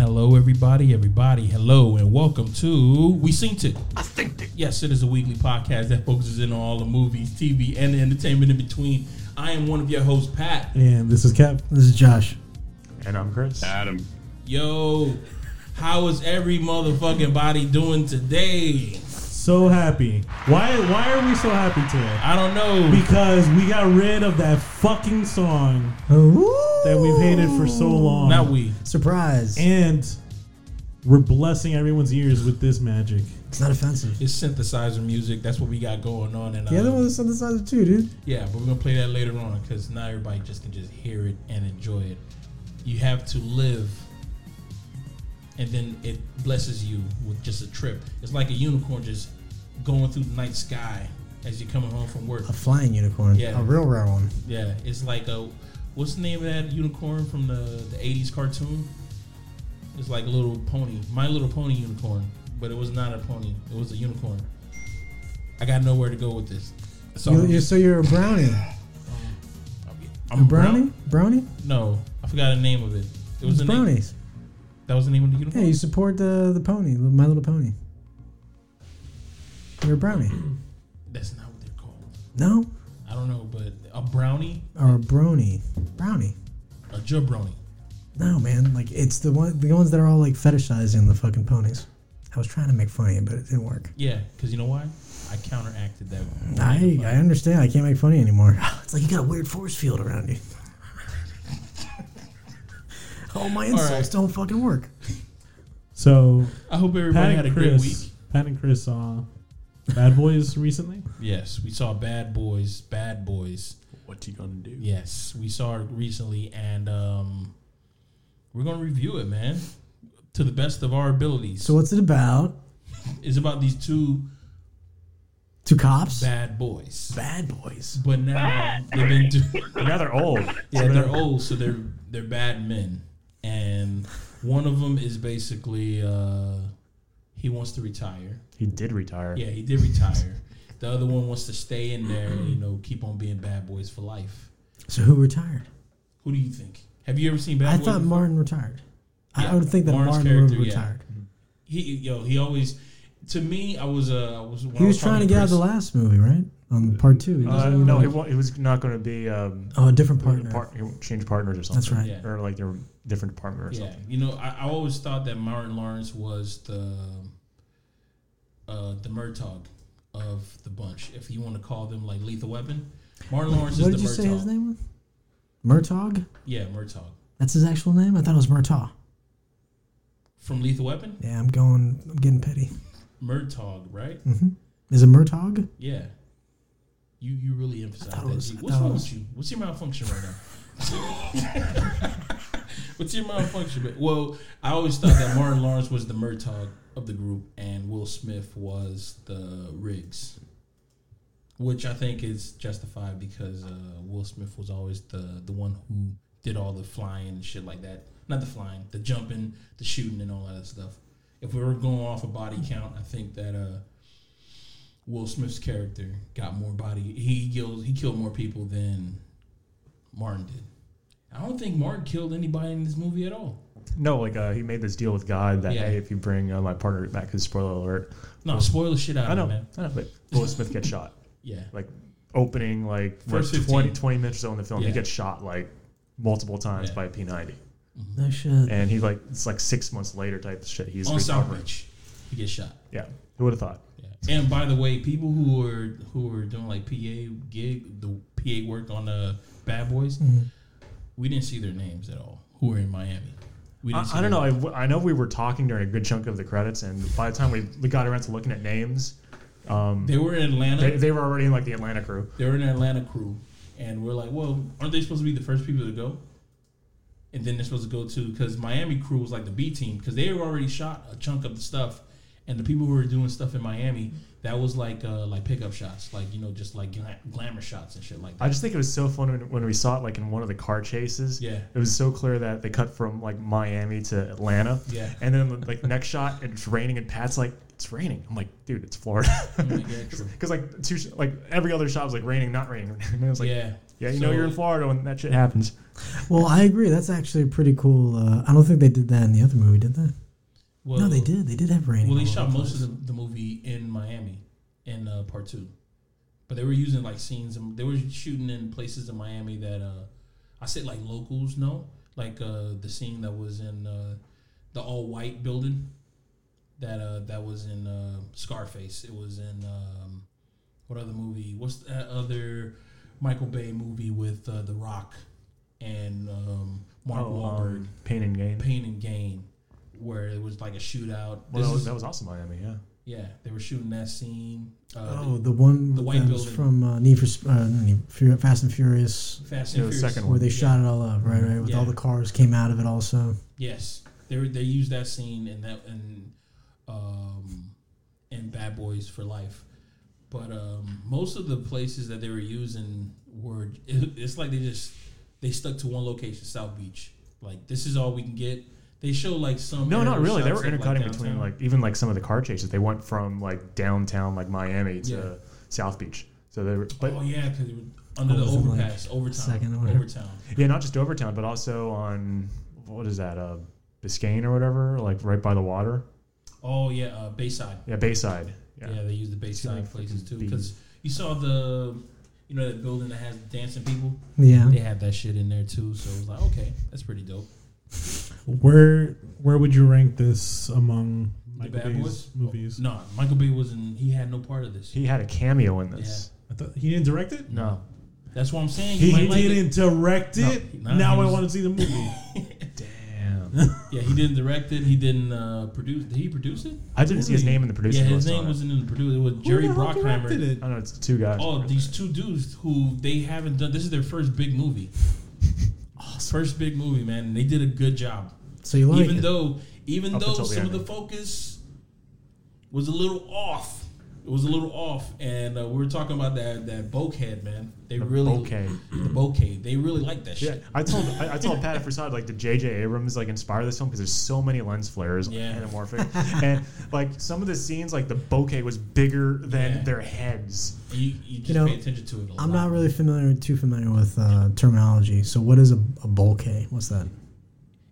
everybody, everybody. Hello and welcome to We Seen It. I think that Yes, it is a weekly podcast that focuses in on all the movies, TV, and the entertainment in between. I am one of your hosts, Pat. And this is Kev. This is Josh. And I'm Chris. Adam. Yo, how is every motherfucking body doing today? So happy. Why why are we so happy today? I don't know. Because we got rid of that fucking song that we've hated for so long. Not we. Surprise. And we're blessing everyone's ears with this magic. it's not offensive. It's synthesizer music. That's what we got going on. And The uh, other one was synthesizer too, dude. Yeah, but we're gonna play that later on because not everybody just can just hear it and enjoy it. You have to live, and then it blesses you with just a trip. It's like a unicorn just going through the night sky as you're coming home from work. A flying unicorn. Yeah. A real rare one. Yeah, it's like a what's the name of that unicorn from the the '80s cartoon? It's like a little pony, My Little Pony unicorn, but it was not a pony. It was a unicorn. I got nowhere to go with this. So You, you're, so you're a brownie. I'm a brownie? Brownie? No, I forgot the name of it. It was It's the Name, brownies. that was the name of the Yeah, uniform. you support the the pony, Little- My Little Pony. You're a brownie. That's not what they're called. No? I don't know, but a brownie, Or a brony. Brownie. a jabroni. No, man. Like it's the one the ones that are all like fetishizing the fucking ponies. I was trying to make fun of you, but it didn't work. Yeah, because you know why? I counteracted that. one. I I understand. I can't make fun of you anymore. It's like you got a weird force field around you. All my insults right. don't fucking work. So I hope everybody Pat had a and great week. Chris. Pat and Chris saw Bad Boys recently. Yes, we saw Bad Boys. Bad Boys. What you gonna do? Yes, we saw it recently, and um, we're gonna review it, man, to the best of our abilities. So what's it about? it's about these two Two cops? bad boys, Bad boys. but now they've been doing. And now they're old. Yeah, they're old, so they're they're bad men, and one of them is basically uh, he wants to retire. He did retire. Yeah, he did retire. The other one wants to stay in there, and, you know, keep on being bad boys for life. So who retired? Who do you think? Have you ever seen Bad I Boys? thought before? Martin retired. Yeah, I would think that Martin's Martin would have character, yeah. retired. he yo he always to me I was uh I was when He I was trying to talking get out of the Chris- last movie, right? On part two. he Uh, was- no, it, wa- it was not going to be um, oh, a different partner. part- change partners or something. That's right. Yeah. Or like they're different department or Yeah, something. you know I, I always thought that Martin Lawrence was the uh the Murtaugh of the bunch if you want to call them like Lethal Weapon. Martin Lawrence What is did the you Murtaugh. say his name was? Murtaugh? Yeah, Murtaugh That's his actual name? I thought it was Murtaugh. from Lethal Weapon. Yeah, I'm going, I'm getting petty. Mm-hmm. Murtaugh, right? Is it Murtaugh? Yeah. You you really emphasize thought that. it was- G. I What's thought it wrong was- with you? What's your malfunction right now? What's your malfunction? But, well, I always thought that Martin Lawrence was the Murtaugh of the group, and Will Smith was the Riggs, which I think is justified because uh, Will Smith was always the the one who did all the flying and shit like that. Not the flying, the jumping, the shooting, and all that stuff. If we were going off a body count, I think that. uh Will Smith's character got more body. He killed he killed more people than Martin did. I don't think Martin killed anybody in this movie at all. No, like uh, he made this deal with God that Yeah. hey, if you bring uh, my partner back, because spoiler alert, No, spoil the shit out I of it, know, man. I know, but Will Smith gets shot. Yeah, Like opening like what, First 15. 20, 20 minutes or so in the film, Yeah. he gets shot like multiple times Yeah. by a P90, No shit. and he like it's like six months later type shit. He's on South recovering. Beach, he gets shot. Yeah, who would have thought? Yeah. And by the way, people who are who are doing like PA gig, the PA work on the Bad Boys, Mm-hmm. we didn't see their names at all. Who were in Miami? We I, didn't I their- don't know. I, w- I know we were talking during a good chunk of the credits, and by the time we, we got around to looking at names, um, They were in Atlanta. they, they were already in like the Atlanta crew. they were in the Atlanta crew, and we're like, well, aren't they supposed to be the first people to go? And then they're supposed to go to because Miami crew was like the B team because they were already shot a chunk of the stuff, and the people who were doing stuff in Miami that was like uh, like pickup shots, like you know just like gla- glamour shots and shit like that. I just think it was so fun when, when we saw it like in one of the car chases. Yeah. it was so clear that they cut from like Miami to Atlanta. Yeah. and then like next shot, it's raining, and Pat's like, "It's raining." I'm like, "Dude, it's Florida." my God, true. Because like two sh- like every other shot was like raining, not raining. And I was like, yeah, yeah, you So- know you're in Florida when that shit happens." Well, I agree. That's actually a pretty cool. Uh, I don't think they did that in the other movie, did they? Well, no, they did. They did have raining. Well, they all over shot most place. of the, the movie in Miami in uh, part two, but they were using like scenes. And they were shooting in places in Miami that uh, I said like locals know, like uh, the scene that was in uh, the all white building that uh, that was in uh, Scarface. It was in um, what other movie? What's that other Michael Bay movie with uh, The Rock and um, Oh, Mark Wahlberg? Pain and Gain. Pain and Gain, where it was like a shootout. Well, This that was, is- that was also Miami, yeah. yeah, they were shooting that scene. Uh, Oh, the one the white that was building. from uh, Need for Sp- uh, not Need- Fur- Fast and Furious, Fast Yeah, and the Furious. second where one. they shot it all up, right? Right, with all Yeah. the cars came out of it. Also, Yes, they were, they used that scene in that in um, in Bad Boys for Life. But um, most of the places that they were using were it, it's like they just they stuck to one location, South Beach. Like this is all we can get. They show like some No, not aerial really. They Oh, shots were of, like, intercutting downtown. between like even like some of the car chases. They went from like downtown like Miami to Yeah. South Beach. So they were, but oh yeah, because they were under Oh, the was it, like, overpass, overtime, second or whatever? overtime. yeah, not just Overtown, but also on what is that, uh, Biscayne or whatever, like right by the water. Oh yeah, uh, Bayside. Yeah, Bayside. Yeah, Yeah, yeah. they use the See, like, Bayside places too. fucking Because you saw the, you know, that building that has dancing people. yeah. They had that shit in there too. So it was like, okay, that's pretty dope. Where where would you rank this among Michael the Bad Bay's Boys movies? No, Michael Bay wasn't. He had no part of this. he had a cameo in this. I thought he didn't direct it. No, That's what I'm saying. He, You might like it. didn't direct No, it. nah, now he I was- want to see the movie. damn. Yeah, he didn't direct it. He didn't uh, produce. Did he produce it? I didn't see his Really? name in the producer. yeah, his list on name it. wasn't in the producer. It was Jerry Who the hell directed Brockheimer. it? I don't know it's two guys. Oh, these two dudes who they haven't done. This is their first big movie. First big movie, man. And they did a good job. So you like even it? though even Up though until the some of the ending. focus was a little off it was a little off and uh, we were talking about that that bulkhead man they really Okay. the bokeh they really liked that Yeah, shit I told I, I told Pat Forsad like did J.J. Abrams like inspire this film because there's so many lens flares, Yeah. anamorphic, and like some of the scenes like the bokeh was bigger than Yeah. their heads. you, you just know, pay attention to it a I'm lot. not really familiar, too familiar with uh, terminology. So what is a, a bulkhead? What's that?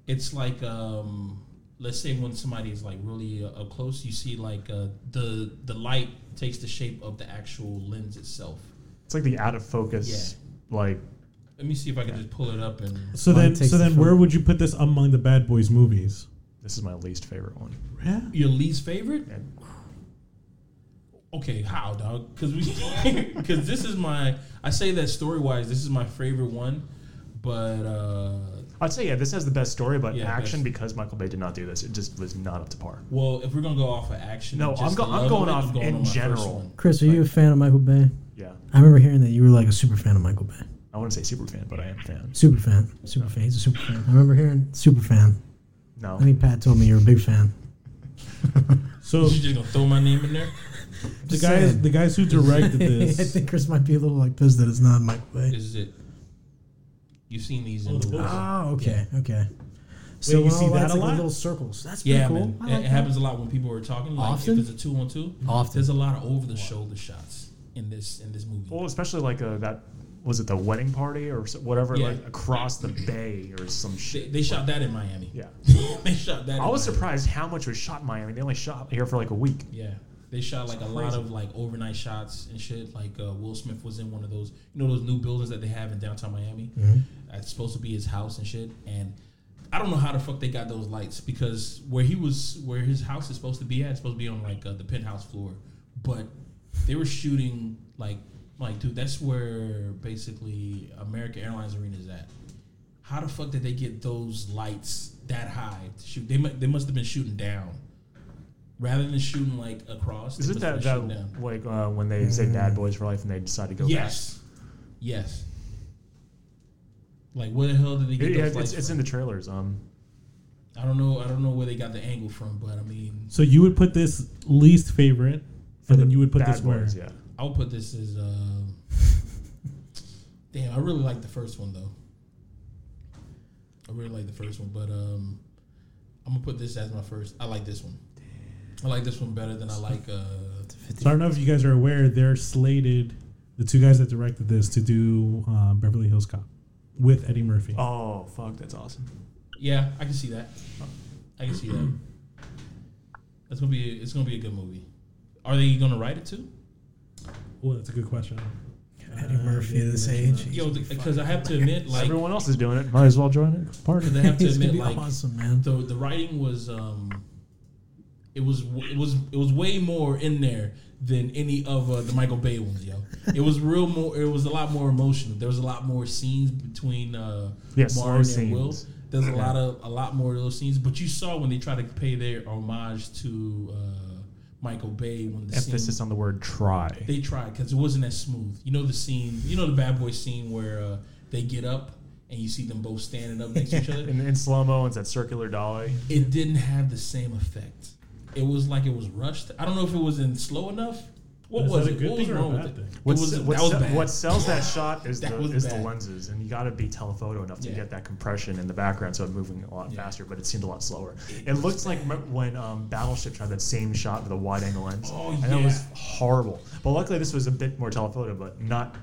it's like um let's say when somebody is like really uh, up close you see like uh, the the light takes the shape of the actual lens itself It's like the out of focus, like let me see if i can just pull it up and so Mine then, takes so the then, film. where would you put this among the Bad Boys movies? this is my least favorite one. Yeah. your least favorite And Okay, how dog? Because we because this is my I say that story wise, this is my favorite one, but uh I'd say yeah, this has the best story, but Yeah, action best. because Michael Bay did not do this, it just was not up to par. well, if we're gonna go off of action, No, and I'm just go- the I'm love going it, off in on my first general. one. Chris, are you a fan of Michael Bay? Yeah, I remember hearing that you were like a super fan of Michael Bay. I wouldn't say super fan, but I am fan. Super fan, super fan. He's a super fan. I remember hearing super fan. No, I think Pat told me you're a big fan. So You just gonna throw my name in there? the Just guys, saying. the guys who directed I this. think Chris might be a little like pissed that it's not Michael Bay. This is it. You've seen these Oh, in the movies. books. Oh, okay, okay. So you when see all the that lights, a like, the lot? little circles. That's pretty Yeah, cool. man. I It- like it that. happens a lot when people are talking. Like Often? if it's a two on two, Often. there's a lot of over the shoulder shots in this in this movie. well, especially like uh, that was it the wedding party or so- whatever, Yeah. like across the bay or some They, shit. they shot that in Miami. yeah. they shot that. I in was Miami. surprised how much was shot in Miami. They only shot here for like a week. Yeah, they shot like a lot crazy. of like overnight shots and shit. Like uh, Will Smith was in one of those, you know, those new buildings that they have in downtown Miami. That's supposed to be his house and shit. And I don't know how the fuck they got those lights because where he was, where his house is supposed to be at, it's supposed to be on like uh, the penthouse floor. But they were shooting like, like dude, that's where basically American Airlines Arena is at. How the fuck did they get those lights that high to shoot? They mu- they must have been shooting down. Rather than shooting like across, Is they it must that, have been shooting that like uh, when they say Mm. Bad Boys for Life and they decide to go Yes, yes. Like where the hell did they back? get It- yeah, those it's, lights? it's in from? the trailers. Um, I don't know. I don't know where they got the angle from, but I mean, So you would put this least favorite, and Oh, then you would put Bad this where? Boys, yeah. I'll put this as. Uh, damn, I really like the first one though. I really like the first one, but um, I'm gonna put this as my first. I like this one. I like this one better than I like. Uh, So I don't know if you guys are aware, they're slated, the two guys that directed this, to do um, Beverly Hills Cop with Eddie Murphy. Oh fuck, that's Oh, awesome. Yeah, I can see that. I can see that. That's gonna be. It's gonna be a good movie. Are they gonna write it too? Well, that's a good question. Eddie Uh, Murphy didn't this mention age. that. Yo, because I have to admit, like, Everyone else is doing it. Might as well join it. Party. they have to It's gonna admit, be like, awesome, man. the the writing was um, it was it was it was way more in there than any of uh, the Michael Bay ones, yo. It was real more. It was a lot more emotional. There was a lot more scenes between uh, Yeah, slow Martin and scenes. Will. There's a lot of a lot more of those scenes, but you saw when they tried to pay their homage to uh, Michael Bay when the scene Emphasis on the word try. they tried because it wasn't as smooth. You know the scene, you know the bad boy scene where uh, they get up and you see them both standing up next to each other. In, in slow mo, it's that circular dolly. It didn't have the same effect. It was like it was rushed. I don't know if it was in slow enough. What Is was that a it? good What was thing or a wrong with bad it? thing? It What's, was, what's- that was bad. what sells that shot is, That the, was is the bad. lenses, and you got to be telephoto enough to Yeah. get that compression in the background, so it's moving a lot Yeah. faster. But it seemed a lot slower. It, looks like m- when um, Battleship tried that same shot with a wide angle lens, Oh, and it was yeah. horrible. But luckily, this was a bit more telephoto, but not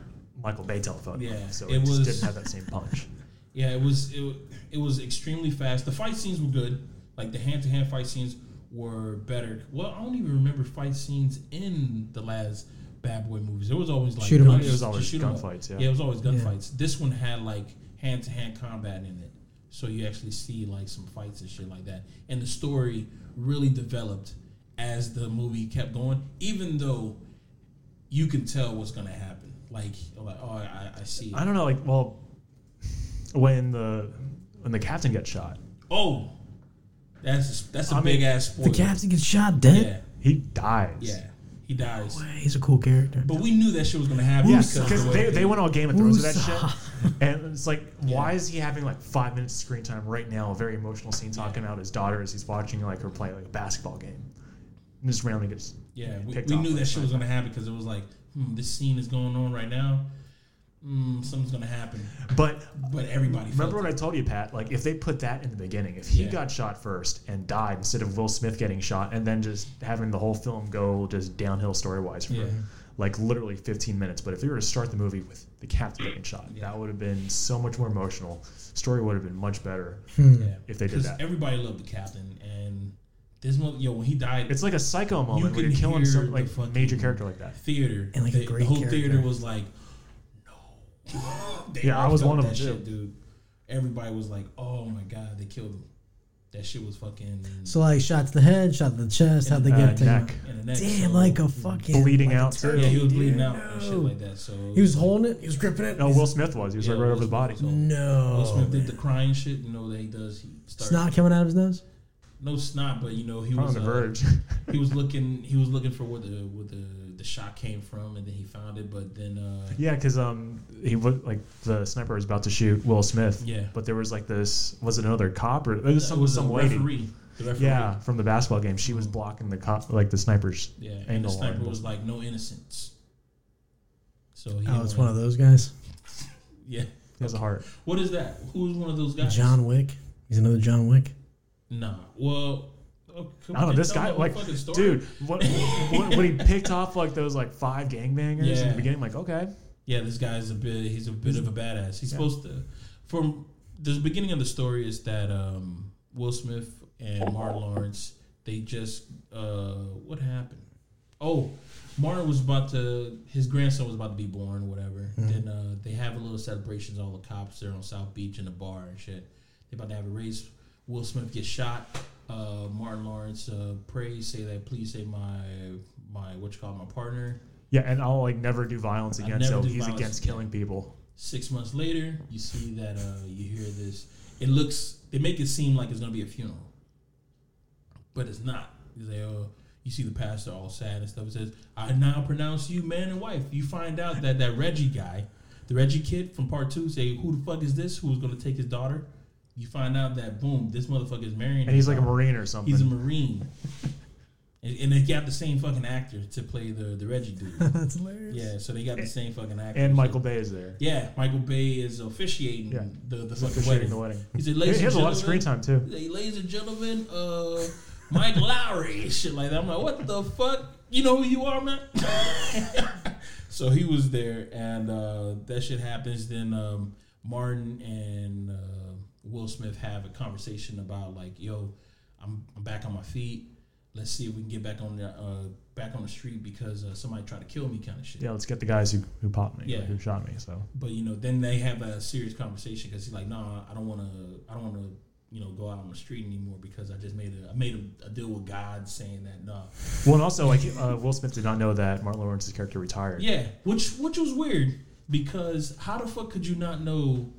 Michael Bay telephoto. Yeah, so it it, just was- didn't have that same punch. Yeah, it was it, wa- it was extremely fast. The fight scenes were good. Like the hand to hand fight scenes were better. Well, I don't even remember fight scenes in the last Bad Boy movies. There was always like Shoot 'em guns- ups. It was just always shoot 'em up. gunfights, yeah. yeah, it was always Yeah. gunfights. This one had like hand to hand combat in it, so you actually see like some fights and shit like that. And the story really developed as the movie kept going, even though you can tell what's gonna happen. Like, like oh, I, I see. I don't know, like well, when the when the captain got shot, Oh, that's a, that's a I mean, big ass spoiler. The captain gets shot yeah, dead. he dies. yeah, he dies. Wow, He's a cool character. But we knew that shit was gonna happen. Yeah, because of the because way they, they went all Game of Thrones with that Woosah. shit. And it's like, why is he having like five minutes screen time right now? A very emotional scene talking about his daughter as he's watching like her play like a basketball game. And just randomly gets Yeah, we, picked we off knew by that shit was something. gonna happen because it was like, hmm, this scene is going on right now. Hmm, something's gonna happen. But But everybody remember felt what I told you, Pat? Like if they put that in the beginning, if he Yeah. got shot first and died instead of Will Smith getting shot, and then just having the whole film go just downhill story wise for Yeah. like literally 15 minutes. But if they were to start the movie with the captain getting shot, that would have been so much more emotional. Story would have been much better. it. Yeah. if they did 'Cause that. everybody loved the captain, and this mo- yo when he died, It's like a psycho moment when can you're killing hear some the like fucking- major character like that. theater And, like, a they- great the whole character. theater was like, no. They Yeah, I all was felt one of that them, too. shit, dude. Everybody was like, oh my god, they killed him. That shit was fucking. So like, shot to the head, shot to the chest. How'd they Uh, get to neck. in the neck, Damn, so- like a fucking Bleeding like a out, too. turtle, Yeah, he was dude. bleeding out and shit No. like that. So He was holding it. He was gripping it. No, He's- Will Smith was. He was Yeah, like right Oh, Will over the Smith body. was- no. Will Smith did the crying shit. You know that he does. He started Oh, snot coming out of his nose. no snot, but you know he Probably was on the uh, verge. he was looking. He was looking for where the where the the shot came from, and then he found it. But then uh, yeah, because um, he was like the sniper was about to shoot Will Smith. Yeah. but there was like this. Was it another cop or it was some it was some a lady? referee. The referee. Yeah, from the basketball game, she was blocking the cop like the snipers. Yeah, and Angle the sniper line. was like, "No innocence." So he Oh, it's went- one of those guys. yeah. He has a heart. What is that? Who's one of those guys? John Wick. He's another John Wick. Nah. Well, oh, can I don't know. we This tell guy, the like, fucking story? dude, what, what, when he picked off like those like five gangbangers in Yeah. the beginning, like okay, Yeah, this guy is a bit. He's a bit of a badass. He's supposed to. From the beginning of the story is that um, Will Smith and Martin Lawrence they just uh, what happened? Oh, Martin was about to his grandson was about to be born, whatever. Then uh, they have a little celebrations. All the cops there on South Beach in a bar and shit. They about to have a race. Will Smith gets shot. Uh, Martin Lawrence uh, prays, say that please save my my what you call it, my partner. yeah, and I'll like never do violence I again. never So do he's violence against again. killing people. Six months later, you see that uh, you hear this. It looks they make it seem like it's gonna be a funeral, but it's not. They uh, you see the pastor all sad and stuff. It says, "I now pronounce you man and wife." You find out that that Reggie guy, the Reggie kid from part two, say, "Who the fuck is this? Who's gonna take his daughter?" You find out that boom, this motherfucker is marrying. And he's like a himself. marine or something. He's a marine, and, and they got the same fucking actor to play the the Reggie dude. That's hilarious. yeah, so they got the same fucking actor. and Michael Bay is there. Yeah, Michael Bay is officiating Yeah. the, the He's fucking officiating wedding. the wedding. He said, He ladies has a and lot of screen gentlemen, time too. hey, ladies and gentlemen, uh, Mike Lowry, shit like that. I'm like, what the fuck? You know who you are, man. so he was there, and uh, that shit happens. Then um, Martin and uh, Will Smith have a conversation about like, yo, I'm, I'm back on my feet. let's see if we can get back on the uh, back on the street because uh, somebody tried to kill me kind of shit. Yeah, let's get the guys who, who popped me, Yeah. who shot me. So But you know, then they have a serious conversation because he's like, "Nah, I don't want to. I don't want to." You know, go out on the street anymore because I just made a I made a, a deal with God saying that nah. well, and also like uh, Will Smith did not know that Martin Lawrence's character retired. Yeah, which which was weird because how the fuck could you not know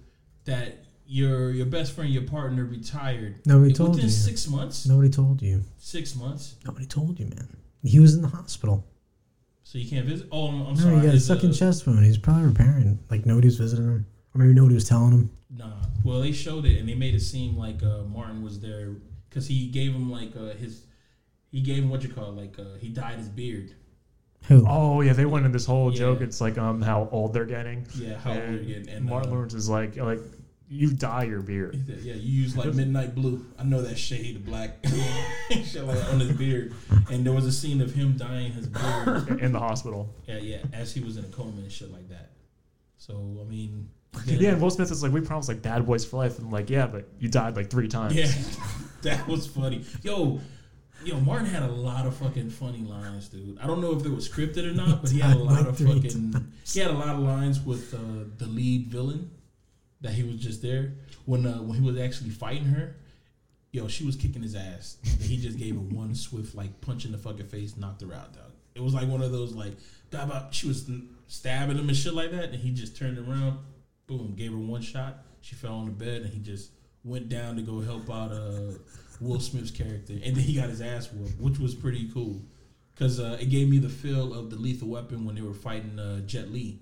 that your your best friend, your partner retired? Nobody And told within you. six months. Nobody told you. Six months, Nobody told you, man. He was in the hospital. so you can't visit. Oh, I'm, I'm no, sorry. he got a his, second uh, chest wound. He's probably repairing. Like nobody was visiting him, or maybe nobody was telling him. Nah. Well, they showed it and they made it seem like uh, Martin was there because he gave him like uh, his. He gave him what you call it, like uh, he dyed his beard. Who? Oh yeah, they went in this whole Yeah. joke. It's like um how old they're getting. Yeah, how old are you getting? And Martin uh, Lawrence is like like you dye your beard. he said, yeah, you use like midnight blue. I know that shade of black shit like that on his beard. And there was a scene of him dyeing his beard. in the hospital. Yeah, yeah, as he was in a coma and shit like that. So I mean, Yeah, and Will Smith is like, we promised like bad boys for life, and like, yeah, but you died like three times. yeah, that was funny. Yo, yo, Martin had a lot of fucking funny lines, dude. I don't know if it was scripted or not, but he had a lot of Three fucking. He had a lot of lines with uh, the lead villain that he was just there when uh, when he was actually fighting her. Yo, she was kicking his ass. He just gave her one swift like punch in the fucking face, knocked her out, dog. It was like one of those like, bah, bah, she was stabbing him and shit like that, and he just turned around, boom, gave her one shot. She fell on the bed, and he just went down to go help out uh, Will Smith's character, and then he got his ass whooped, which was pretty cool. Cause uh, it gave me the feel of the Lethal Weapon when they were fighting uh, Jet Li.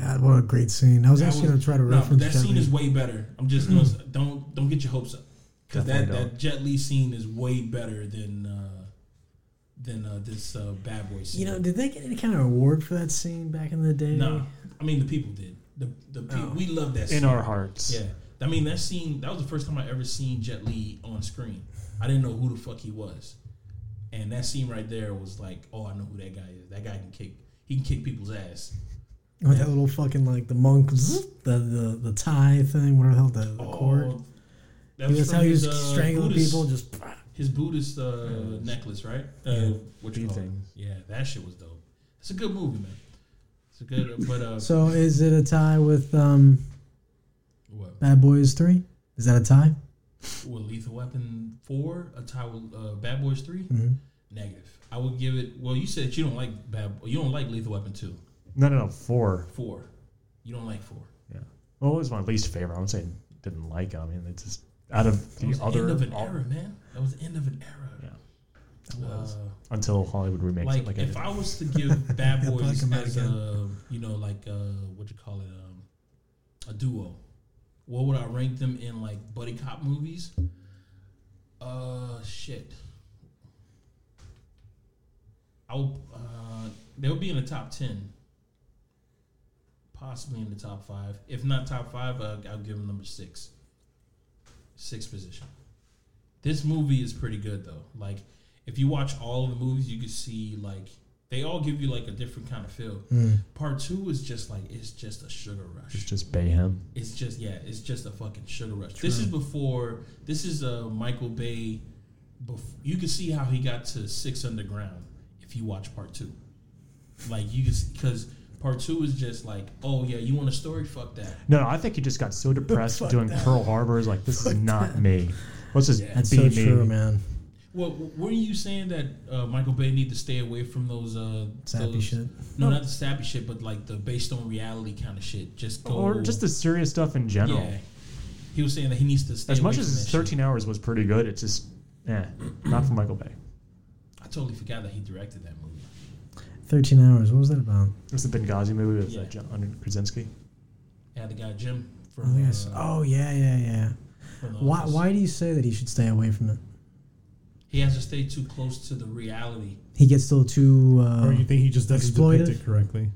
God, what a great scene. I was That actually was- going to try to No, reference Mm. that Jet scene Li. is way better. I'm just gonna s- don't don't get your hopes up because that, Definitely that Jet Li scene is way better than uh, than uh, this uh, bad boy scene. You know, did they get any kind of award for that scene back in the day? no, I mean the people did. The the pe- Oh. we love that scene. In our hearts. yeah, I mean that scene. That was the first time I ever seen Jet Li on screen. I didn't know who the fuck he was, and that scene right there was like, oh, I know who that guy is. That guy can kick. He can kick people's ass. With that little fucking like the monk, zzz, the the, the tie thing, whatever the hell the, the cord. Oh, that That's from how he was his, uh, strangling Buddhist- people. Just His Buddhist uh, necklace, right? Yeah. Uh, what you Bead call it? thing. Yeah, that shit was dope. It's a good movie, man. It's a good, but uh, so is it a tie with um, what? Bad Boys Three? Is that a tie? With Lethal Weapon four, a tie with uh, Bad Boys three, Mm-hmm. negative. I would give it. Well, you said you don't like Bad, you don't like Lethal Weapon two, No, no, no, four. four. You don't like four. Yeah. Well, it was my least favorite. I wouldn't say didn't like. it. I mean, it's just out of That the was the other end of an all- era, man. That was the end of an Yeah. era. It Uh, was. until Hollywood remakes like, it. Like if I, I was to give Bad Yeah, Boys Black and White as again. a you know like uh what you call it um a duo, what would I rank them in like buddy cop movies? Uh shit, I would uh they would be in the top ten, possibly in the top five. If not top five, uh, I'll give them number six. Sixth position. This movie is pretty good though. Like if you watch all of the movies, you can see like they all give you like a different kind of feel. Mm. Part two is just like it's just a sugar it's rush. just Bay him. It's just yeah, it's just a fucking sugar rush. This is before this is uh, Michael Bay. Bef- you can see how he got to Six Underground if you watch part two. Like you can because part two is just like oh yeah, you want a story? Fuck that. No, no, I think he just got so depressed doing Pearl Harbor. Is like, this is not me. Let's just Yeah. That's be so me. true, man. Well, w- were you saying that uh, Michael Bay need to stay away from those uh, Sappy those- shit. No, not the sappy shit, but like the based on reality kind of shit. Just go Or just the serious stuff in general. yeah. He was saying that he needs to stay As much away as from his that 13 hours was pretty good, it's just, eh, not for Michael Bay. shit. I totally forgot that he directed that movie. Thirteen hours. What was that about? It was the Benghazi movie with uh, Yeah. John Krasinski. Yeah, the guy Jim I from. think I s- uh, Oh yeah, yeah, yeah. from The Why Office. Why do you say that he should stay away from it? He has to stay too close to the reality. He gets still too. Uh, or you think he just doesn't depict Exploitive? it correctly?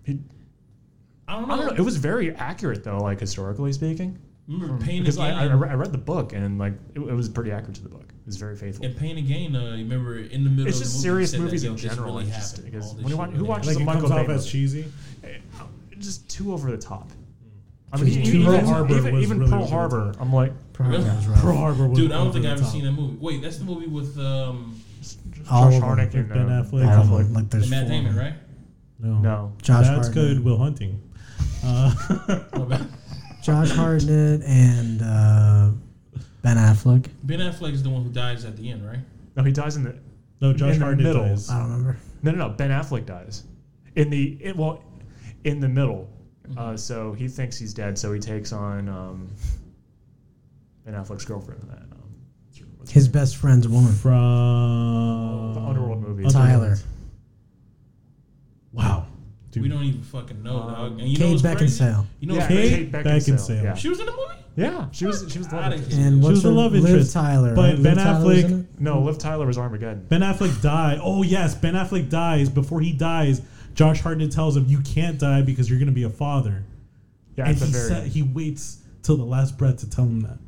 I don't know. I don't know. It was very accurate, though, like historically speaking. Remember, Pain Because I, I, Again. I re- I read the book, and like it, it was pretty accurate to the book. It was very faithful. and Pain Again, uh, you remember in the middle It's of just the movie, he serious said that, movies yo, in this general, Really it's just- happened. because All this when you shit watch- who really watches Like happened. a it Michael comes off Bay as movie. cheesy. Eh, just too over the top. I Just too- even, Pearl Harbor even, was even really Pearl over the Harbor, top. I'm like, probably Really? was right. Pearl Harbor was Dude, I don't over think the I've ever top. seen that movie. Wait, that's the movie with um, All Josh of them. Harnick and Ben uh, Affleck. All Affleck. of them. Like there's And Matt four. Damon, right? No. No, Josh That's Hartnett. good. Will Hunting. Uh, Josh Hartnett and uh, Ben Affleck. ben Affleck is the one who dies at the end, right? no, he dies in the no, Josh In the Hartnett middle. dies. I don't remember. no, no, no. Ben Affleck dies in the it, well, in the middle. Uh, so he thinks he's dead, so he takes on um, Ben Affleck's girlfriend. In that, um, what's her His name? best friend's woman. From The Underworld movie. Tyler. Wow. Dude. We don't even fucking know, Um, dog. And you know Kate what's crazy? Beckinsale. You know yeah, what's crazy? Kate Kate Beckinsale. Beckinsale. Yeah. She was in the movie? yeah, she was she was the Outta one- here. And She what's was the her- love Liv interest, Tyler. but right? Liv Ben Tyler was Affleck- in it? No, Liv Tyler was Armageddon. Ben Affleck die. Oh yes, Ben Affleck dies. Before he dies, Josh Hartnett tells him, "You can't die because you're going to be a father." Yeah, and at the he very sa- end. he waits till the last breath to tell him that,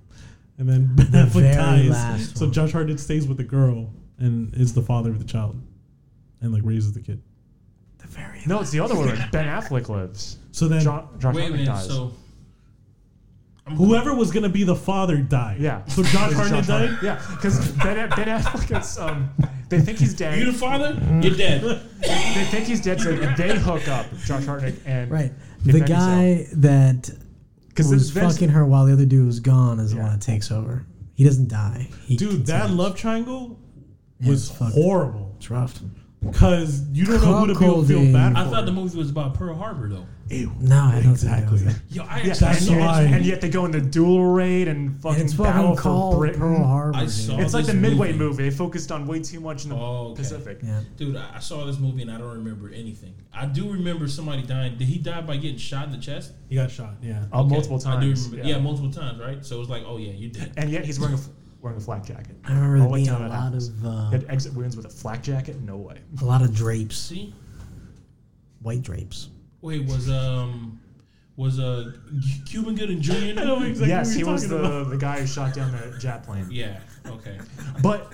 and then Ben The Affleck very dies. last so one. Josh Hartnett stays with the girl and is the father of the child, and like raises the kid. The very No, it's the other one. Ben Affleck lives. So then John, John Wait a minute. dies. So whoever was going to be the father died. yeah. So Josh It's Hartnett died. Hartnett. Yeah, because ben, ben Affleck is. Um, they think he's you the dead. father? Mm-hmm. You're dead. They think he's dead, so they hook up. Josh Hartnett and Right. Kate The Beckinsale. guy that 'Cause was then- then- fucking her while the other dude was gone is the Yeah. one that takes over. He doesn't die. He Dude, that love triangle was it's fucked. horrible. It's rough. Because you don't know who to feel, feel Cuckolding. bad for. I thought the movie was about Pearl Harbor though. No, I don't exactly. think that was it. Yo, I Yeah, actually That's and, yet- why. and yet they go into duel raid and fucking It's battle fucking for called Britain. Pearl Harbor. I dude. saw- It's like the This Midway movie. movie. They focused on way too much in the Oh, okay. Pacific. Yeah. Dude, I I saw this movie and I don't remember anything. I do remember somebody dying. Did he die by getting shot in the chest? He got shot. Yeah. Uh, Okay, multiple times. I do remember. Yeah. multiple times, right? So it was like, oh yeah, you're dead. And yet he's wearing a f- wearing a flak jacket. I remember there Only being time a that lot happens. of uh, Had exit wounds with a flak jacket? No way. a lot of drapes, See? white drapes. Wait, was um was uh G- Cuban Gooding Jr. in the I Oh know movie? exactly yes, what he you're was talking about. the, the guy who shot down the jet plane. Yeah. Okay. But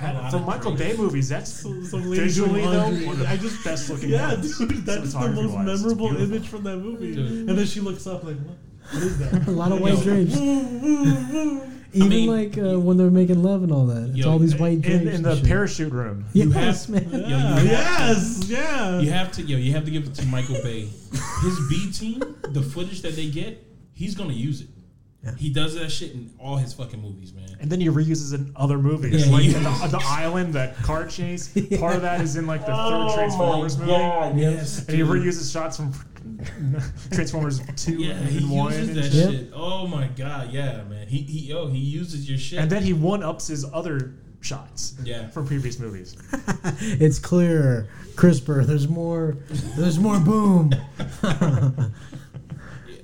A lot for of Michael Bay dreams. movies, that's some lady visually doing though laundry. one of the best looking. Yeah, ones. dude, that's the most Cinematography-wise, it's memorable beautiful. image from that movie. Dude. And then she looks up like, what? What is a that? lot of white Yo. drapes. Even mean- like uh, when they're making love and all that. It's Yo, all these white drapes. in, in the and shit. parachute room. You Yes, have- man. Yo, you have Yeah, to- yes, yeah. You have to yo, you have to give it to Michael Bay. His B team, the footage that they get, he's gonna use it. Yeah. He does that shit in all his fucking movies, man. And then he reuses in other movies, Yeah, like he- in the, the island, that car chase. Part of that is in like the Oh third Transformers movie, yes. and he dude. reuses shots from Transformers Two Yeah, and he One. uses and that shit. shit. shit. Oh my god, yeah, man. He he yo, he uses your shit. And then he one ups his other shots Yeah. from previous movies. It's clearer, crisper. There's more. There's more boom. no.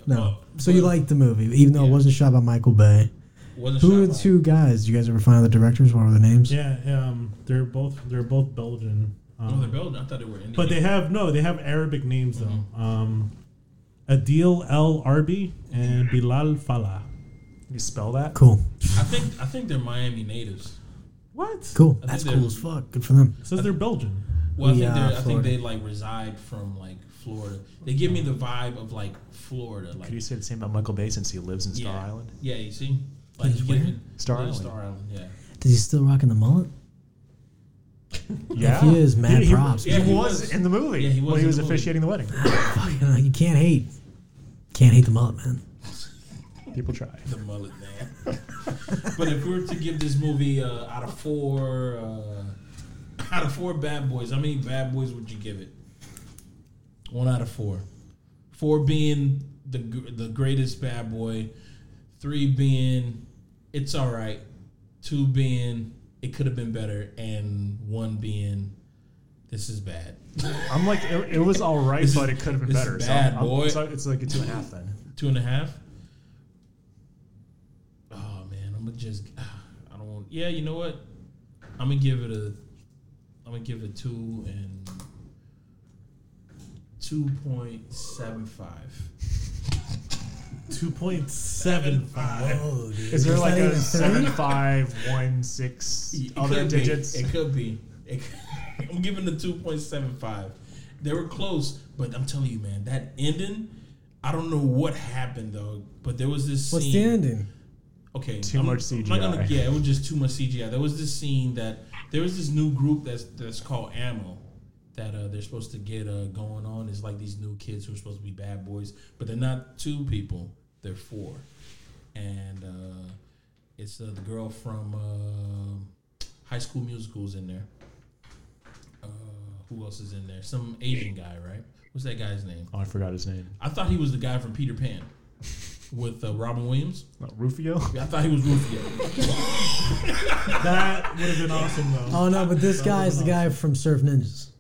well, So you well, liked the movie, even though Yeah. it wasn't shot by Michael Bay. wasn't Who are shot the by- two guys? Did you guys ever find out the directors? What were the names? Yeah, um, they're both they're both Belgian. Oh, they're Um, Belgian. I thought they were Indian. but they have no, they have Arabic names Mm-hmm. though. Um, Adil El Arbi and Bilal Falah. You spell that? Cool. I think I think they're Miami natives. What? Cool. I That's think cool they're- as fuck. Good for them. It says they're Belgian. Well, I think Yeah, they're, I think Florida. they like reside from like Florida. They give me the vibe of like Florida, like Could you say the same about Michael Bay since he lives in yeah, Star Island? Yeah, you see, like He's you where? give me- Star yeah, Island. Star Island. Yeah. Does he still rocking the mullet? Yeah. If he is, mad He- he- props. yeah. man. He He was was. in the movie Yeah, he was when he in was the movie. officiating the wedding. Fucking, uh, you can't hate. Can't hate the mullet, man. People try. The mullet man. but if we were to give this movie uh, out of four, uh, out of four bad boys, how many bad boys would you give it? One out of four. Four being the gr- the greatest bad boy. Three being it's all right. Two being it could have been better, and one being this is bad. I'm like, it, it was all right, This is- but it could have been this is better. bad, so I'm- boy. so it's like a two and a half then. Two and a half. Oh man, I'm gonna just. I don't want. Yeah, you know what? I'm gonna give it a. I'm gonna give it a two and. Two point seven five. Two point seven five. Whoa, dude. Is there It's like not a even seven three? five one six other digits? It could be. It could, I'm giving the two point seven five. They were close, but I'm telling you, man, that ending. I don't know what happened though, but there was this. What's scene. the ending? Okay, Too I'm, much I'm not gonna, CGI. yeah, it was just too much CGI. There was this scene that There was this new group that's that's called Ammo that uh, they're supposed to get uh, going on. It's like these new kids who are supposed to be bad boys, but they're not two people; they're four. And uh, it's uh, the girl from uh, High School Musicals in there. Uh, who else is in there? Some Asian guy, right? What's that guy's name? Oh, I forgot his name. I thought he was the guy from Peter Pan with uh, Robin Williams. Not Rufio. I thought he was Rufio. That would have been awesome though. Oh no, but this guy is the guy from Surf Ninjas.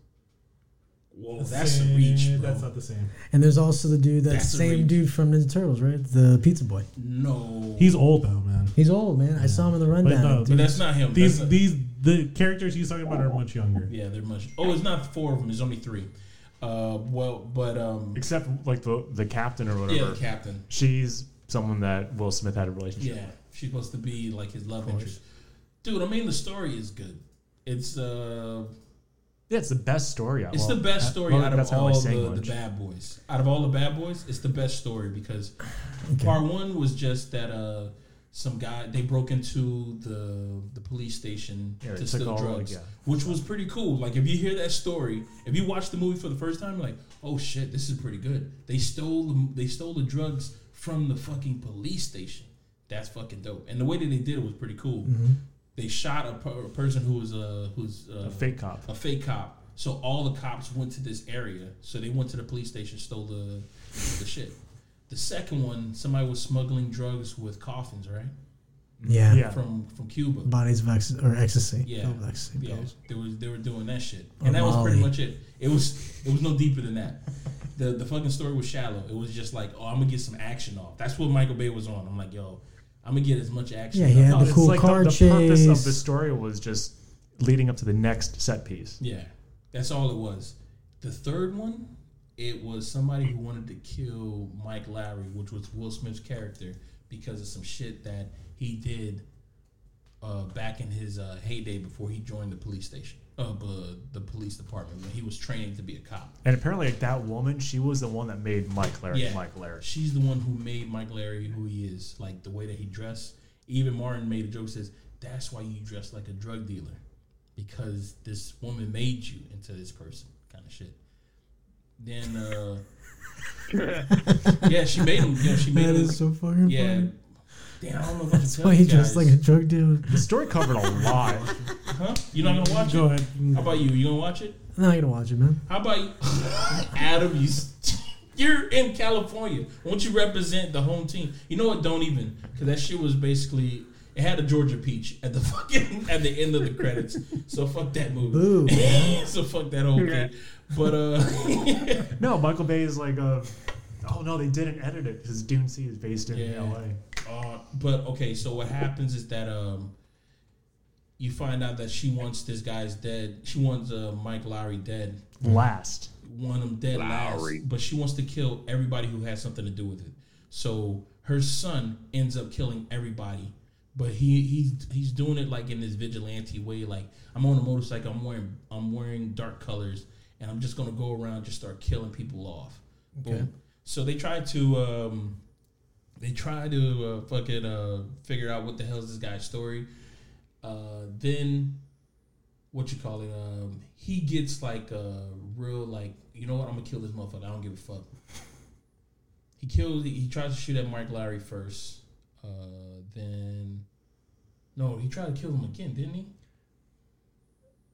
Whoa, that's a reach, bro. That's not the same. And there's also the dude, that That's a same reach. dude from Ninja Turtles, right? The pizza boy. no, He's old though, man. He's old, man. I saw him in the rundown. no, dude. but that's not him. These That's not- these the characters he's talking about are much younger. yeah, they're much. Oh, it's not four of them. It's only three. Uh, well, but um, Except like the the captain or yeah, whatever. the captain. She's someone that Will Smith had a relationship. Yeah, she's supposed to be like his love interest. Dude, I mean, the story is good. It's uh, Yeah, it's the best story. out- it's well, the best that- story well, out of that's not all really saying the, the much. bad boys. Out of all the bad boys, it's the best story because part one was just that uh, some guy they broke into the the police station Yeah, they to took steal all, like, drugs, yeah. which was pretty cool. Like if you hear that story, if you watch the movie for the first time, you're like oh shit, this is pretty good. They stole the, they stole the drugs from the fucking police station. That's fucking dope. And the way that they did it was pretty cool. Mm-hmm. They shot a, per- a person who was uh, who's uh, A fake cop. a fake cop. So all the cops went to this area. So they went to the police station, stole the the shit. The second one, somebody was smuggling drugs with coffins, right? yeah. Yeah. From from Cuba. Bodies of ecstasy or ecstasy. Yeah. Filled with ecstasy Yeah, pills. they were they were doing that shit, Or and that was pretty Molly. much it. It was it was no deeper than that. the The fucking story was shallow. It was just like, oh, I'm gonna get some action off. That's what Michael Bay was on. I'm like, yo, I'm gonna get as much action. Yeah, as he I had the possibly- It's cool like car the, the purpose chase. of the story was just leading up to the next set piece. Yeah, that's all it was. The third one, it was somebody who wanted to kill Mike Lowry, which was Will Smith's character, because of some shit that he did uh, back in his uh, heyday before he joined the police station, uh, bu- the police department when he was training to be a cop. And apparently, like that woman, she was the one that made Mike Larry. Yeah. Mike Larry. She's the one who made Mike Larry who he is, like the way that he dressed. Even Martin made a joke says, "That's why you dress like a drug dealer, because this woman made you into this person." Kind of shit. Then, uh, yeah, she made him. Yeah, she made him. That is so fucking yeah. funny. Damn, I don't know what to That's tell why you he guys. dressed like a drug dealer. The story covered a lot. huh? You're not gonna watch Go it. ahead. How about you? You gonna watch it? I'm not gonna watch it, man. How about you, Adam? You, st- you're in California. Won't you represent the home team? You know what? Don't even because that shit was basically it had a Georgia peach at the fucking at the end of the credits. So fuck that movie. Boo. so fuck that whole thing. But uh, No, Michael Bay is like a. Oh no, they didn't edit it because Dune Sea is based in Yeah. L.A. uh, but okay. So what happens is that um, you find out that she wants this guy's dead. She wants uh, Mike Lowry dead. Last. want him dead Lowry. last, but she wants to kill everybody who has something to do with it. So her son ends up killing everybody, but he he's he's doing it like in this vigilante way. Like I'm on a motorcycle, I'm wearing I'm wearing dark colors, and I'm just gonna go around just start killing people off. Boom. So they try to um, they try to uh, fucking uh, figure out what the hell's this guy's story. Uh, then what you call it? Um, he gets like a real like you know what? I'm gonna kill this motherfucker. I don't give a fuck. He kills. He tries to shoot at Mike Lowry first. Uh, then no, he tried to kill him again, didn't he?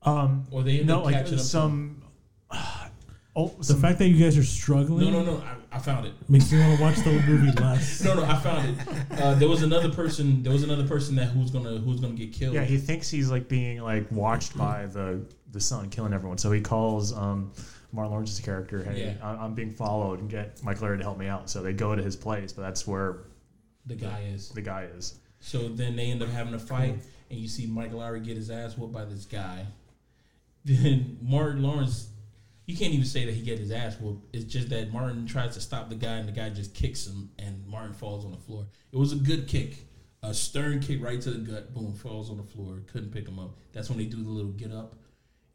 Um, Or they end no, up like catching up. some. oh, The some fact that you guys are struggling no, no, no. I, I found it. makes me want to watch the whole movie less. No, no, I found it. Uh, there was another person. There was another person that who's gonna who's gonna get killed. Yeah, he thinks he's like being like watched by the the sun killing everyone. So he calls um, Martin Lawrence's character, "Hey, Yeah. I I'm being followed, and get Mike Larry to help me out." So they go to his place, but that's where the guy is. the guy is. So then they end up having a fight, and you see Mike Lowry get his ass whooped by this guy. Then Martin Lawrence, you can't even say that he get his ass whooped. It's just that Martin tries to stop the guy, and the guy just kicks him, and Martin falls on the floor. It was a good kick, a stern kick right to the gut. Boom, falls on the floor. Couldn't pick him up. That's when they do the little get up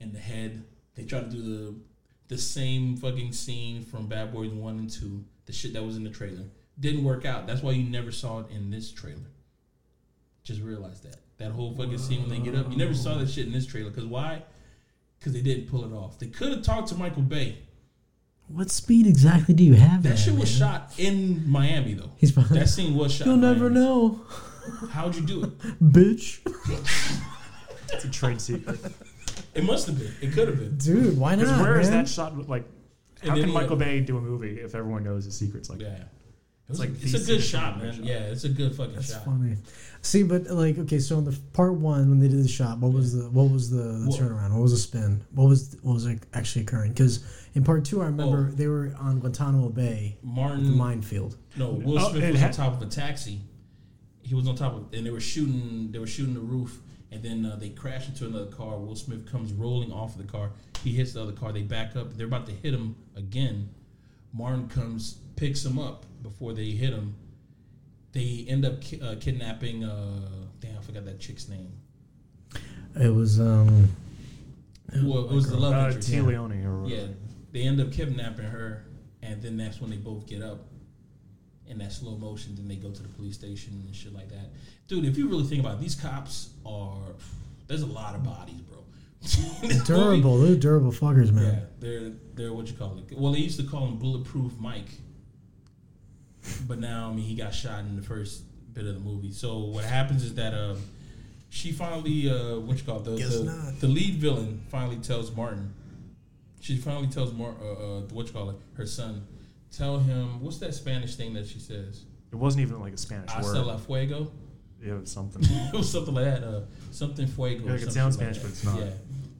and the head. They try to do the the same fucking scene from Bad Boys One and Two. The shit that was in the trailer didn't work out. That's why you never saw it in this trailer. Just realize that. That whole fucking scene when they get up. You never saw that shit in this trailer. Because why? Because they didn't pull it off. They could have talked to Michael Bay. What speed exactly do you have? That at, shit was man? shot in Miami, though. He's behind. That scene was shot. You'll in never Miami. know, How'd you do it? bitch. It's a trade secret. It must have been. It could have been. Dude, why Because not? where is man? that shot? Like, And how then can you- Michael Bay do a movie if everyone knows his secrets? Like, Yeah. that? It was- like it's the a good secret shot, man. shot. Yeah, it's a good fucking That's shot. funny. See, but like, okay, so in the part one when they did the shot, what was the what was the, the What- turnaround? What was the spin? What was what was like actually occurring? Because in part two, Oh. I remember they were on Guantanamo Bay, the Mm. Martin, minefield. no, Will Oh, Smith it was ha- on top of a taxi. He was on top of, and they were shooting. They were shooting the roof, and then uh, they crash into another car. Will Smith comes rolling off of the car. He hits the other car. They back up. They're about to hit him again. Martin comes, picks him up before they hit him. They end up ki- uh, kidnapping. Uh, damn, I forgot that chick's name. It was um, Well, it was the love uh, interest. T. Leone or Yeah, whatever. they end up kidnapping her, and then that's when they both get up in that slow motion. Then they go to the police station and shit like that. Dude, if you really think about it, these cops are there's a lot of bodies, bro. This movie- durable. They're durable fuckers, man. Yeah, they're they're what you call it. Well, they used to call him Bulletproof Mike, but now I mean he got shot in the first bit of the movie. So what happens is that um, she finally uh, what you call it, the Guess the, not. the lead villain finally tells Martin. She finally tells Mar- uh, uh, what you call it her son. Tell him what's that Spanish thing that she says? It wasn't even like a Spanish Hasta word. la fuego. It was something. it was something like that. Uh, something fuego. or Like, something it sounds like Spanish, that. but it's not. Yeah,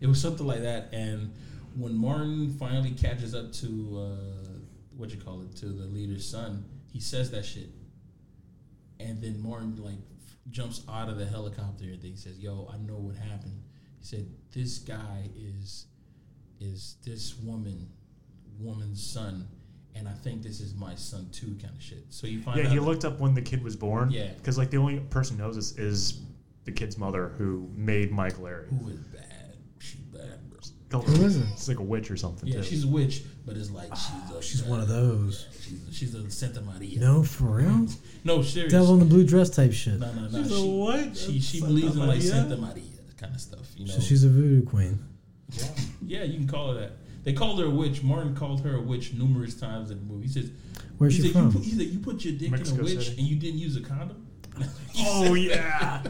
it was something like that. And when Martin finally catches up to uh, what you call it to the leader's son, he says that shit, and then Martin like f- jumps out of the helicopter. And he says, "Yo, I know what happened." He said, "This guy is is this woman woman's son." And I think this is my son too, kind of shit. So you find yeah, out he looked up when the kid was born. Yeah. Because, like, the only person who knows this is the kid's mother who made Mike Larry. who is bad. She bad, bro. Who is it? It's like a witch or something, Yeah, too. she's a witch, but it's like she's a, Ah, She's one of those. she's a, she's a Santa Maria. No, No, for real. serious. Devil in the blue dress type shit. No, no, no. She's a she, what? She she Santa believes in like Maria? Santa Maria kind of stuff. You know. So she's a voodoo queen. yeah, you can call her that. They called her a witch. Martin called her a witch numerous times in the movie. He says, Where's he said, she from? You put, he said, "You put your dick in Mexico a witch City. and you didn't use a condom." Oh yeah.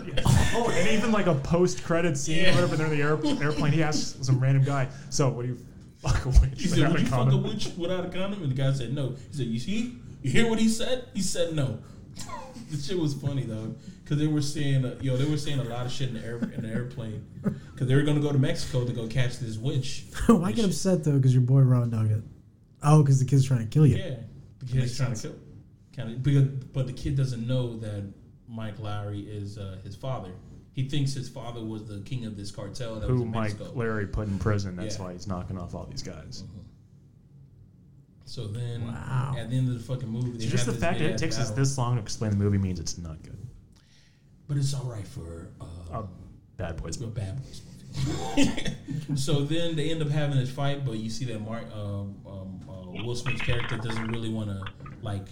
Oh, and even like a post-credit scene, Yeah. or whatever. They're in the air, airplane. He asks some random guy, "So, what do you fuck a witch?" He said, without "Would a you fuck a condom?" witch without a condom?" And the guy said, "No." He said, "You see? You hear what he said?" He said, "No." the shit was funny though, because they were saying, uh, yo, they were saying a lot of shit in the air in the airplane, because they were gonna go to Mexico to go catch this witch. Why get upset though? Because your boy Ron Dog it. Oh, because the kid's trying to kill you. Yeah, the kid's trying to kill, kind of because, but the kid doesn't know that Mike Lowry is uh, his father. He thinks his father was the king of this cartel that was Who in Mike Mexico. Larry put in prison? That's Yeah. Mm-hmm. why he's knocking off all these guys. So then, Wow. at the end of the fucking movie, they So just the have fact that it big-ass takes us battle. this long to explain the movie means it's not good. but it's all right for uh, Uh, bad boys. Real bad boys. so then they end up having this fight, but you see that Mark um, um, uh, Will Smith's character doesn't really want to like.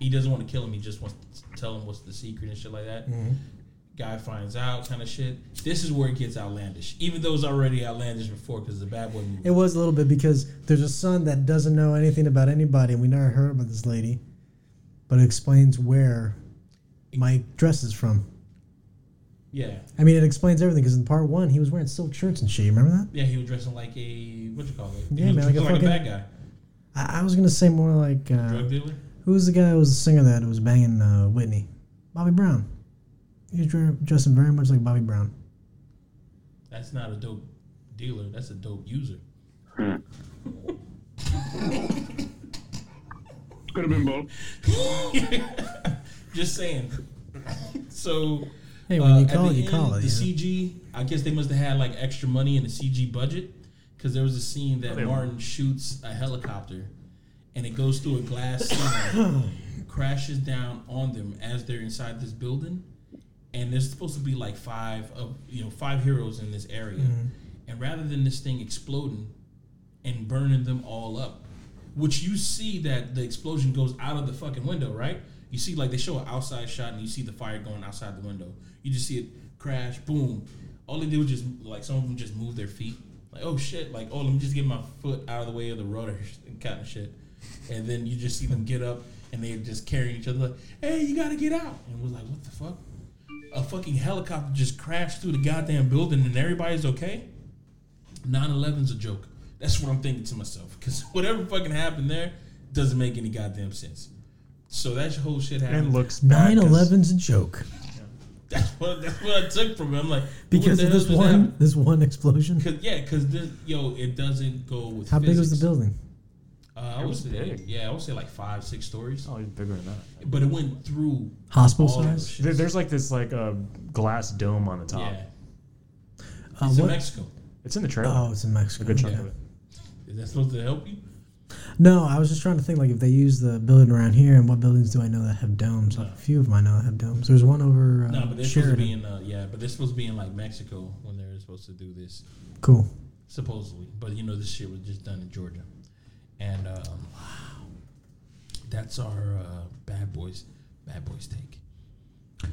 He doesn't want to kill him. He just wants to tell him what's the secret and shit like that. Mm-hmm. Guy finds out, kind of shit. This is where it gets outlandish, even though it's already outlandish before because it's a bad boy movie. It was a little bit because there's a son that doesn't know anything about anybody, and we never heard about this lady, but it explains where Mike dresses from. yeah, I mean, it explains everything because in part one, he was wearing silk shirts and shit. You remember that? yeah. He was dressing like a what you call it? Yeah, he was man, like a dressing like a fucking- bad guy, I, I was gonna say more like uh, drug dealer. who was the guy who was the singer that was banging uh, Whitney, Bobby Brown. He was dre- dressing very much like Bobby Brown. That's not a dope dealer. That's a dope user. Could have been both. Just saying. so Hey, when you Uh, at call the it, you call it, The yeah. CG, I guess they must have had like extra money in the CG budget because there was a scene that They- Martin shoots a helicopter and it goes through a glass ceiling, crashes down on them as they're inside this building, and there's supposed to be like five of you know five heroes in this area, Mm-hmm. and rather than this thing exploding and burning them all up, which you see that the explosion goes out of the fucking window, right? You see, like they show an outside shot, and you see the fire going outside the window. You just see it crash, boom. All they did was just like some of them just move their feet. Like oh shit, like oh let me just get my foot out of the way of the rudder and kind of shit. And then you just see them get up and they're just carrying each other like, hey, you gotta get out. And we're like, what the fuck? A fucking helicopter just crashed through the goddamn building and everybody's okay. 9-11's a joke. That's what I'm thinking to myself because whatever fucking happened there doesn't make any goddamn sense. So that whole shit happened. and looks bad 9 'cause- 11's a joke That's what that's what I took from it. I'm like what because the of hell this just one happened? this one explosion. Cause yeah, cause this yo, it doesn't go with. How big was the physics. building? Uh, I It would was say, big. yeah, I would say like five, six stories. Oh, he's bigger than that. But it went through Hospital all those size? There, shits. there's like this like a glass dome on the top. Yeah, Uh, it's in what- Mexico. It's in the trailer. Oh, it's in Mexico. a good chunk yeah. of it. Is that supposed to help you? No, I was just trying to think like if they use the building around here and what buildings do I know that have domes? Like, a few of them I know that have domes. There's one over uh, no, but they're supposed to be Sheridan. in. Uh, yeah, but they're supposed to be in like Mexico when they're supposed to do this, Cool. supposedly. But you know, this shit was just done in Georgia, and um, wow, that's our uh, bad boys, bad boys take.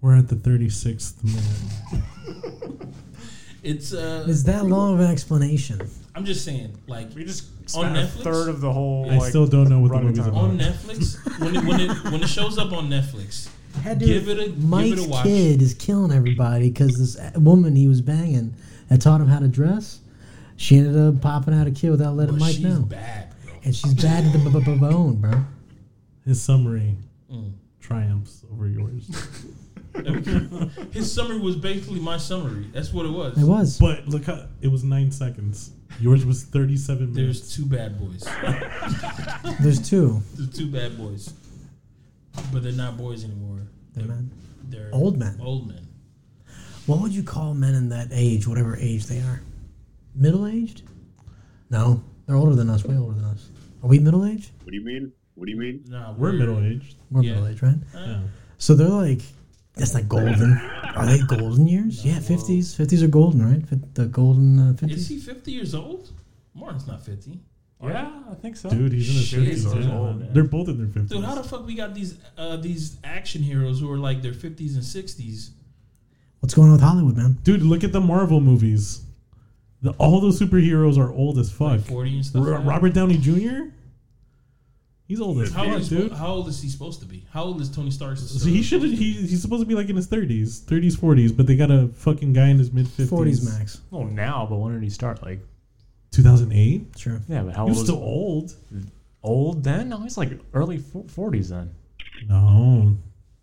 We're at the 36th minute. It's uh, Is that long of an explanation? I'm just saying, like We just spent a Netflix? third of the whole. I like, still don't know what the running movie's time. about. on Netflix when it when it when it shows up on Netflix. Had to- Give it a Mike's give it a watch. kid is killing everybody because this woman he was banging that taught him how to dress, she ended up popping out a kid without letting But Mike she's know. bad, bro. And she's bad to the b- b- bone, bro. His summary Mm. triumphs over yours. His summary was basically my summary. That's what it was. It was. but look how it was nine seconds. Yours was 37 minutes. There's two bad boys. There's two. There's two bad boys, but they're not boys anymore. They're men. They're Old men. Old men. What would you call men in that age, whatever age they are? Middle aged? No, they're older than us. Way older than us. Are we middle aged? What do you mean? What do you mean? Nah, We're middle aged. We're Yeah. middle aged, right? Yeah. So they're like, that's not golden. Are they golden years? yeah, fifties. Fifties are golden, right? Fif- The golden uh, Is fifties. he 50 years old? Martin's not 50. Yeah, I think so. Dude, he's in his Shit, 50s. he's right now. old, man. They're both in their 50s. Dude, how the fuck we got these uh, these action heroes who are like their 50s and 60s? What's going on with Hollywood, man? Dude, look at the Marvel movies. The, all those superheroes are old as fuck. Like 40 and stuff. Ro- like that? Robert Downey Jr. He's old as How old, fuck, is, dude. how old is he supposed to be? How old is Tony Stark? So he should. He, he's supposed to be like in his thirties, thirties, forties, but they got a fucking guy in his mid fifties. Forties max. Well, now, but when did he start? Like, Two thousand eight. Sure. yeah, but how old He was was still old. old then? No, he's like early forties then. No,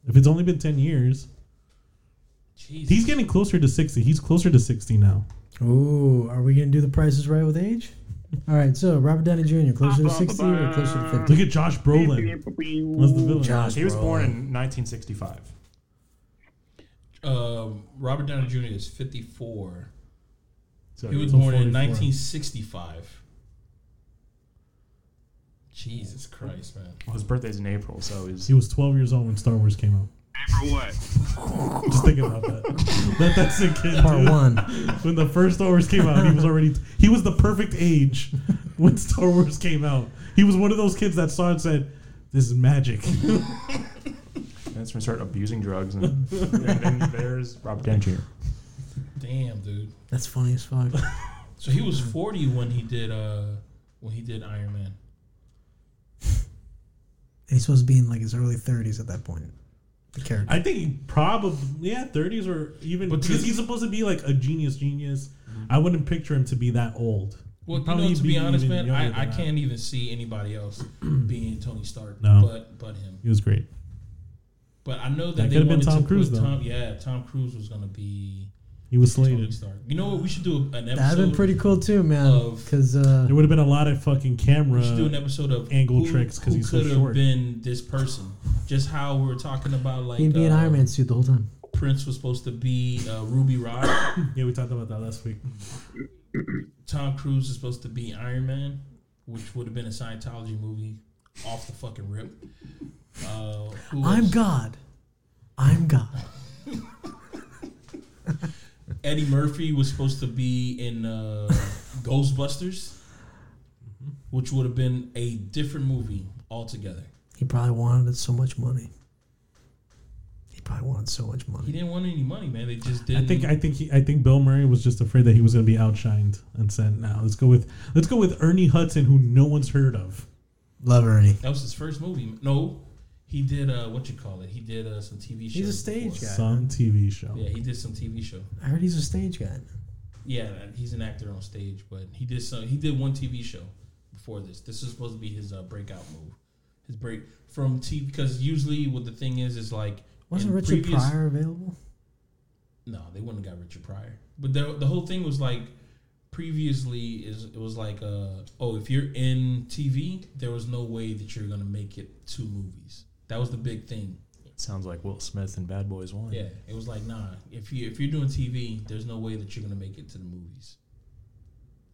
if it's only been ten years, Jesus. he's getting closer to sixty. He's closer to sixty now. Ooh, are we gonna do the prices right with age? All right. So Robert Downey Jr. closer to sixty or closer to fifty? Look at Josh Brolin. Was the villain? Josh He was Brolin. born in 1965. Um, Robert Downey Jr. is 54. So He was so born 44. in 1965. Jesus Christ, man. well, his birthday's in April, so he's He was twelve years old when Star Wars came out. For what? Just think about that. Let that sink in. Part dude. one. When the first Star Wars came out, he was already he was the perfect age when Star Wars came out. He was one of those kids that saw it and said, "This is magic." that's when he started abusing drugs, and, and then there's Robert Downey Jr. Damn, dude. That's funny as fuck. So he Mm-hmm. was 40 when he did uh when he did Iron Man. He's supposed to be in like his early thirties at that point. The character. I think he probably yeah, thirties or even But because the- he's supposed to be like a genius genius. I wouldn't picture him to be that old. Well, He'd you know, to be, honest, even man, younger I, I than that. can't even see anybody else being Tony Stark No. but but him. He was great. But I know that, That they could've been wanted Tom to Cruise, put though. Tom, yeah, Tom Cruise was gonna be He was Tony slated. Stark. You know what? We should do an That'd been episode. pretty cool too, man. of- Because uh, There would have been a lot of fucking camera. We should do an episode of uh, Angle who- tricks 'cause who he's so could've short. Been this person, just how we were talking about like he'd be in uh, Iron Man suit the whole time. Prince was supposed to be uh, Ruby Rod. yeah, we talked about that last week. Tom Cruise is supposed to be Iron Man, which would have been a Scientology movie off the fucking rip. Uh, who I'm else? God. I'm God. Eddie Murphy was supposed to be in uh, Ghostbusters, Mm-hmm. which would have been a different movie altogether. He probably wanted it so much money. He He probably wanted so much He money. didn't want any money, man. They just I didn't. think I think he, I think Bill Murray was just afraid that he was going to be outshined and said, "Now let's go with let's go with Ernie Hudson, who no one's heard of." Love Ernie. that was his first movie. No, he did uh, what you call it. He did uh, some TV shows. He's a stage before. guy. Some TV show. Yeah, he did some TV show. I heard he's a stage guy. Yeah, he's an actor on stage, but he did some. He did one TV show before this. This is supposed to be his uh, breakout move. His break from TV because usually what the thing is is like Wasn't in Richard previous- Pryor available? No, they wouldn't have got Richard Pryor. But the the whole thing was like previously is it was like uh oh if you're in TV there was no way that you're gonna make it to movies. That was the big thing. Sounds like Will Smith and Bad Boys One. Yeah, it was like nah. If you if you're doing TV, there's no way that you're gonna make it to the movies.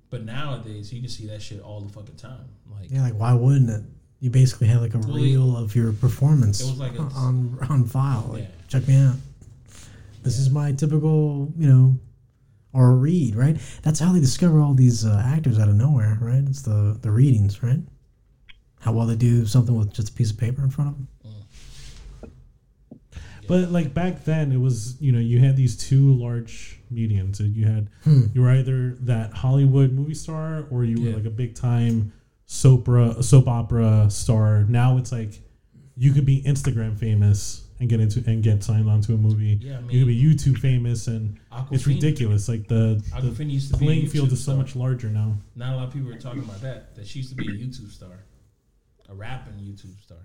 But nowadays, you can see that shit all the fucking time. Like Yeah, like why wouldn't it? You basically had like a Well, he- reel of your performance It was like a- on on file. Like, Yeah. check me out. This is my typical, you know, or read, right? That's how they discover all these uh, actors out of nowhere, right? It's the the readings, right? How well they do something with just a piece of paper in front of them. But like back then, it was you know you had these two large mediums. You had you were either that Hollywood movie star or you Yeah. were like a big time soap opera, soap opera star. Now it's like you could be Instagram famous and get into and get signed onto a movie. Yeah, I you could be YouTube famous, and it's Aquafina. ridiculous. Like the, the Aquafina used to be a playing field YouTube is so star. much larger now. Not a lot of people are talking about that. That she used to be a YouTube star, a rapping YouTube star,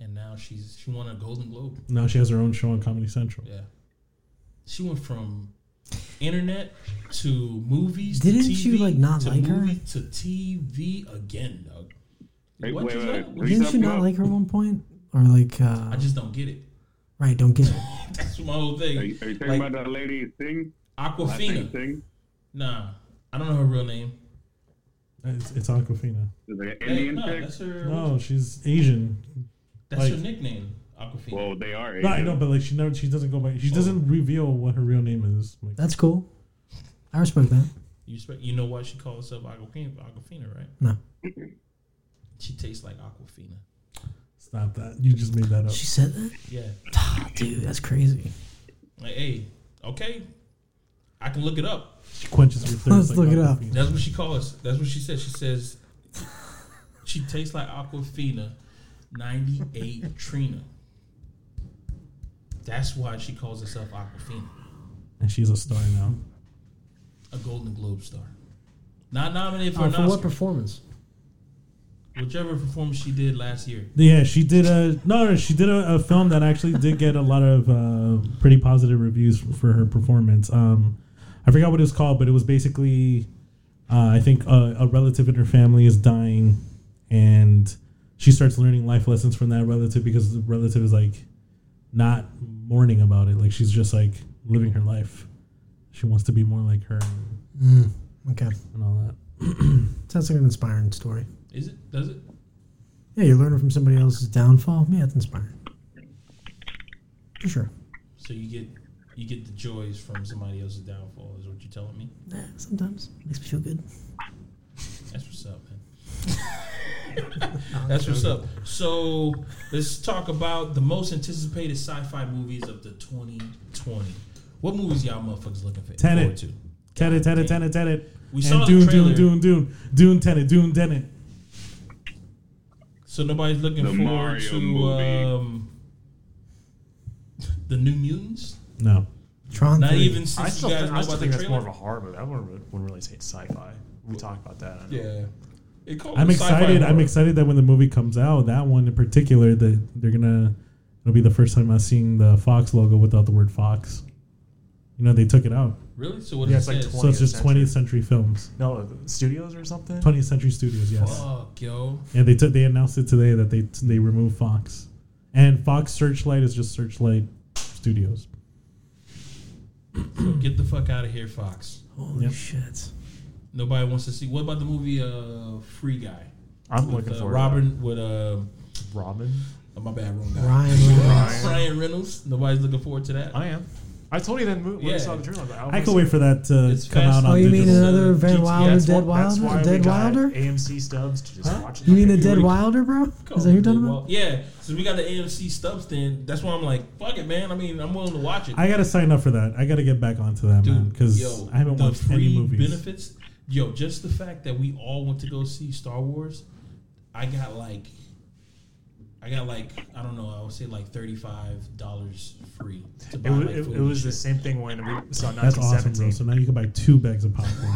and now she's she won a Golden Globe. Now she has her own show on Comedy Central. Yeah, she went from internet to movies. Didn't to TV, you, like, not to like her? movie, to TV again, dog? Wait, What wait, you wait, like? wait. Raise Didn't up, you go not up. like her at one point? Or like, I uh, just don't get it. right? Don't get it. That's my whole Are you, thing. are you talking Like- about that lady thing? Aquafina. thing? Nah, I don't know her real name. It's, it's Aquafina. Is it an Hey, Indian no, chick? that's her. No, she's Asian. that's her like- nickname, Aquafina. Well, they are. No, I Asian. know, but like she never, she doesn't go by. She doesn't Oh. reveal what her real name is. Like, That's cool. I respect that. you spe- you know why she calls herself Aquafina? Aquafina, right? No, She tastes like Aquafina. stop that! You just made that up. she said that. Yeah. Ah, dude, that's crazy. Like, hey, okay, I can look it up. She quenches your thirst. Let's like look it up. Aquafina. That's what she calls. That's what she says. She says she tastes like Aquafina, ninety-eight Trina. That's why she calls herself Aquafina, And she's a star now. a Golden Globe star. Not nominated for Uh, an for what Oscar, performance? whichever performance she did last year. Yeah, she did a no. no, She did a, a film that actually did get a lot of uh, pretty positive reviews for her performance. Um, I forgot what it was called, but it was basically, uh, I think a, a relative in her family is dying, and she starts learning life lessons from that relative because the relative is like not mourning about it. Like she's just like living her life. She wants to be more like her and, Okay, and all that. sounds like an inspiring story. Is it? Does it? Yeah, you're learning from somebody else's downfall. Yeah, it's inspiring. For sure. So you get you get the joys from somebody else's downfall. Is what you're telling me? Yeah, sometimes makes me feel good. That's what's up, man. That's what's up. So let's talk about the most anticipated sci-fi movies of the 2020. What movies y'all motherfuckers looking for? Tenet. forward to? Tenet, tenet, tenet, tenet. We and saw the Dune, trailer. Dune, Dune, Dune, Dune, tenet, Dune, tenet. So nobody's looking The forward Mario to movie. um, the New Mutants. No. Tron. Not 3. even since I still, you guys think, know I still about think the that's trailer. more of a horror movie. I wouldn't, re- wouldn't really say it's sci-fi. We talked about that. I know. yeah, it called I'm it sci-fi excited. I'm horror. excited that when the movie comes out, that one in particular, that they're gonna it'll be the first time I'm seeing the Fox logo without the word Fox. You know, they took it out, Really? So what Yeah, yeah, it it's like says? so 20th it's just century. 20th century films, No, the studios or something. 20th century studios. Yes, Fuck yo. yeah. They took. They announced it today that they they removed Fox, and Fox Searchlight is just Searchlight Studios. So get the fuck out of here, Fox. Holy Yep. shit. Nobody wants to see. What about the movie uh, Free Guy? I'm With, looking uh, for Robin with uh, Robin. oh, my bad, wrong guy. Ryan Reynolds. Ryan Reynolds. Nobody's looking forward to that. I am. I told you that movie when Yeah. I saw the trailer. but I I was- could wait for that to It's come fast- out on Oh, you mean digital. another Uh, Van GT, Wilder, that's Dead what- That's Wilder, why we Dead got Wilder? AMC stubs to just watch. it. You mean the Okay, Dead Fury. Wilder, bro? Is that who you're talking Well, about? Yeah, since we got the AMC stubs, then that's why I'm like, fuck it, man. I mean, I'm willing to watch it. I gotta sign up for that. I gotta get back onto that, man, because yo, I haven't the watched free any movies. Benefits, yo, just the fact that we all went to go see Star Wars, I got like, I got like, I don't know, I would say like thirty five dollars free to buy It was, like it, food it and was the shit. same thing when we saw That's awesome, bro. 1917. So now you can buy two bags of popcorn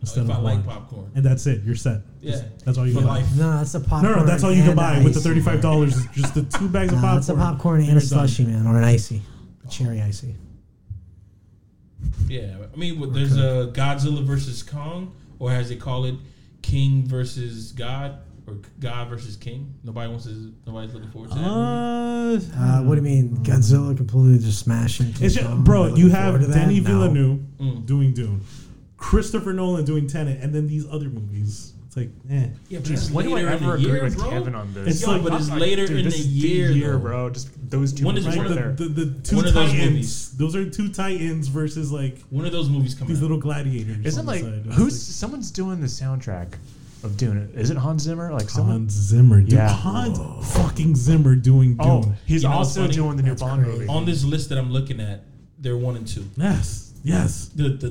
instead if I of like one, popcorn. and that's it. You're set. Yeah, that's all you for can buy. life. No, that's a popcorn. No, no, that's all you can and buy ice. with the thirty-five dollars. Is just the two bags of Nah, popcorn. that's a popcorn and You're a done. slushy, man, or an icy, a cherry icy. Yeah, I mean, what- there's a Godzilla versus Kong, or as they call it, King versus God, or God versus King. Nobody wants to. Nobody's looking forward to that. movie. Uh, Uh, what do you mean, Godzilla completely just smashing? It's people? just, bro, Looking you forward to have that? Denny No. Villeneuve Mm. doing Dune, Christopher Nolan doing Tenet, and then these other movies. It's like, eh. Yeah, but it's Jeez, when do I later in ever the agree year, with bro? Kevin on this? It's Yo, like- but it's I'm like, later dude, in the this is year, though. bro. Just those two When is- movies when right are there. The, the, the two One of those tie-ins. movies. Those are two tie-ins versus like When are those movies coming? these out? little gladiators. Isn't on the like side. It's who's someone's doing the soundtrack of Dune? Is it Hans Zimmer? Like like, someone? Hans Zimmer, dude. Yeah. Hans fucking Zimmer doing Dune. Oh, he's You know what's also funny? doing the new That's Bond crazy. movie. on this list that I'm looking at, they're one and two. yes, yes. The the the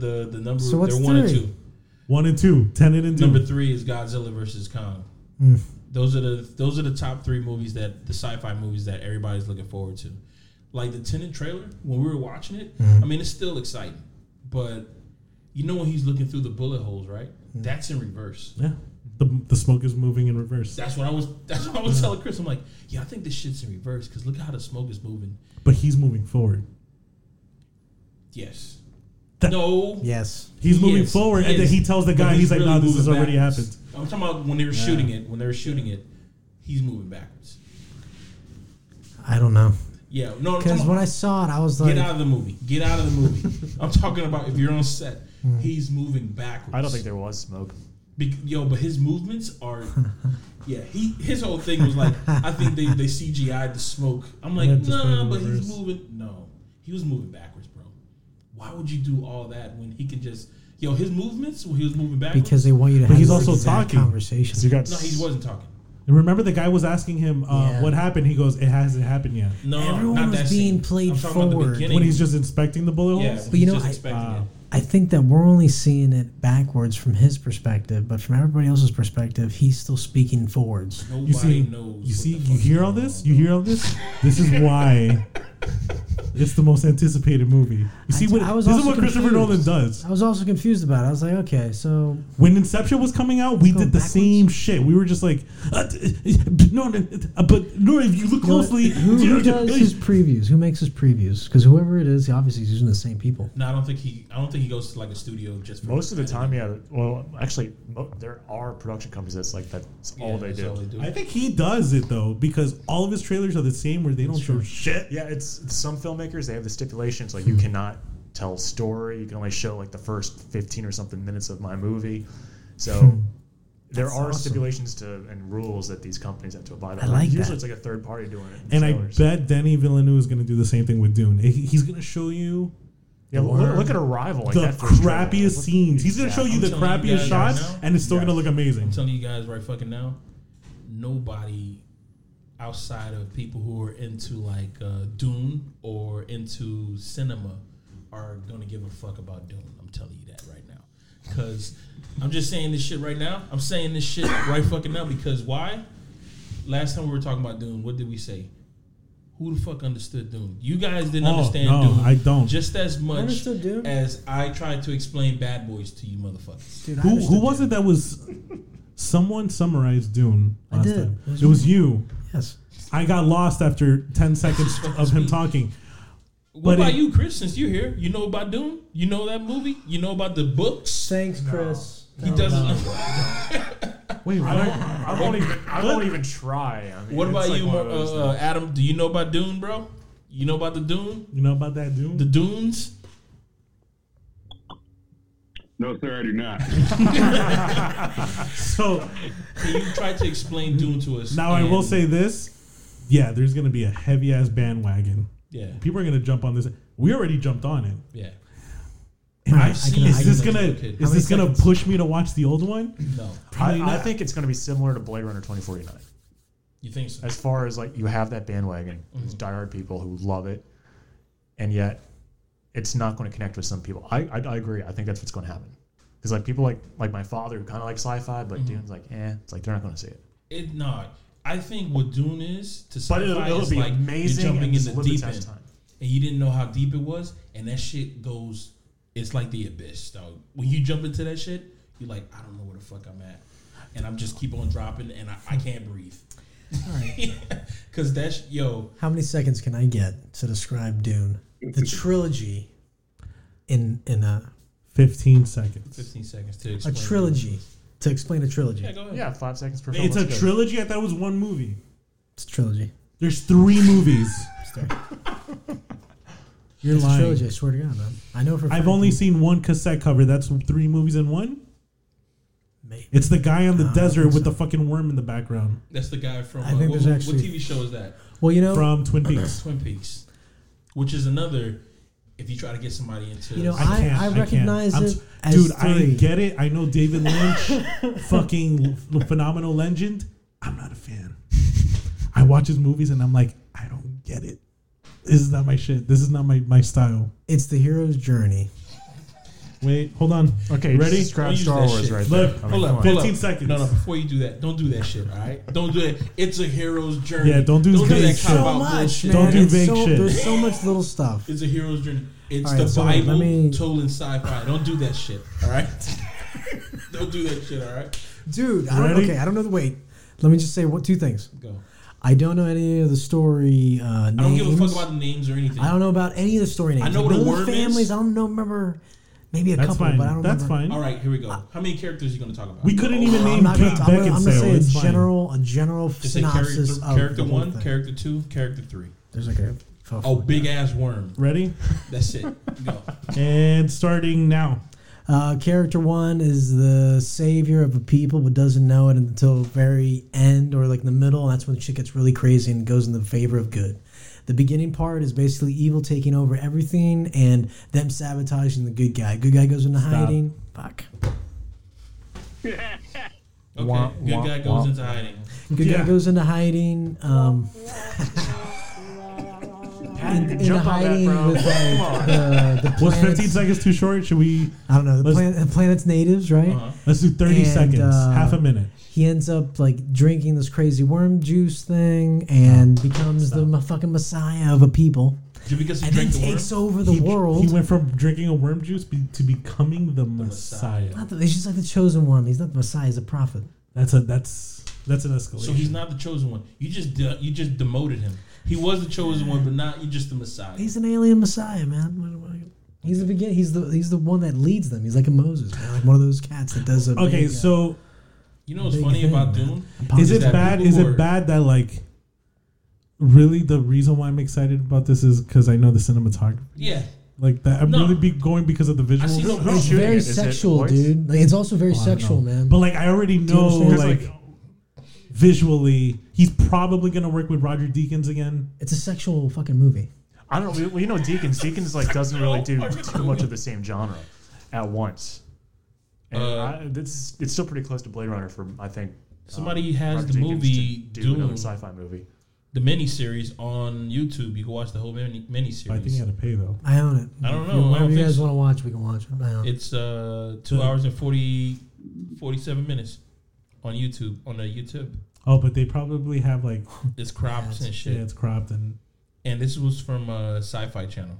the, the number So what's they're one three? and two. One and two, Tenet and Dune. Number three is Godzilla versus Kong. Hmm. Those are the those are the top three movies that the sci-fi movies that everybody's looking forward to. Like the Tenant trailer, when we were watching it, Hmm. I mean it's still exciting, but you know when he's looking through the bullet holes, right? Hmm. That's in reverse. yeah, the, the smoke is moving in reverse. That's what I was. That's what I Hmm. was telling Chris. I'm like, yeah, I think this shit's in reverse because look how the smoke is moving. But he's moving forward. Yes. That- no. Yes. He's moving Yes, forward, and then yes. he tells the But guy, he's, like, really "No, this moving has already happened." backwards. I'm talking about when they were shooting it. When they were shooting it, he's moving backwards. I don't know. Yeah, no, I'm Because talking when about- I saw it, I was get like, out of the movie. Get out of the movie. I'm talking about if you're on set, he's moving backwards. I don't think there was smoke. Be- yo, but his movements are. Yeah, he his whole thing was like, I think they they CGI'd the smoke. I'm like, Meant to spread nah, in but reverse. he's moving. No, he was moving backwards, bro. Why would you do all that when he can just yo his movements when he was moving backwards? because they want you to But have he's this also exact talking. conversation. You got no, he wasn't talking. And remember, the guy was asking him uh, Yeah. what happened. He goes, "It hasn't happened yet." No, Everyone not was that being scene. played I'm talking about the forward. beginning. When he's just inspecting the bullet yeah, holes. but you know, know, I- Wow. I think that we're only seeing it backwards from his perspective, but from everybody else's perspective, he's still speaking forwards. Nobody You see, knows. you what see, the you fuck hear is all going this. on. You hear all this. This is why it's the most anticipated movie. You see, I- what I was this is also what Christopher Nolan confused. does. I was also confused about it. I was like, okay, so When Inception was coming out, we Go did the backwards. same shit. We were just like, uh, d- no, no, uh, but no, if you look You know, closely, who, who does his previews? Who makes his previews? Because whoever it is, he obviously is using the same people. No, I don't think he. I don't think he goes to like a studio just for most of the time. Yeah. Well, actually, mo- there are production companies that's like that's all Yeah, they that's do. all they do. I think he does it though because all of his trailers are the same where they don't show shit. Hmm. Yeah, it's some filmmakers they have the stipulations like you cannot tell story. You can only show like the first fifteen or something minutes of my movie. Hmm. So there That's are awesome. stipulations to and rules that these companies have to abide by. I like Usually that. it's like a third party doing it. in And I trailers. bet Danny Villeneuve is going to do the same thing with Dune. He- He's going to show you yeah, look, look at Arrival. Like the that first trailer. crappiest Look- scenes. He's going to show Exactly. you the I'm telling you crappiest guys shots, right now. and it's still Yeah. going to look amazing. I'm telling you guys right fucking now, nobody outside of people who are into like uh, Dune or into cinema are gonna give a fuck about Dune. I'm telling you that right now, because I'm just saying this shit right now. I'm saying this shit right fucking now because why? Last time we were talking about Dune, what did we say? Who the fuck understood Dune? You guys didn't Oh, understand no, Dune. I don't. Just as much understood Dune. as I tried to explain Bad Boys to you motherfuckers. Dude, Who, who was it that was? Someone summarized Dune I last did. time. It was It was you. Yes. I got lost after ten seconds of him talking. What But about it- you, Chris? Since you're here, you know about Doom. You know that movie. You know about the books. Thanks, Chris. He doesn't. Wait, I, don't, what? I won't even. I won't even try. I mean, What it's about like you, one of uh, those uh, things. Adam? Do you know about Dune, bro? You know about the Dune, You know about that Dune? the Dunes. No, sir, I do not. so Can you try to explain Dune to us? now I will And- say this: Yeah, there's going to be a heavy ass bandwagon. yeah, People are going to jump on this. we already jumped on it. Yeah. Man, I've seen- I Is this like gonna the kid. How is many this gonna seconds? push me to watch the old one? No. Probably I, I not. think it's going to be similar to Blade Runner 2049. You think so? as far as like you have that bandwagon, these Mm-hmm. diehard people who love it, and yet it's not going to connect with some people. I I, I agree. I think that's what's going to happen because like people like like my father who kind of likes sci-fi, but Mm-hmm. dude's like, eh, it's like they're not going to see it. It no. I think what Dune is to But it'll, sci-fi it'll is be like amazing. You're jumping and in just a the little bit deep past end, time. and you didn't know how deep it was, and that shit goes. It's like the abyss, dog. When you jump into that shit, you're like, I don't know where the fuck I'm at, and I'm just keep on dropping, and I, I can't breathe. Because that's yo, How many seconds can I get to describe Dune, the trilogy, in in uh, a Fifteen seconds. 15 seconds to a explain. trilogy to explain a trilogy? Yeah, go ahead. Yeah, five seconds per. Film, It's a let's go. trilogy. I thought it was one movie. It's a trilogy. There's three movies. You're It's a lying. trilogy. I swear to God, man. I know for. a fact I've only you- seen one cassette cover. That's three movies in one. Maybe. It's the guy on the I don't desert think with so. the fucking worm in the background That's the guy from. I uh, think what, there's what- actually- what TV show is that? Well, you know, from Twin Peaks. Twin Peaks, which is another. If you try to get somebody into, You know, sci- I- recognize I'm it s- as dude. I three. get it. I know David Lynch, fucking l- phenomenal legend. I'm not a fan. I watch his movies and I'm like, I don't get it. This is not my shit. This is not my, my style. it's the hero's journey. Wait, hold on. Okay, Ready? ready? Describe Don't use Star that Wars shit. right Look, there. I mean, Hold up, come on. hold 15 up. seconds. No, no, before you do that, don't do that shit, all right? Don't do it. It's a hero's journey. Yeah, don't do vague shit. cop-out So bullshit. man. Don't do It's vague so, shit. There's so much little stuff. It's a hero's journey. It's All right, the so let Bible me- told in sci-fi. Don't do that shit, all right? don't do that shit, all right? Dude, I don't, Ready? okay, I don't know the wait. Let me just say what two things. Go. I don't know any of the story uh, names. I don't give a fuck about the names or anything. I don't know about any of the story names. I know Like, what a none of the worm is. families. I don't know. Remember, maybe a That's couple, fine. but I don't That's remember. fine. All right, here we go. How many characters are you going to talk about? We couldn't even I'm name not Kate gonna, I'm, gonna, I'm gonna Beckinsale. say It's a fine. general, a general Just say character, synopsis of character the whole one, thing. character two, character three. There's like a Oh, big ass worm. Ready? That's it. Go. And starting now. Uh, character one is the savior of a people, but doesn't know it until very end or like the middle. And that's when shit gets really crazy and goes in the favor of good. The beginning part is basically evil taking over everything and them sabotaging the good guy. Good guy goes into hiding. Fuck. Okay. Wah, Good wah, guy goes wah. into hiding. Good Yeah. guy goes into hiding. Um, in, in Jump on that, hiding bro. with like Come on. the, the Was 15 planets. seconds too short? Should we? I don't know the Let's- planet, planet's natives, right? Uh-huh. Let's do 30 And, seconds, uh, half a minute. he ends up like drinking this crazy worm juice thing Oh, and becomes the ma- fucking messiah of a people Just because he and then drank the worm. takes over the he, world. He went from drinking a worm juice be, to becoming the, Messiah. Messiah. Not that- he's just like the chosen one. He's not the messiah. He's a prophet. That's a that's that's an escalation. So he's not the chosen one. You just de- you just demoted him. He was the chosen one, but not you're just the Messiah. He's an alien messiah, man. What- what- He's the begin. He's the he's the one that leads them. He's like a Moses, man. Like one of those cats that does a okay. big, uh, so you know what's big funny thing, about man. Dune? Apollo- is Is it that bad? people Is who it are- bad that like really the reason why I'm excited about this is because I know the cinematography Yeah. like that. I'm No. really be going because of the visuals. see no Who- who's it's shooting very it? Is it sexual, voice? dude. Like, it's also very Oh, I don't sexual, know. man. But like I already know understand? Because, like, like, visually he's probably gonna work with Roger Deakins again. it's a sexual fucking movie. I don't. know. Well, you know, Deacons. Deacons like doesn't really do too much of the same genre at once. And Uh, I, this it's still pretty close to Blade Runner for I think. Somebody has Robert the Deakins movie Uh, to do Dune, another sci-fi movie. the miniseries on YouTube. You can watch the whole mini miniseries. I think he had to pay though. I own it. I don't If know. I don't You, if you think guys so. want to watch, we can watch it. I own it. It's uh two Yeah. hours and 40, 47 minutes on YouTube on the YouTube. Oh, but they probably have like It's crops and shit. yeah, it's cropped and And this was from a Sci-Fi Channel.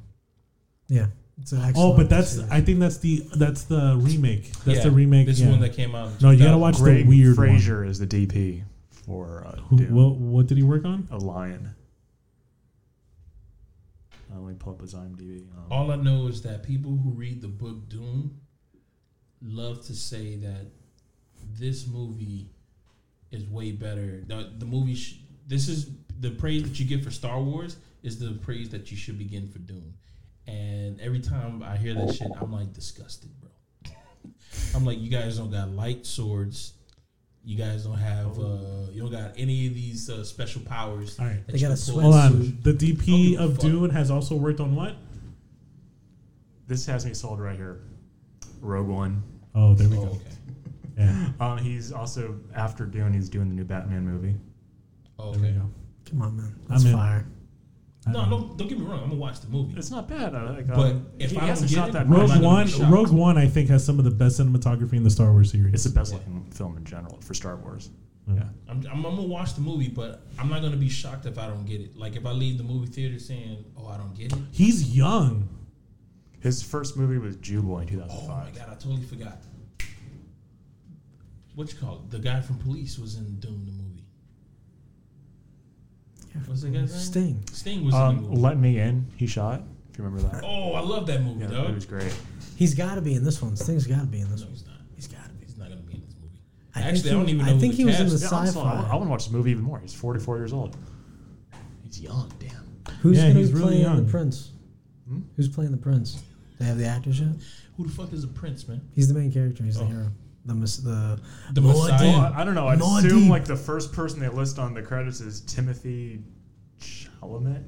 Yeah. It's an Oh, excellent but that's series. I think that's the that's the remake. That's Yeah, the remake. This yeah. one that came out. in No, you gotta 2000. watch- It's the Greg weird Fraser is the DP for uh, Who, Dune. what, what did he work on? a lion. I only pull up his IMDb. Um, All I know is that people who read the book Dune love to say that this movie is way better. The, the movie, sh- this is the praise that you get for Star Wars is the praise that you should be getting for Dune. And every time I hear that shit, I'm like disgusted, bro. I'm like, you guys don't got light swords. You guys don't have, uh, you don't got any of these uh, special powers. All right. that They you got can a pull sweat Hold out. on. The DP Okay, of fuck. Dune has also worked on what? This has me sold right here. Rogue One. Oh, there we Oh, go. okay. Yeah. Um, he's also after Dune. He's doing the new Batman movie. Oh, There we okay. go. Come on, man. That's I'm in. fire. I No, know. don't don't get me wrong. I'm gonna watch the movie. It's not bad. I like, But um, if he I don't hasn't get shot it, that I'm not gonna much. Rogue be One, shocked. Rogue One, I think has some of the best cinematography in the Star Wars series. It's the best looking film in general for Star Wars. Yeah. I'm, I'm, I'm gonna watch the movie, but I'm not gonna be shocked if I don't get it. Like if I leave the movie theater saying, "Oh, I don't get it." He's young. His first movie was Jew Boy in Oh 2005. my god, I totally forgot. What you call it? The guy from Police was in Doom the movie. What's that guy's name? Sting. Sting was in the um, movie. Let Me In, he shot, if you remember that. oh, I love that movie, Yeah, dog. it was great. He's got to be in this one. Sting's got to be in this no, one. he's not. He's got to be. He's not gonna be in this movie. I think Actually, I he- don't even I know. think who he the was in cast the is. Yeah, I'm sorry, I, Sci-fi. want to watch this movie even more. He's 44 years old. He's young, damn. Who's Yeah, going to he's be really playing young. Hmm? the prince? Who's playing the prince? They have the actors yet. Who the fuck is a prince, man? He's the main character. He's the Oh. hero. The mis- the The Lord Messiah. Dean. Well, Oh, I, I don't know. I'd Lord assume Dean. like the first person they list on the credits is Timothy Chalamet.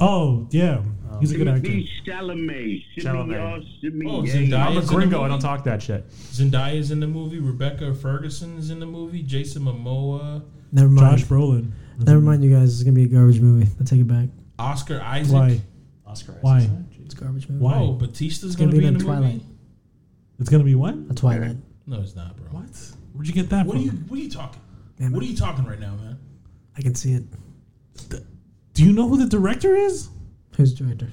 Oh yeah, he's a good actor. Timothy Chalamet. Shimmy Chalamet. y'all, shimmy Oh, yay. Zendaya. I'm Is a in the gringo. I movie? don't talk that shit. Zendaya's in the movie. Rebecca Ferguson's in the movie. Jason Momoa. never mind. Josh Brolin. never mind, you guys. It's gonna be a garbage movie. I take it back. Oscar Isaac. Why? Oscar Isaac. Why? It's a garbage movie. Why? Oh, Batista's gonna gonna, be be in the the Twilight. movie. It's gonna be what? A Twilight. No, it's not, bro. What? Where'd you get that What are from? you? What are you talking? Damn What it. are you talking right now, man? I can see it. Do you know who the director is? Who's the director?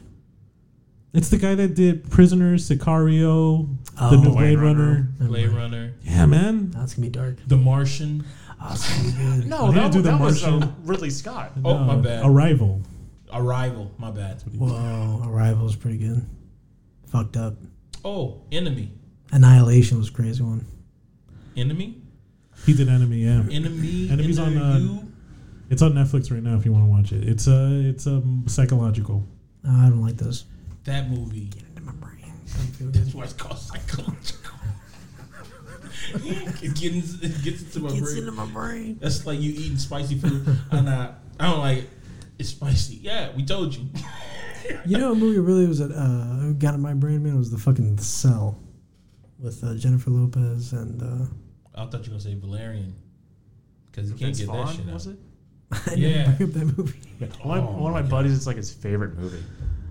It's the guy that did Prisoners, Sicario, Oh. the new Blade Blade Runner. Runner. Blade Runner, Yeah, man. That's gonna be dark. The Martian. Oh, it's gonna be good. No, They that, do do The that was uh, Martian. Ridley Scott. Oh, my Uh, bad. Arrival. Arrival. My bad. Whoa, Arrival's pretty good. Fucked up. Oh, Enemy. Annihilation was a crazy one. Enemy. He did Enemy. Yeah, Enemy. Enemy's on, uh, NRU. it's on Netflix right now. If you want to watch it, it's a it's a psychological. No, I don't like those. that movie. Into my brain. That's why it's called psychological. it gets, it gets into my It's brain. into my brain. That's like you eating spicy food, and I, I don't like it. It's spicy. Yeah, we told you. You know, a movie really was that uh, got in my brain, man. Was the fucking Cell with uh, Jennifer Lopez and uh, I thought you were gonna say Valerian because you can't Vince get that Vaughn, shit out. was it? I Yeah. didn't bring up that movie. One of, Oh one of my my buddies, it's like his favorite movie.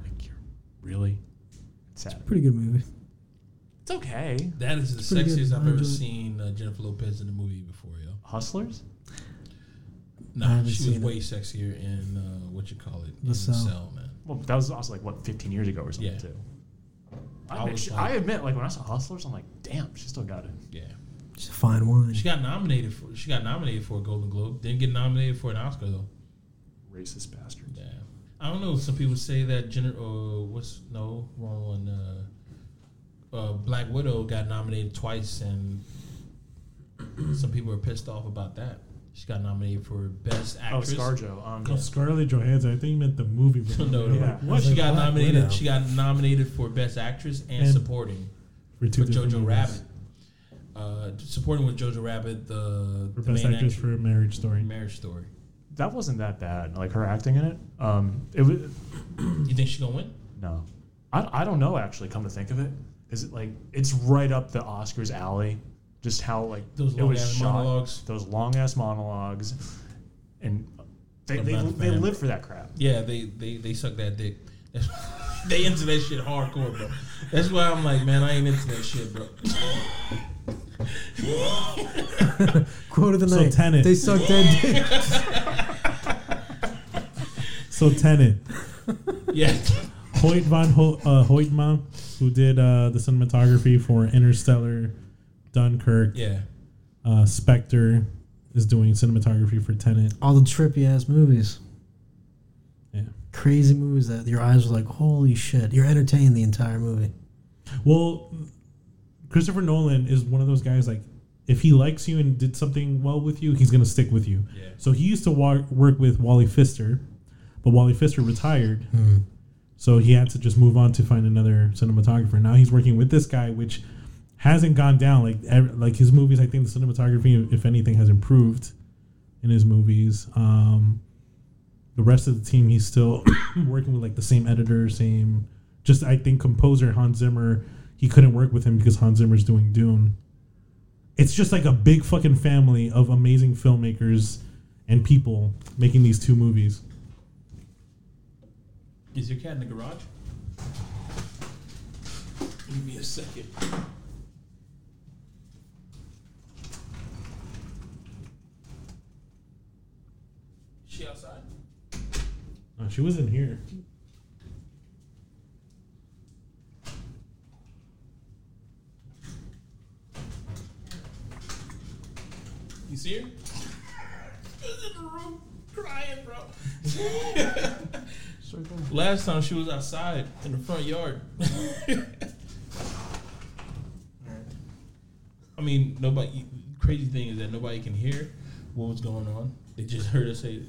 Like, you're really? It's sad. Pretty good movie. It's okay. That is the pretty good. sexiest I've I ever enjoy it. seen uh, Jennifer Lopez in a movie before, yo. Hustlers? I Nah, haven't she was seen it. way sexier in uh, what you call it, The in Cell. Cell, man. Well, that was also like, what, 15 years ago or something, Yeah. too. I I admit, was she- like- I admit, like, when I saw Hustlers, I'm like, damn, she still got it. Yeah, It's a fine wine. she got nominated for she got nominated for a Golden Globe, didn't get nominated for an Oscar though. Racist bastard. Yeah, I don't know. Some people say that Jennifer, uh, what's no wrong one? Uh, uh, Black Widow got nominated twice, and some people are pissed off about that. She got nominated for Best Oh, Actress. Scarjo. Um, Oh, Scarlett Johansson. I think you meant the movie. But no, I'm no, like, no. what? She got Black nominated. Widow. She got nominated for Best Actress and, And- supporting For two with Jojo different movies. Rabbit. Uh, supporting with Jojo Rabbit, the, For the best main actress actress for Marriage Story. Marriage Story. That wasn't that bad. Like, her acting in it. Um, it was, You think she's gonna win? no. I, I don't know, actually, come to think of it. Is it like, it's right up the Oscars alley. Just how, like, Those it was long-ass shot. monologues. Those long ass monologues. And they, I'm they, not a they fan. live for that crap. Yeah, they they they suck that dick. That's, they into that shit hardcore, bro. That's why I'm like, man, I ain't into that shit, bro. Quote of the So night. Tenet. They sucked that dick. So Tenet. Yeah, Hoyt von Ho- uh, Hoytma, who did uh, the cinematography for Interstellar, Dunkirk, yeah. uh, Spectre, is doing cinematography for Tenet. All the trippy ass movies. Yeah. Crazy movies that your eyes were like, holy shit. You're entertained the entire movie. Well, Christopher Nolan is one of those guys like if he likes you and did something well with you, he's gonna stick with you. Yeah. So he used to wa- work with Wally Pfister, but Wally Pfister retired, so he had to just move on to find another cinematographer. Now he's working with this guy, which hasn't gone down like ev- like his movies. I think the cinematography, if anything, has improved in his movies. Um, the rest of the team, he's still working with like the same editor, same Just I think composer Hans Zimmer, he couldn't work with him because Hans Zimmer's doing Dune. It's just like a big fucking family of amazing filmmakers and people making these two movies. Is your cat in the garage? Give me a second. She outside? Uh, she was in here. You see her? She's in the room crying, bro. Last time she was outside in the front yard. I mean, nobody. Crazy thing is that nobody can hear what was going on. They just heard us say.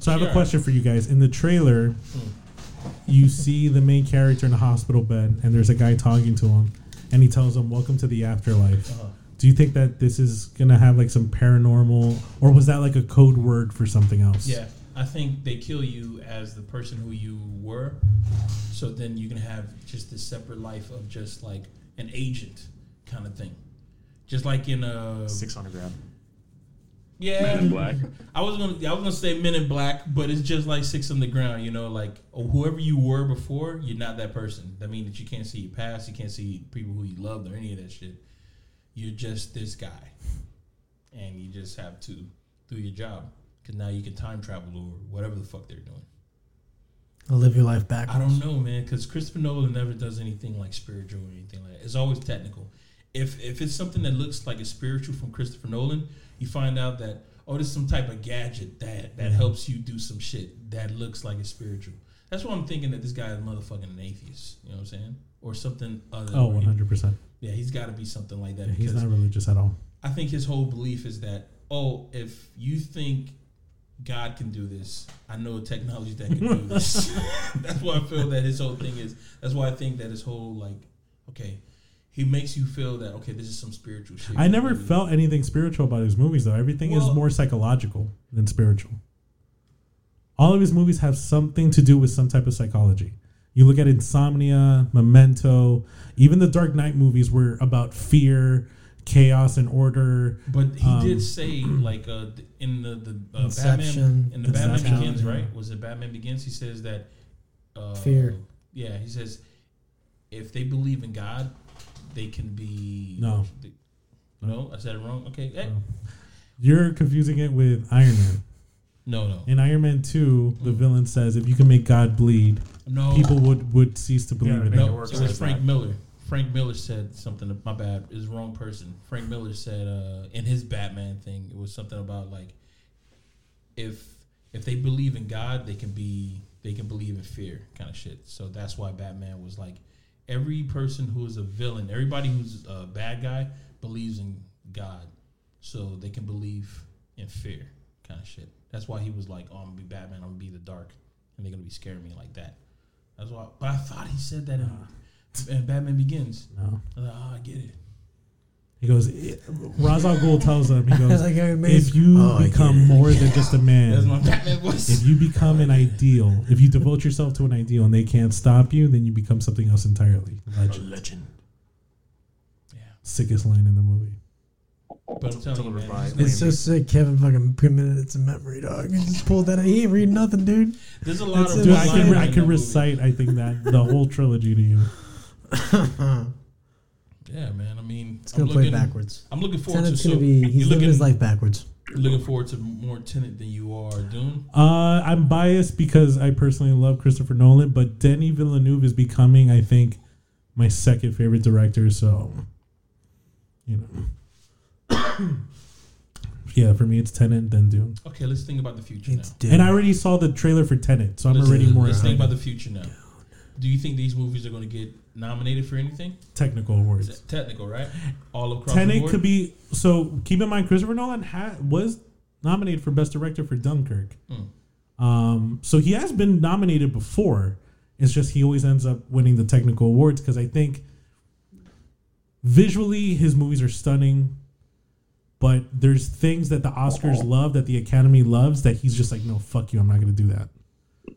So I have Sure. a question for you guys. In the trailer, Hmm. you see the main character in a hospital bed, and there's a guy talking to him, and he tells him, "Welcome to the afterlife." Uh-huh. Do you think that this is gonna have like some paranormal, or was that like a code word for something else? Yeah, I think they kill you as the person who you were. So then you can have just this separate life of just like an agent kind of thing, just like in uh, a Six hundred grand. yeah. Men in Black. I was gonna I was gonna say Men in Black, but it's just like Six on the Ground. You know, like whoever you were before, you're not that person. That means that you can't see your past, you can't see people who you loved or any of that shit. You're just this guy, and you just have to do your job because now you can time travel or whatever the fuck they're doing. I'll live your life back. I don't know, man, because Christopher Nolan never does anything like spiritual or anything like that. It's always technical. If if it's something that looks like a spiritual from Christopher Nolan, you find out that oh, this is some type of gadget that Mm-hmm. that helps you do some shit that looks like it's spiritual. That's why I'm thinking that this guy is motherfucking an atheist. You know what I'm saying? Or something other. Oh, 100 percent. Yeah, he's got to be something like that. He's because- not religious at all. I think his whole belief is that, oh, if you think God can do this, I know a technology that can do this. that's why I feel that his whole thing is. That's why I think that his whole like, okay, he makes you feel that okay, this is some spiritual shit. I never Really. felt anything spiritual about his movies, though. Everything Well- is more psychological than spiritual. All of his movies have something to do with some type of psychology. You look at Insomnia, Memento, even the Dark Knight movies were about fear, chaos, and order. But he um, did say like uh, th- in the the uh, Batman Inception. in the Batman Inception, Begins, yeah. right? Was it Batman Begins? He says that uh, Fear. Yeah, he says if they believe in God, they can be No. they- no, I said it wrong. Okay, eh, You're confusing it with Iron Man. No, no, In Iron Man 2, the villain says, if you can make God bleed, no. people would, would cease to believe Yeah, in make him. it no. work It was like Frank that. Miller. Frank Miller said something. My bad. Is wrong person. Frank Miller said uh, in his Batman thing, it was something about like if if they believe in God, they can be they can believe in fear, kind of shit. So that's why Batman was like every person who is a villain, everybody who's a bad guy believes in God, so they can believe in fear, kind of shit. That's why he was like, oh, "I'm gonna be Batman. I'm gonna be the dark, and they're gonna be scaring me like that." That's why. But I thought he said that in, in Batman Begins. No. I was like, oh, I get it. He goes, "I- Ra's al Ghul tells him, he goes, Like Iron Man's- if you Oh, I get become it. more than just a That's man, my Batman voice. if you become an ideal, if you devote yourself to an ideal and they can't stop you, then you become something else entirely. Legend. Legend. Sickest line in the movie. But I'm telling you, man, Delivered by there's- Liam It's so sick, Kevin fucking committed it to memory, dog. He just pulled that out. He ain't read nothing, dude. there's a lot It's of Dude, Dude, I I can could- lines I in that can movie. recite. I think that the whole trilogy to you. Yeah, man. I mean, It's I'm gonna play looking- backwards. I'm looking forward Tenet's to so gonna be he's you're living looking, his life backwards. looking forward to more Tenet than you are Dune. Uh, I'm biased because I personally love Christopher Nolan, but Denny Villeneuve is becoming, I think, my second favorite director. So, you know, yeah, for me it's Tenet, then Dune. Okay, let's think about the future It's now. dead. And I already saw the trailer for Tenet, so I'm let's already more let's think excited. about the future now. Do you think these movies are going to get nominated for anything? technical awards. It's technical, right? All across the Tenet board. could be so. Keep in mind, Christopher Nolan ha- was nominated for Best Director for Dunkirk. Hmm. Um, so he has been nominated before. It's just he always ends up winning the technical awards because I think visually his movies are stunning, but there's things that the Oscars love that the Academy loves that he's just like, no, fuck you, I'm not gonna do that.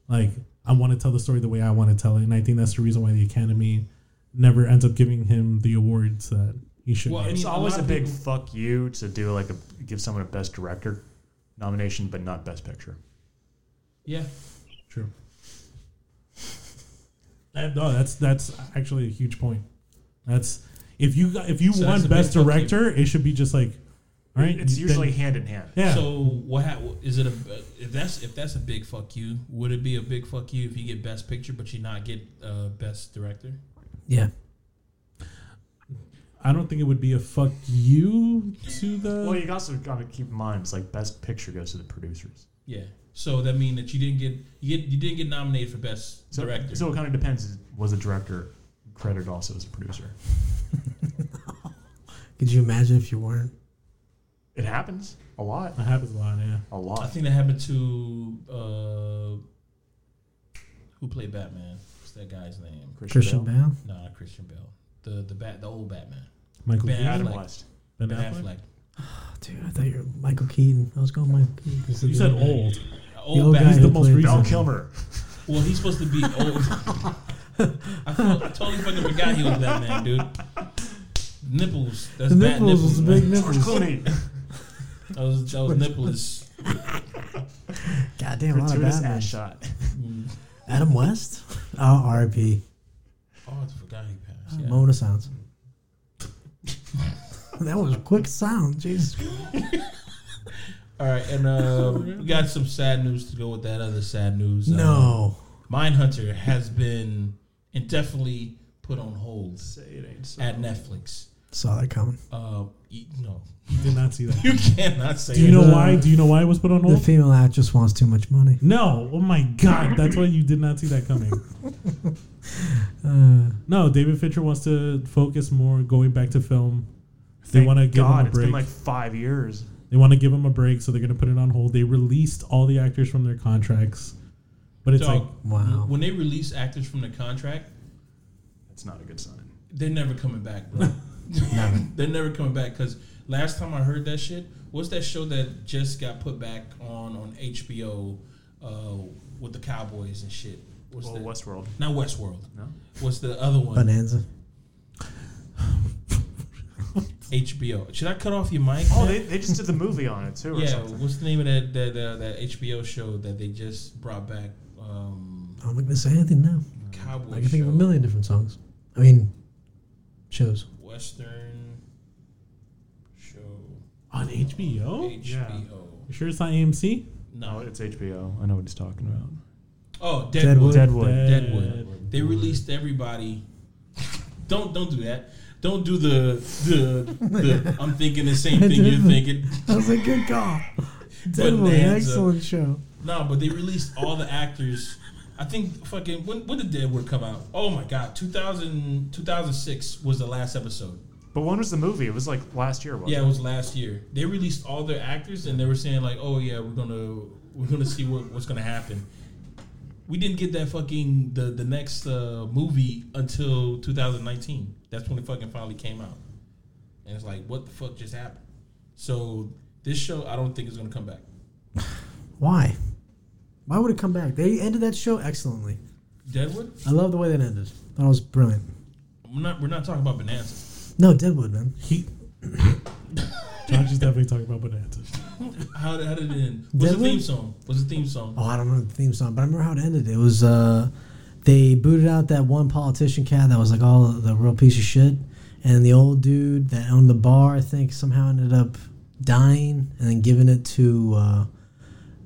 Like I want to tell the story the way I want to tell it, and I think that's the reason why the Academy never ends up giving him the awards that he should. Well, get. I It's mean, a always lot a of big people- fuck you to do like a give someone a best director nomination, but not best picture. Yeah. True. That- no, that's that's actually a huge point. That's if you got- if you So that's want a big best fuck you. director, it should be just like, all right. It's you- usually then- hand in hand. yeah. So what ha- is it? A if that's if that's a big fuck you, would it be a big fuck you if you get best picture but you not get uh, best director? Yeah. I don't think it would be a fuck you to the. Well, you also got to keep in mind it's like best picture goes to the producers. Yeah. So that mean that you didn't get you, get, you didn't get nominated for best So, director. so it kind of depends. Was the director credited also as a producer? Could you imagine if you weren't? It happens a lot, that happens a lot. Yeah. a I lot. think that happened to uh, who played Batman? What's that guy's name? Christian Bale. Bale? No, not Christian Bale. The the bat the old Batman. Michael Ben Keaton, Adam Affleck. West. Ben Ben Affleck. Affleck. Dude, I thought you were Michael Keaton. I was going Michael Keaton. 'cause of You the- said old. Old old guy Batman. He's the who most played- recent. Val Kilmer. Well, he's supposed to be old. I, feel, I totally fucking forgot he was that man, dude. Nipples. That's The bad nipples was man. big George nipples. Clooney. That was that was nipples. Goddamn, a lot of Gratuitous Batman. ass shot. Mm. Adam West? Oh, R.I.P. Oh, I forgot he passed. Yeah. Mona sounds. that was a quick sound. Jesus. All right, and uh, we got some sad news to go with that other sad news. Uh, No. Mindhunter has been indefinitely put on hold Say it ain't so. at Netflix. Saw that coming. Uh, you, no, Did not see that. you cannot say Do you it. know The- why? Do you know why it was put on The hold? female actress wants too much money. No. Oh my god. That's why you did not see that coming. Uh, No, David Fincher wants to focus more going back to film. They Thank want to give God, him a It's been like break. five years. They want to give him a break, so they're going to put it on hold. They released all the actors from their contracts, but it's Dog, like wow. When they release actors from the contract, That's not a good sign. they're never coming back, bro. they're never coming back because last time I heard that shit, what's that show that just got put back on on HBO uh, with the Cowboys and shit? What's Well, that? Westworld. Not Westworld. No. What's the other one? Bonanza. HBO. Should I cut off your mic? Oh, man? they, they just did the movie on it too, or yeah. something. What's the name of that that uh, that HBO show that they just brought back? Um, I'm not going to say anything now. Cowboy. I can think show, of a million different songs. I mean, shows. Western show. on HBO. HBO. Oh, Yeah. You sure it's not AMC? No, No. Oh, it's HBO. I know what he's talking about. Oh, Deadwood. Deadwood. Deadwood. Deadwood. They released everybody. Don't don't do that. Don't do the the, the I'm thinking the same thing you're thinking. That was a good call. Deadwood, Bonanza. excellent show. No, but they released all the actors. I think fucking when, when did Deadwood come out? Oh my god, 2000, 2006 was the last episode. But when was the movie? It was like last year. Wasn't Yeah, it? it was last year. They released all their actors and they were saying like, "Oh yeah, we're gonna we're gonna see what, what's gonna happen." We didn't get that fucking the the next uh, movie until 2019. That's when it fucking finally came out, and it's like, what the fuck just happened? So this show, I don't think is gonna come back. Why? Why would it come back? They ended that show excellently. Deadwood? I love the way that ended. That was brilliant. We're not we're not talking about Bonanza. No, Deadwood, man. He. Josh is definitely talking about Bonanza. How, how did it end? What's the Deadwood? theme song? What's the theme song? Oh, I don't know the theme song, but I remember how it ended. It was uh, they booted out that one politician cat that was like all the real piece of shit, and the old dude that owned the bar, I think, somehow ended up dying and then giving it to uh,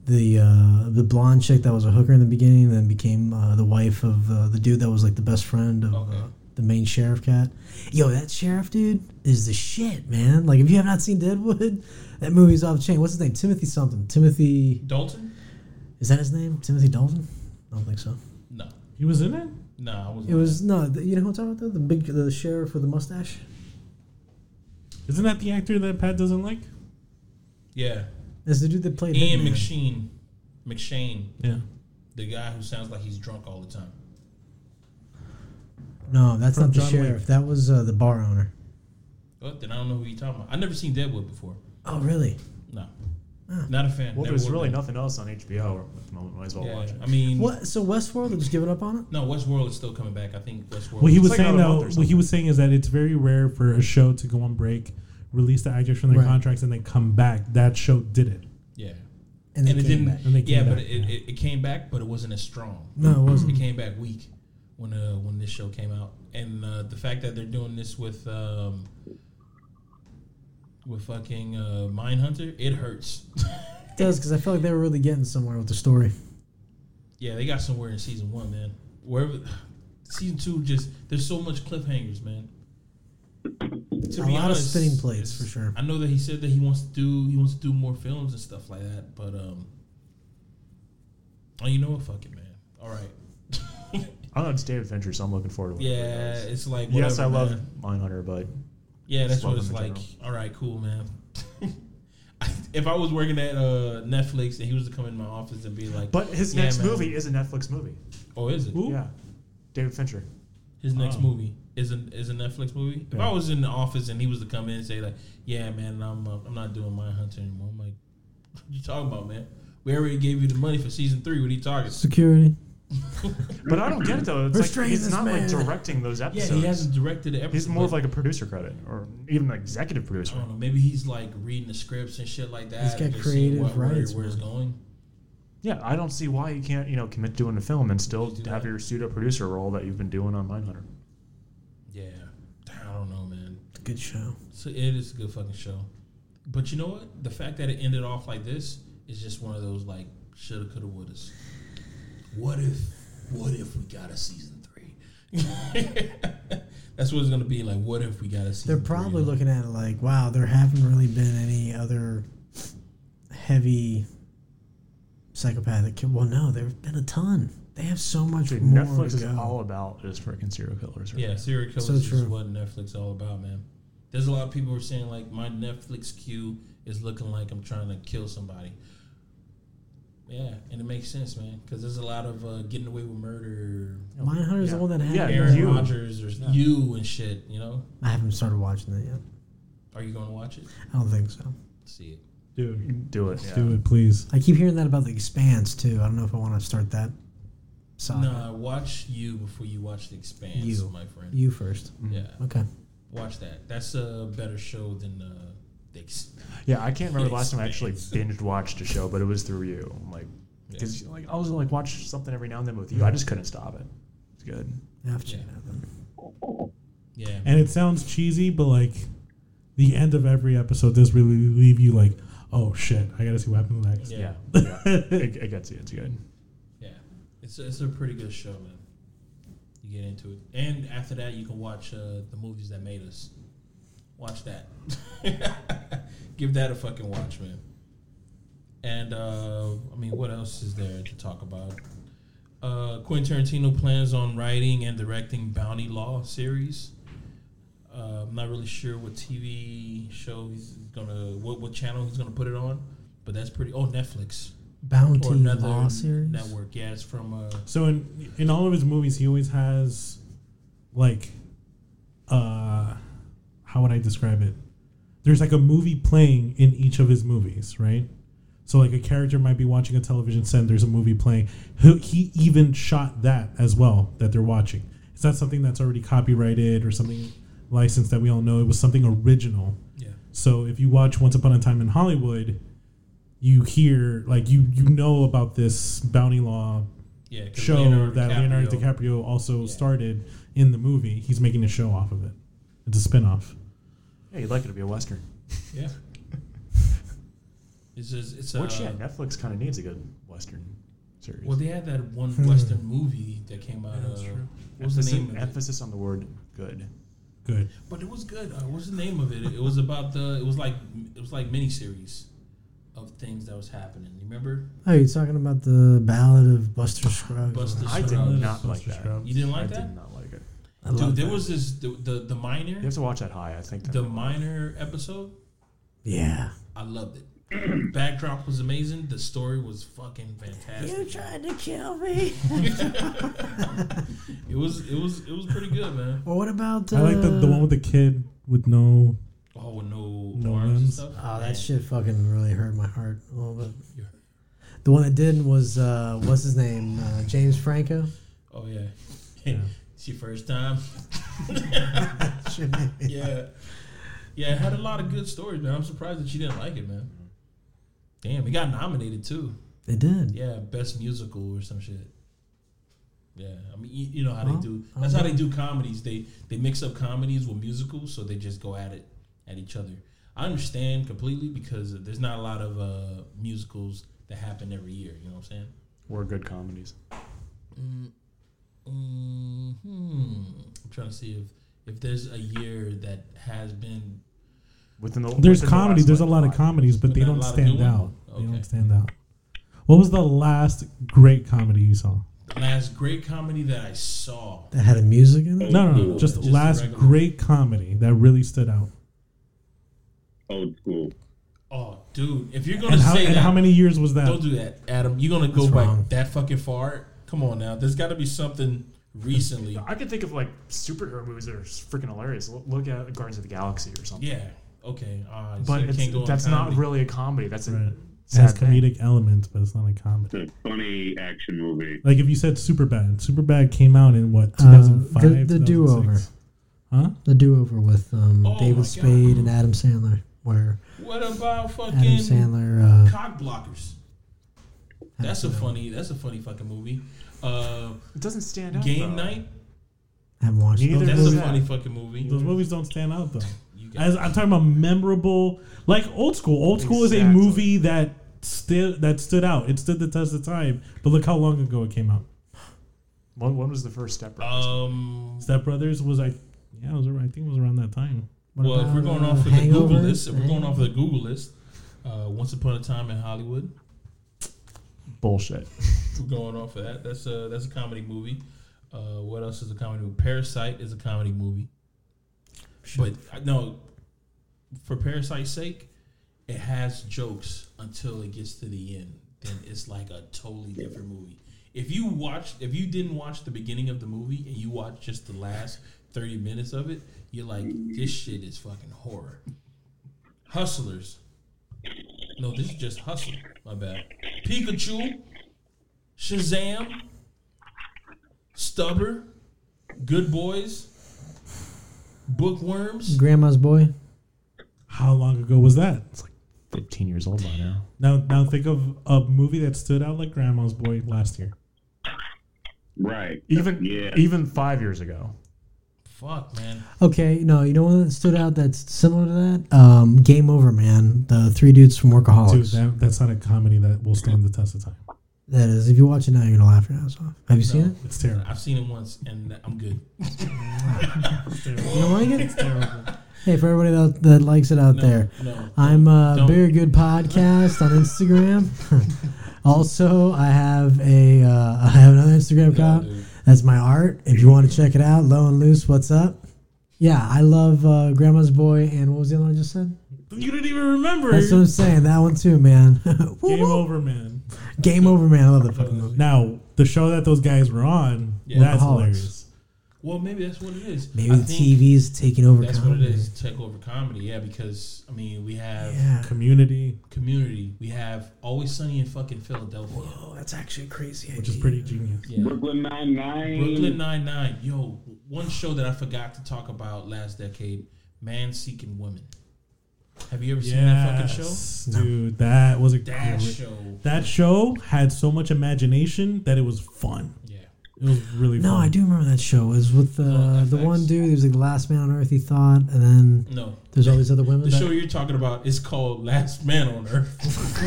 the uh, the blonde chick that was a hooker in the beginning, and then became uh, the wife of uh, the dude that was like the best friend of. Okay. Uh, the main sheriff cat. Yo, that sheriff dude is the shit, man. Like, if you have not seen Deadwood, that movie's off the chain. What's his name? Timothy something. Timothy. Dalton? Is that his name? Timothy Dalton? I don't think so. No, He was in it. no, I wasn't. It was no. The, you know who I'm talking about? Though? The big, the sheriff with the mustache. Isn't that the actor that Pat doesn't like? yeah. It's the dude that played Ian Hitman. McShane, McShane, Yeah. the guy who sounds like he's drunk all the time. No, that's From not the John sheriff. Wick. That was uh, the bar owner. Oh, What? Then I don't know who you're talking about. I've never seen Deadwood before. Oh, really? No, Not a fan. Well, Never there's would've really been. nothing else on HBO at the moment. Might as well Yeah, watch it. I mean, What? So Westworld, they're just giving up on it? no, Westworld is still coming back. I think Westworld. What he is- was like saying another though, month or what he was saying is that it's very rare for a show to go on break, release the actors from their Right. contracts, and then come back. That show did it. yeah, And, they and it came didn't. back. And they came yeah, back, but it, yeah. It, it came back, but it wasn't as strong. No, it wasn't. It came back weak when uh, when this show came out, and uh, the fact that they're doing this with um, with fucking uh, Mindhunter, it hurts. It does because I felt like they were really getting somewhere with the story. yeah, they got somewhere in season one, man. Wherever season two, just there's so much cliffhangers, man. To A lot of spinning plates, for sure. I know that he said that he wants to do he wants to do more films and stuff like that, but um, oh, you know what? Fuck it, man. All right. I don't know. It's David Fincher, so I'm looking forward to it. yeah, it's like Yes, whatever, I love man. Mindhunter, but Yeah, that's Just what love it's them in like. All right, cool, man. if I was working at uh, Netflix and he was to come in my office and be like, but his Yeah, next man. movie is a Netflix movie. "Oh, is it?" Yeah, David Fincher. His next Oh. movie is a is a Netflix movie. If Yeah. I was in the office and he was to come in and say like, "Yeah, man, I'm uh, I'm not doing my hunter anymore," I'm like, "What you talking about, man? We already gave you the money for season three. What are you talking?" Security. But I don't get it though. It's like Restrain he's this not like man. directing those Yeah, episodes. he hasn't directed the episode. He's more of but like a producer credit, or even an executive I producer. don't know. Maybe he's like reading the scripts and shit like that. He's got and just seeing creative where- rights, Where it's man. going? Yeah, I don't see why you can't, you know, commit to doing a film and still Do have that. your pseudo producer role that you've been doing on Mindhunter. Yeah, I don't know, man. It's a good show. So it is a good fucking show. But you know what? The fact that it ended off like this is just one of those like shoulda, coulda, wouldas. What if? What if we got a season three? That's what it's gonna be like. What if we got a season? They're probably three? looking at it like, wow, there haven't really been any other heavy psychopathic. ki- Well, no, there've been a ton. They have so much Dude, more Netflix to is go. all about just freaking serial killers. right Yeah, serial killers So is true. what Netflix is all about, man. There's a lot of people who are saying like my Netflix queue is looking like I'm trying to kill somebody. Yeah, and it makes sense, man, because there's a lot of uh, getting away with murder, Mindhunter's Yeah. the one that had. Yeah, the- Aaron you. Rodgers, or you and shit. You know, I haven't started watching it yet. Are you going to watch it? I don't think so. See it. Dude, Do it. let's yeah. do it, please. I keep hearing that about the Expanse too. I don't know if I want to start that. Saga. Nah, watch you before you watch The Expanse, You. my friend. You first. Yeah, Okay. watch that. That's a better show than uh, The Expanse. Yeah, I can't remember the last time I actually It's- binge watched a show, but it was through you. I'm like, because like I was like watch something every now and then with you. I just couldn't stop it. It's good. I have to check Yeah. it out then. Yeah. And it sounds cheesy, but like the end of every episode does really leave you like, oh shit, I gotta see what happens next. Yeah. Yeah, yeah. it, it gets you. It's good. Yeah. It's, it's a pretty good show, man. You get into it. And after that, you can watch uh, the movies that made us. Watch that. Give that a fucking watch, man. And, uh, I mean, what else is there to talk about? Uh, Quentin Tarantino plans on writing and directing Bounty Law series. Uh, I'm not really sure what TV show he's gonna, what, what channel he's gonna put it on, but that's pretty. Oh, Netflix Bounty or another Law series. network. Yeah, it's from uh, So in in all of his movies, he always has like, uh, how would I describe it? There's like a movie playing in each of his movies, right? So like a character might be watching a television set, and there's a movie playing. He, he even shot that as well that they're watching. It's not something that's already copyrighted or something licensed that we all know. It was something original. yeah, So if you watch Once Upon a Time in Hollywood, you hear like you you know about this bounty law yeah 'cause show Leonardo that Leonardo DiCaprio also started in the movie. He's making a show off of it. It's a spinoff. Yeah, you'd like it to be a western. Yeah, it's just it's Which yeah, uh, Netflix kind of needs a good western series. well they had that one Hmm. western movie that came out. that's uh, true. what was the Emphasis- name of it? Emphasis on the word good. Good. But it was good. Uh, what was the name of it? It was about the. It was like it was like miniseries of things that was happening. You remember? Oh, you're talking about the Ballad of Buster Scruggs. Buster I did Scruggs. not like that. You didn't like I that, did not like it. I dude. love there that. was this the the, the minor You have to watch that high. I think. the minor episode. Yeah. I loved it. Backdrop was amazing. The story was fucking fantastic. tried to kill me. It was it was it was pretty good, man. Or what about? Uh, I like the, the one with the kid with no Oh no, no arms and limbs. stuff. Oh, Man. that shit fucking really hurt my heart a little bit. Yeah. The one that didn't was uh, what's his name? Uh, James Franco. Oh yeah. Yeah. it's your first time. Shit, man. Yeah. Yeah, it had a lot of good stories, man. I'm surprised that you didn't like it, man. Damn, it got nominated too. It did. Yeah, best musical or some shit. Yeah, I mean, you, you know how they Well, do. I That's how don't they do comedies. They they mix up comedies with musicals, so they just go at it at each other. I understand completely because there's not a lot of uh, musicals that happen every year. You know what I'm saying? We're good comedies. hmm I'm trying to see if if there's a year that has been. Within the There's within the comedy. last, There's a like, lot of five- comedies, but But they not a don't lot of stand good ones? out. They Okay. don't stand out. What was the last great comedy you saw? Last great comedy that I saw. That had a music in it. No, no, no. Just, Just the last regular. great comedy that really stood out. Old school. Oh, dude, if you're gonna And how, say and that, how many years was that? don't do that, Adam. You're gonna go That's back wrong. that fucking far. Come on now. There's got to be something recently. I could think of like superhero movies that are freaking hilarious. L- Look at Guardians of the Galaxy or something. Yeah. Okay. Uh, so but you can't go it's, on that's not comedy. really a comedy. That's a Right. It sad has thing. comedic elements, but it's not a comedy. It's a funny action movie. Like if you said Superbad, Superbad came out in what Uh, the- 2005, the do-over. 2006? Huh? The do-over with um, Oh my David God. Spade and Adam Sandler, where What about Adam fucking Sandler. Uh, cock blockers? That's a funny. That's a funny fucking movie. Uh, It doesn't stand out. Game though. night. I haven't watched Neither those. That's does a that. funny fucking movie. Those movies don't stand out though. You got As I'm talking about memorable, like old school. Old school is a Exactly. movie that stood that stood out. It stood the test of time. But look how long ago it came out. When, when was the first Step Brothers? um. Step Brothers was I, yeah, it was, ar- I think it was around that time. What well, if we're about, going uh, off of the Google Hangover? list, if we're going off of the Google list, uh, Once Upon a Time in Hollywood. Bullshit. We're going off of that. That's a that's a comedy movie. Uh, what else is a comedy movie? Parasite is a comedy movie. But I- no, for Parasite's sake, it has jokes until it gets to the end. Then it's like a totally different movie. If you watched, if you didn't watch the beginning of the movie and you watched just the last thirty minutes of it, you're like, this shit is fucking horror. Hustlers. No, this is just Hustler. My bad. Pikachu. Shazam, Stubber, Good Boys, Bookworms. Grandma's Boy. How long ago was that? It's like 15 years old by now. now, now think of a movie that stood out like Grandma's Boy last year. Right. Even Yeah. e- even five years ago. Fuck, man. Okay, no, you know what stood out that's similar to that? Um, Game Over, man. The three dudes from Workaholics. Dude, that, that's not a comedy that will stand the test of time. that is, if you watch it now, you're gonna laugh your ass off. Have you seen it? It's terrible. I've seen it once and I'm good. You don't like it? hey, for everybody that, that likes it out No, there, No. I'm a Don't. Beer Good Podcast on Instagram. also, I have a uh, I have another Instagram account. dude. That's my art. If you want to check it out, Low and Loose, what's up? Yeah, I love uh, Grandma's Boy and what was the other one I just said? You didn't even remember. That's what I'm saying. That one too, man. Game over, man. Game over, man. I love that Uh, fucking movie. Now the show that those guys were on, Yeah. that's Workaholics. hilarious. Well, maybe that's what it is. Maybe I the think TV's taking over. that's comedy. what it is. Take over comedy. Yeah, because, I mean, we have Yeah. Community, community. We have Always Sunny in fucking Philadelphia. Oh, that's actually crazy. which is pretty genius. Yeah. Brooklyn Nine Nine. Brooklyn Nine Nine. Yo, one show that I forgot to talk about last decade: Man Seeking Woman. Have you ever seen that fucking show? Yes, dude. That was a That great- show. That show had so much imagination that it was fun. Yeah. It was really No, fun. I do remember that show. It was with the Oh, the FX. one dude. He was like the last man on earth. He thought, and then No. there's all these other women. The that- show you're talking about is called Last Man on Earth.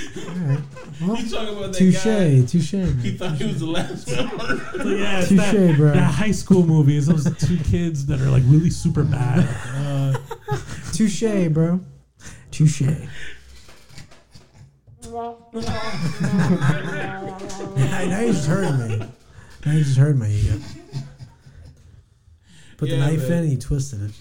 you talking about that guy? touche, touche. He man. thought he was the last man on Earth. So, yeah, it's Touche, that, bro. that high school movie is those two kids that are like really super bad. Uh, Touche, bro. Touche. now, now you just heard me. Now you just heard my ego. Put Yeah, the knife man. in and you twisted it.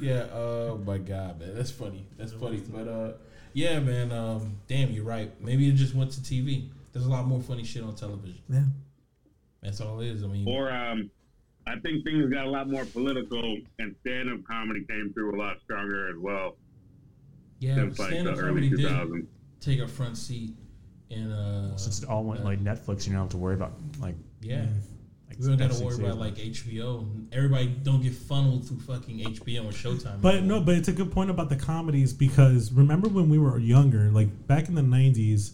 Yeah. Oh my God, man, that's funny. That's funny. But uh, yeah, man. Um, damn, you're right. Maybe it just went to TV. There's a lot more funny shit on television. Yeah. That's all it is. I mean, Or um, I think things got a lot more political, and stand-up comedy came through a lot stronger as well yeah, than like stand the up early comedy did 2000s. take a front seat in uh Since it all went like Netflix, you don't have to worry about like. yeah. like We don't gotta Netflix worry series. about like HBO. Everybody don't get funneled through fucking HBO and Showtime. But no, but it's a good point about the comedies because remember when we were younger, like back in the '90s,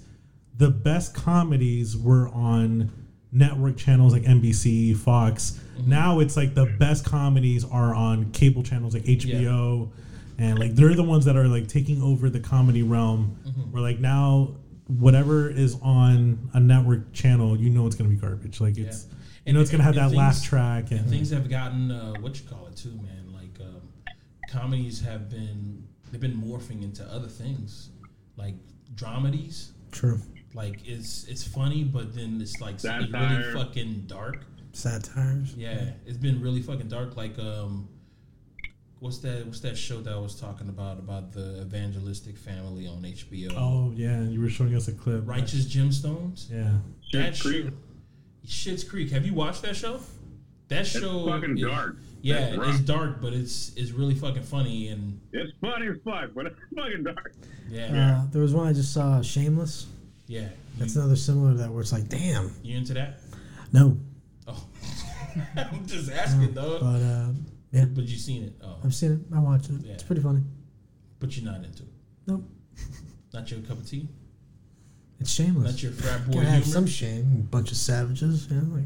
the best comedies were on network channels like NBC, Fox. Mm-hmm. Now it's like the best comedies are on cable channels like HBO, and like they're the ones that are like taking over the comedy realm. Mm-hmm. Where like now, whatever is on a network channel, you know it's gonna be garbage. Like it's, you And- know, it's gonna have and that laugh things- track and. And things have gotten uh, what you call it too, man. Like um, comedies have been they've been morphing into other things, like dramedies. True. Like it's it's funny, but then it's like something really Satire. fucking dark. Satires. Yeah, it's been really fucking dark. Like um, what's that? What's that show that I was talking about about the evangelistic family on HBO? Oh yeah, you were showing us a clip. Righteous Gemstones. Yeah. That Shit's Creek. shit. Shit's Creek. Have you watched that show? That It's show fucking is- dark. Yeah, That's rough. it's dark, but it's it's really fucking funny and It's funny as fuck, but it's fucking dark. yeah, Uh, there was one I just saw, Shameless. yeah. You- That's another similar to that where it's like, damn. you into that? No. Oh, I'm just asking But though. uh, yeah, But you seen it? Oh, I've seen it. I watched it. It's Yeah. pretty funny. but you're not into it. Nope. Not your cup of tea. It's shameless. Not your frat boy Gotta have humor. some shame. Bunch of savages. You know, like,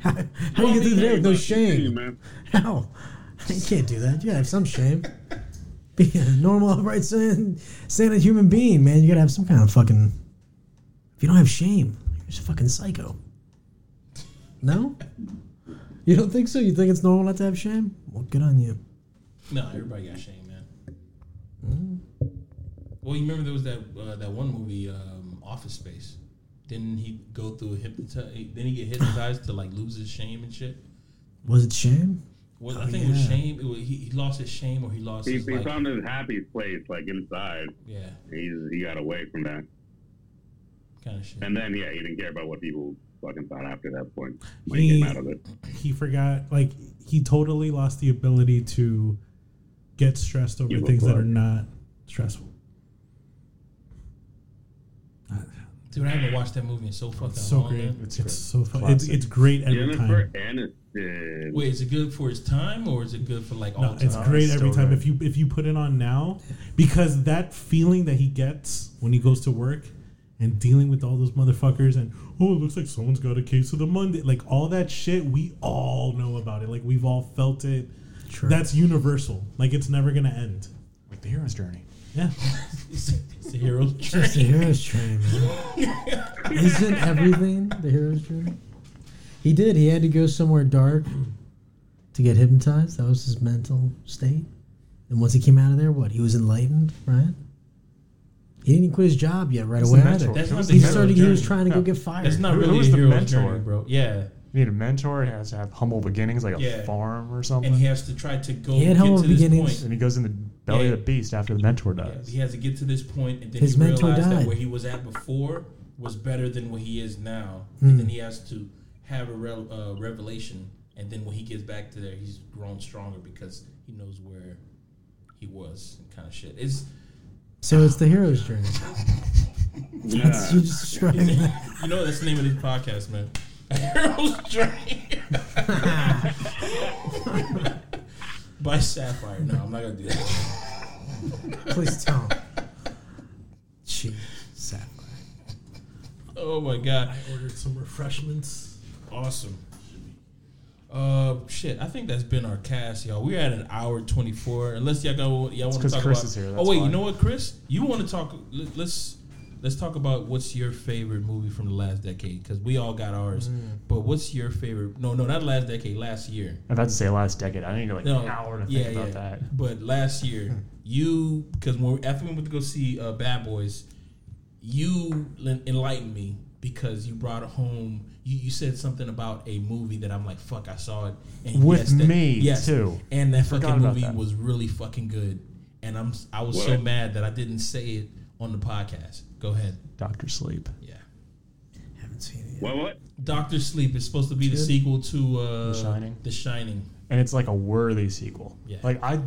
how, how do Well, you get through the day with no Fuck you, shame? man. How? You can't do that. You gotta have some shame. Be a normal, upright, sane, sane human being, man. You gotta have some kind of fucking. If you don't have shame, you're just a fucking psycho. No? You don't think so? You think it's normal not to have shame? Well, good on you. No, everybody got shame, man. Well, you remember there was that uh, that one movie, um, Office Space. Didn't he go through a hypnotize? Didn't he get hypnotized to like lose his shame and shit? Was it shame? Was, Oh, I think it was yeah. shame. It was, he, he lost his shame, or he lost He, his he like, found his happy place, like inside. yeah, He's he got away from that, kind of shit. and then yeah, he didn't care about what people fucking thought after that point. When he, He came out of it, he forgot like he totally lost the ability to get stressed over Give a things that fuck. are not stressful. Dude, I haven't watched that movie in so fucking It's so long. great. man. It's It's, great. so fun. It's, Classic. it's great every Jennifer time. Aniston. Wait, is it good for his time or is it good for like all No, time? it's No, great it's every still time. great. If you if you put it on now, because that feeling that he gets when he goes to work and dealing with all those motherfuckers and oh, it looks like someone's got a case of the Monday, like all that shit. We all know about it. Like we've all felt it. True. That's universal. Like it's never gonna end. Like the hero's journey. Yeah. it's, it's a hero's It's the journey. hero's train, man. Isn't everything the hero's journey? He did. He had to go somewhere dark to get hypnotized. That was his mental state. And once he came out of there, what? He was enlightened, right? He didn't quit his job yet right It's away the either. mentor. That's It not was the He hero's started. He journey. was trying to go Yeah. get fired. That's not Who- who really was a the hero's mentor? journey, bro. Yeah, You need a mentor. He has to have humble beginnings, like a Yeah. farm or something. and he has to try to go He had get humble to this beginnings. point. and he goes in the belly Yeah. of the beast after the mentor Yeah, dies. he has to get to this point, and then His he mentor realized that died. where he was at before was better than what he is now. Hmm. And then he has to have a re- uh, revelation, and then when he gets back to there, he's grown stronger because he knows where he was and kind of shit. It's So it's the hero's journey. That's, you yeah. just described that. you know that's the name of this podcast, man. A Hero's Journey by Sapphire. No, I'm not gonna do that. Please don't. Jeez, sad. Oh my god, ordered some refreshments. awesome. Uh, shit. I think that's been our cast, y'all. We're at an hour twenty four. Unless y'all go, y'all want to 'cause talk Chris about. is here, oh that's wait, why. you know what, Chris? You want to talk? let- Let's let's talk about what's your favorite movie from the last decade because we all got ours. Mm. But what's your favorite? No, no, not last decade. Last year. I'm about to say last decade. I need like No, an hour to think yeah, about yeah. that. But last year, Hmm. you because when after we went to go see uh, Bad Boys, you len- enlightened me because you brought home. You, you said something about a movie that I'm like, fuck, I saw it. And With that- me, too. And that Forgot fucking about movie that. was really fucking good. And I'm s- I was so What? mad that I didn't say it on the podcast. Go ahead. Doctor Sleep. Yeah. haven't seen it yet. What? What? Doctor Sleep is supposed to be the sequel to uh, The Shining? The Shining. and it's like a worthy sequel. Yeah. Like I,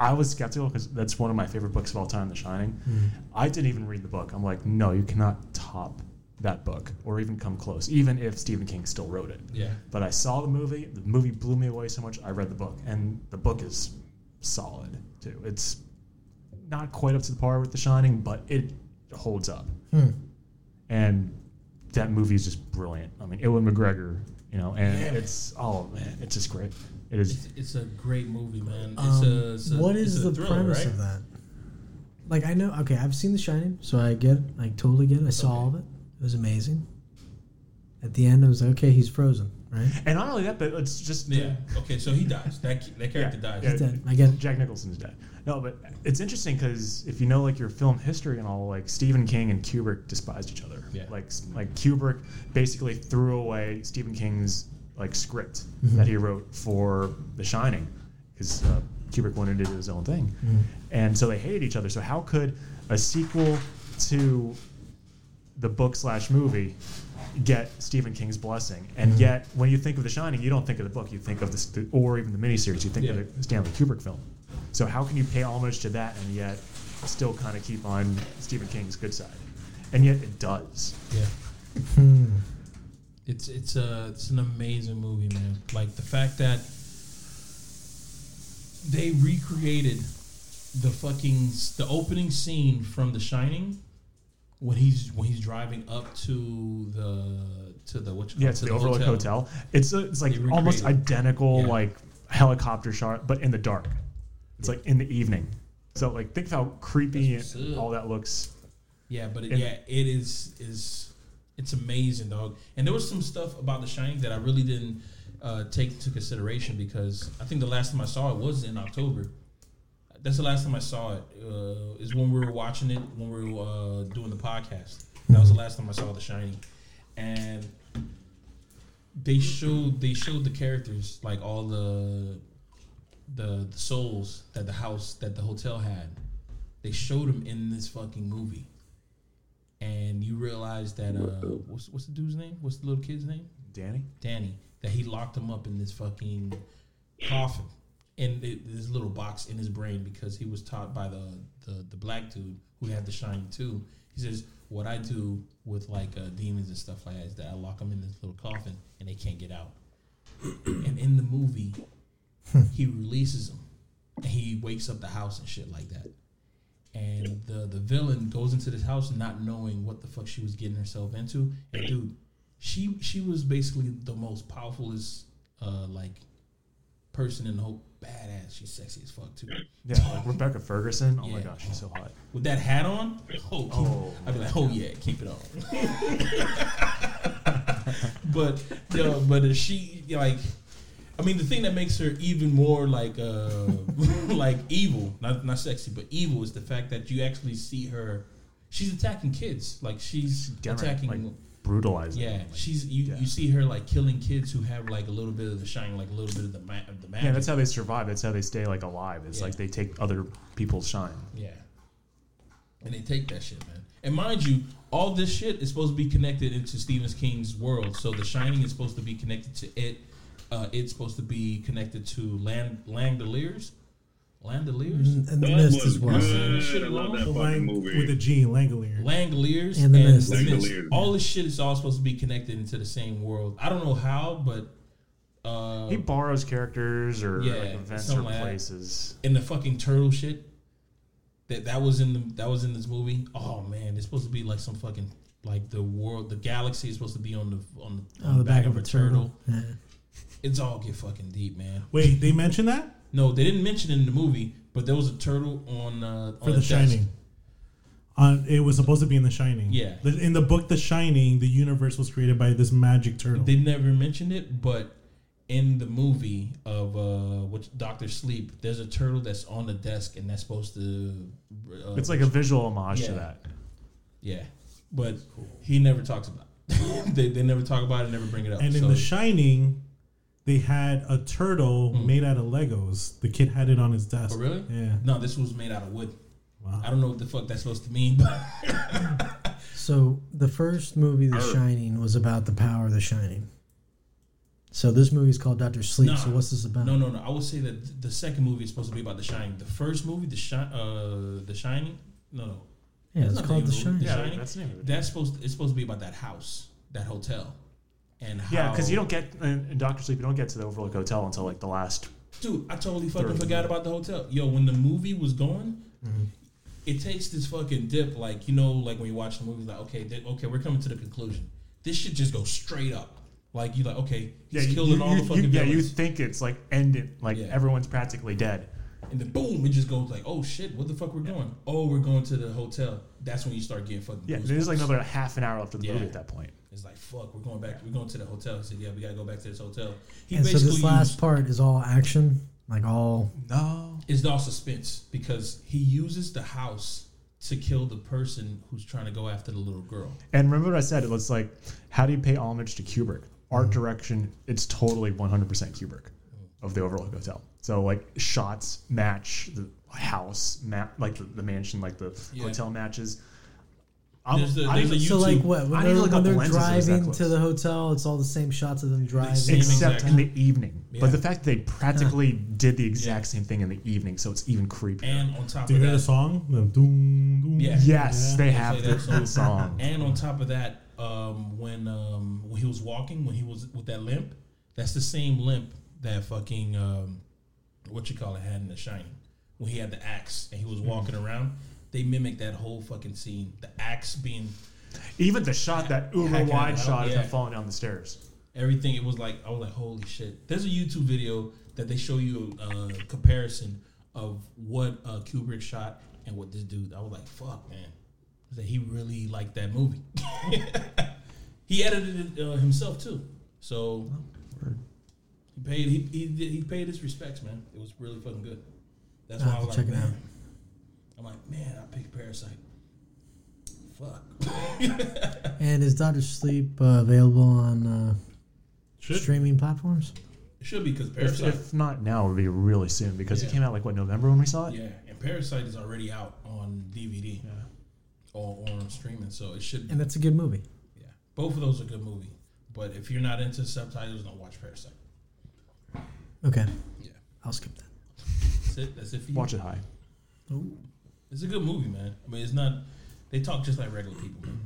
I was skeptical because that's one of my favorite books of all time, The Shining. Hmm. I didn't even read the book. I'm like, no, you cannot top that book or even come close, even if Stephen King still wrote it. Yeah. But I saw the movie. The movie blew me away so much. I read the book, and the book is solid too. It's not quite up to the par with The Shining, but it holds up. And that movie is just brilliant. I mean, Ewan McGregor, you know, and it's oh man, it's just great. It is It's, it's a great movie, man. It's Um, a, it's a what is it's a the thriller, premise right? of that? Like I know, okay, I've seen The Shining, so I get, it. I totally get it. I saw all of it. It was amazing. At the end, I was like, okay, he's frozen, right? And not only that, but it's just Yeah. Okay, so he dies. That ki- that character dies. yeah. He's dead. I get it. Jack Nicholson's dead. No, but it's interesting because if you know like your film history and all, like Stephen King and Kubrick despised each other. Yeah. Like like Kubrick basically threw away Stephen King's like script Mm-hmm. that he wrote for The Shining because uh, Kubrick wanted to do his own thing, Mm-hmm. and so they hated each other. So how could a sequel to the book slash movie get Stephen King's blessing. And Mm-hmm. yet, when you think of The Shining, you don't think of the book. You think of the, or even the miniseries. You think Yeah. of the Stanley Kubrick film. So how can you pay homage to that and yet still kind of keep on Stephen King's good side? And yet it does. Yeah. Hmm. It's it's a it's an amazing movie, man. Like the fact that they recreated the fucking s- the opening scene from The Shining when he's when he's driving up to the to the what you call Yeah, it, it's the Overlook Hotel. It's a, it's like They almost recreated it. identical Yeah. like helicopter shot, but in the dark. It's like in the evening. So like think of how creepy That's what's and up. all that looks. Yeah, but it, And- yeah, it is is it's amazing, dog. And there was some stuff about The Shining that I really didn't uh, take into consideration because I think the last time I saw it was in October. That's the last time I saw it. Uh, is when we were watching it when we were uh, doing the podcast. That was the last time I saw The Shining, and they showed they showed the characters like all the the the souls that the house that the hotel had. They showed them in this fucking movie, and you realize that uh, what's what's the dude's name? What's the little kid's name? Danny? Danny. That he locked him up in this fucking coffin, in th- this little box in his brain because he was taught by the the, the black dude who had the shining too. He says, "What I do with like uh, demons and stuff like that is that I lock them in this little coffin and they can't get out." and in the movie, he releases him and he wakes up the house and shit like that. And the the villain goes into this house not knowing what the fuck she was getting herself into. And dude, she she was basically the most powerfulest uh like person in the whole badass. She's sexy as fuck too. Yeah, like Rebecca Ferguson. Oh my Yeah. gosh, she's so hot. With that hat on, oh, keep- Oh. I'd be like, oh yeah, keep it on. but yo, but if she like, I mean, the thing that makes her even more like uh like evil, not not sexy, but evil is the fact that you actually see her. She's attacking kids, like she's Downright, attacking. like brutalizing. yeah, them, like- she's you, yeah. you see her like killing kids who have like a little bit of the shine, like a little bit of the ma- of the magic. Yeah, that's how they survive. That's how they stay like alive. It's Yeah. like they take other people's shine. Yeah. And they take that shit, man. And mind you, all this shit is supposed to be connected into Stephen King's world. So The Shining is supposed to be connected to it. Uh, it's supposed to be connected to Land Langoliers. Landoliers? And the That mist was as well. This good. shit I love alone, that The the fucking Lang- with a movie. G, Langolier. Langoliers Mm-hmm. And The Mist. Langoliers. All this shit is all supposed to be connected into the same world. I don't know how, but uh, He borrows characters or Yeah, like events or something like that. places. in the fucking turtle shit that that was in the that was in this movie. Oh man, it's supposed to be like some fucking like the world, the galaxy is supposed to be on the on the, on Oh, the back of a turtle. Yeah. It's all get fucking deep, man. Wait, they mentioned that No, they didn't mention it in the movie, but there was a turtle on uh, on for The a desk. Shining. On it was supposed to be in The Shining. Yeah. The- in the book The Shining, the universe was created by this magic turtle. They never mentioned it, but in the movie of uh, which Doctor Sleep, there's a turtle that's on the desk, and that's supposed to. Uh, It's like a visual homage to Yeah. that. yeah, but he never talks about. It. they they never talk about it, never bring it up. and in so- Hmm. The Shining, they had a turtle made out of Legos. The kid had it on his desk. Oh, really? Yeah. No, this was made out of wood. Wow. I don't know what the fuck that's supposed to mean, but So the first movie, The Earth. Shining, was about the power of The Shining. So this movie's called Doctor Sleep. No. so what's this about? No, no, no. I would say that the second movie is supposed to be about The Shining. The first movie, The Shi- uh, The Shining. No, no. yeah, That's it's not called The the name of Shining. it. Yeah, Shining? that's the name of it. That's supposed. it's supposed to be about that house, that hotel, and how. yeah, because you don't get in, in Doctor Sleep. You don't get to the Overlook Hotel until like the last. Dude, I totally fucking Third. forgot about the hotel. Yo, when the movie was going, Mm-hmm. it takes this fucking dip. Like you know, like when you watch the movie, like okay, th- okay, we're coming to the conclusion. This shit just goes straight up. Like you like okay, he's you, killing you- all you- the you- fucking yeah, you villains. think it's like ended, like Yeah. everyone's practically dead. and then boom, it just goes like oh shit, what the fuck we're going? Oh, we're going to the hotel. That's when you start getting fucking. Yeah, goosebumps. there's like another half an hour left of the Yeah. movie at that point. It's like fuck, we're going back. We're going to the hotel. He said, yeah, we gotta go back to this hotel. He and so this last used- part is all action, like all. No, is all suspense because he uses the house to kill the person who's trying to go after the little girl. and remember what I said? It was like, how do you pay homage to Kubrick? Mm-hmm. Art direction, it's totally 100% Kubrick of the Overlook Hotel. So like shots match the house, ma- like the, the mansion, like the Yeah. hotel matches. I'm, There's the- I there's even- a So YouTube. like what? When I need they're, to look when up they're lenses that was that driving close. to the hotel, it's all the same shots of them driving. Same except exact in the evening. Yeah. But the fact that they practically did the exact same thing in the evening, so it's even creepier. And on top Do you of hear the that, song? The doom, doom. Yeah. yes, they have Play the, that the song. and on top of that, um, when um, when he was walking, when he was with that limp, that's the same limp that fucking um, what you call it had in The Shining when he had the axe and he Mm-hmm. was walking around. They mimic that whole fucking scene. The axe being Even the shot, that uber Hacking it wide out, shot of yeah. them falling down the stairs. everything. It was like I was like, holy shit. There's a YouTube video that they show you a comparison of what uh, Kubrick shot and what this dude. I was like, fuck, man. I said, he really liked that movie. he edited it uh, himself too, so he paid he, he did- he paid his respects, man. It was really fucking good. That's why I'll I have was to like, check it man. out. I'm like, man, I picked Parasite. Fuck. And is Doctor Sleep uh, available on uh, Should- streaming platforms? It should be because If, Parasite. if not now, it would be really soon because Yeah. it came out like what November when we saw it. Yeah, and Parasite is already out on DVD or, or on streaming, so it should. And that's a good movie. yeah, both of those are good movie. But if you're not into subtitles, don't watch Parasite. Okay, Yeah, I'll skip that. that's it. That's it for you. Watch it high. It's a good movie, man. I mean, it's not. They talk just like regular people. Man.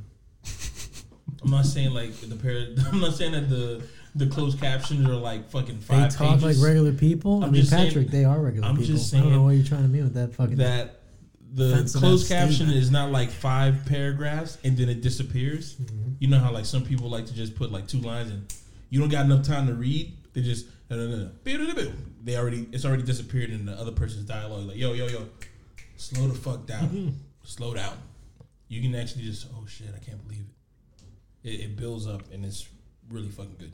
I'm not saying like the pair. I'm not saying that the the closed captions are like fucking They five talk pages. like regular people. i I'm mean, just saying- Patrick, they are regular I'm people. just I don't know saying what you're trying to mean with that fucking. that the Offensive closed ass caption statement. is not like five paragraphs and then it disappears. You know how like some people like to just put like two lines and you don't got enough time to read. They just no, no, no, no. they already it's already disappeared in the other person's dialogue. Like yo yo yo, slow the fuck down, slow down. You can actually just oh shit I can't believe it. It, it builds up and it's really fucking good.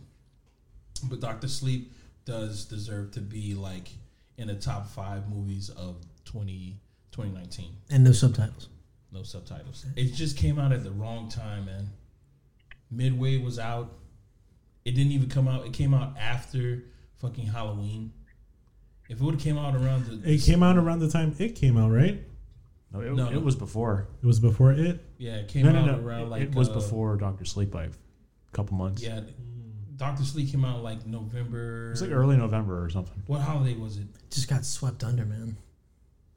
But Doctor Sleep does deserve to be like in the top five movies of 20, 2019. and no subtitles. No subtitles. It just came out at the wrong time, man. Midway was out. It didn't even come out. It came out after fucking Halloween. If it would have came out around the It came out around the time it came out, right? No, it, No, it no. was before. It was before it. yeah, it came No, no, out no. around it, like it was uh, before Doctor Sleep by a couple months. Yeah, Doctor Sleep came out like November. it was like early November or something. What holiday was it? Just got swept under, man.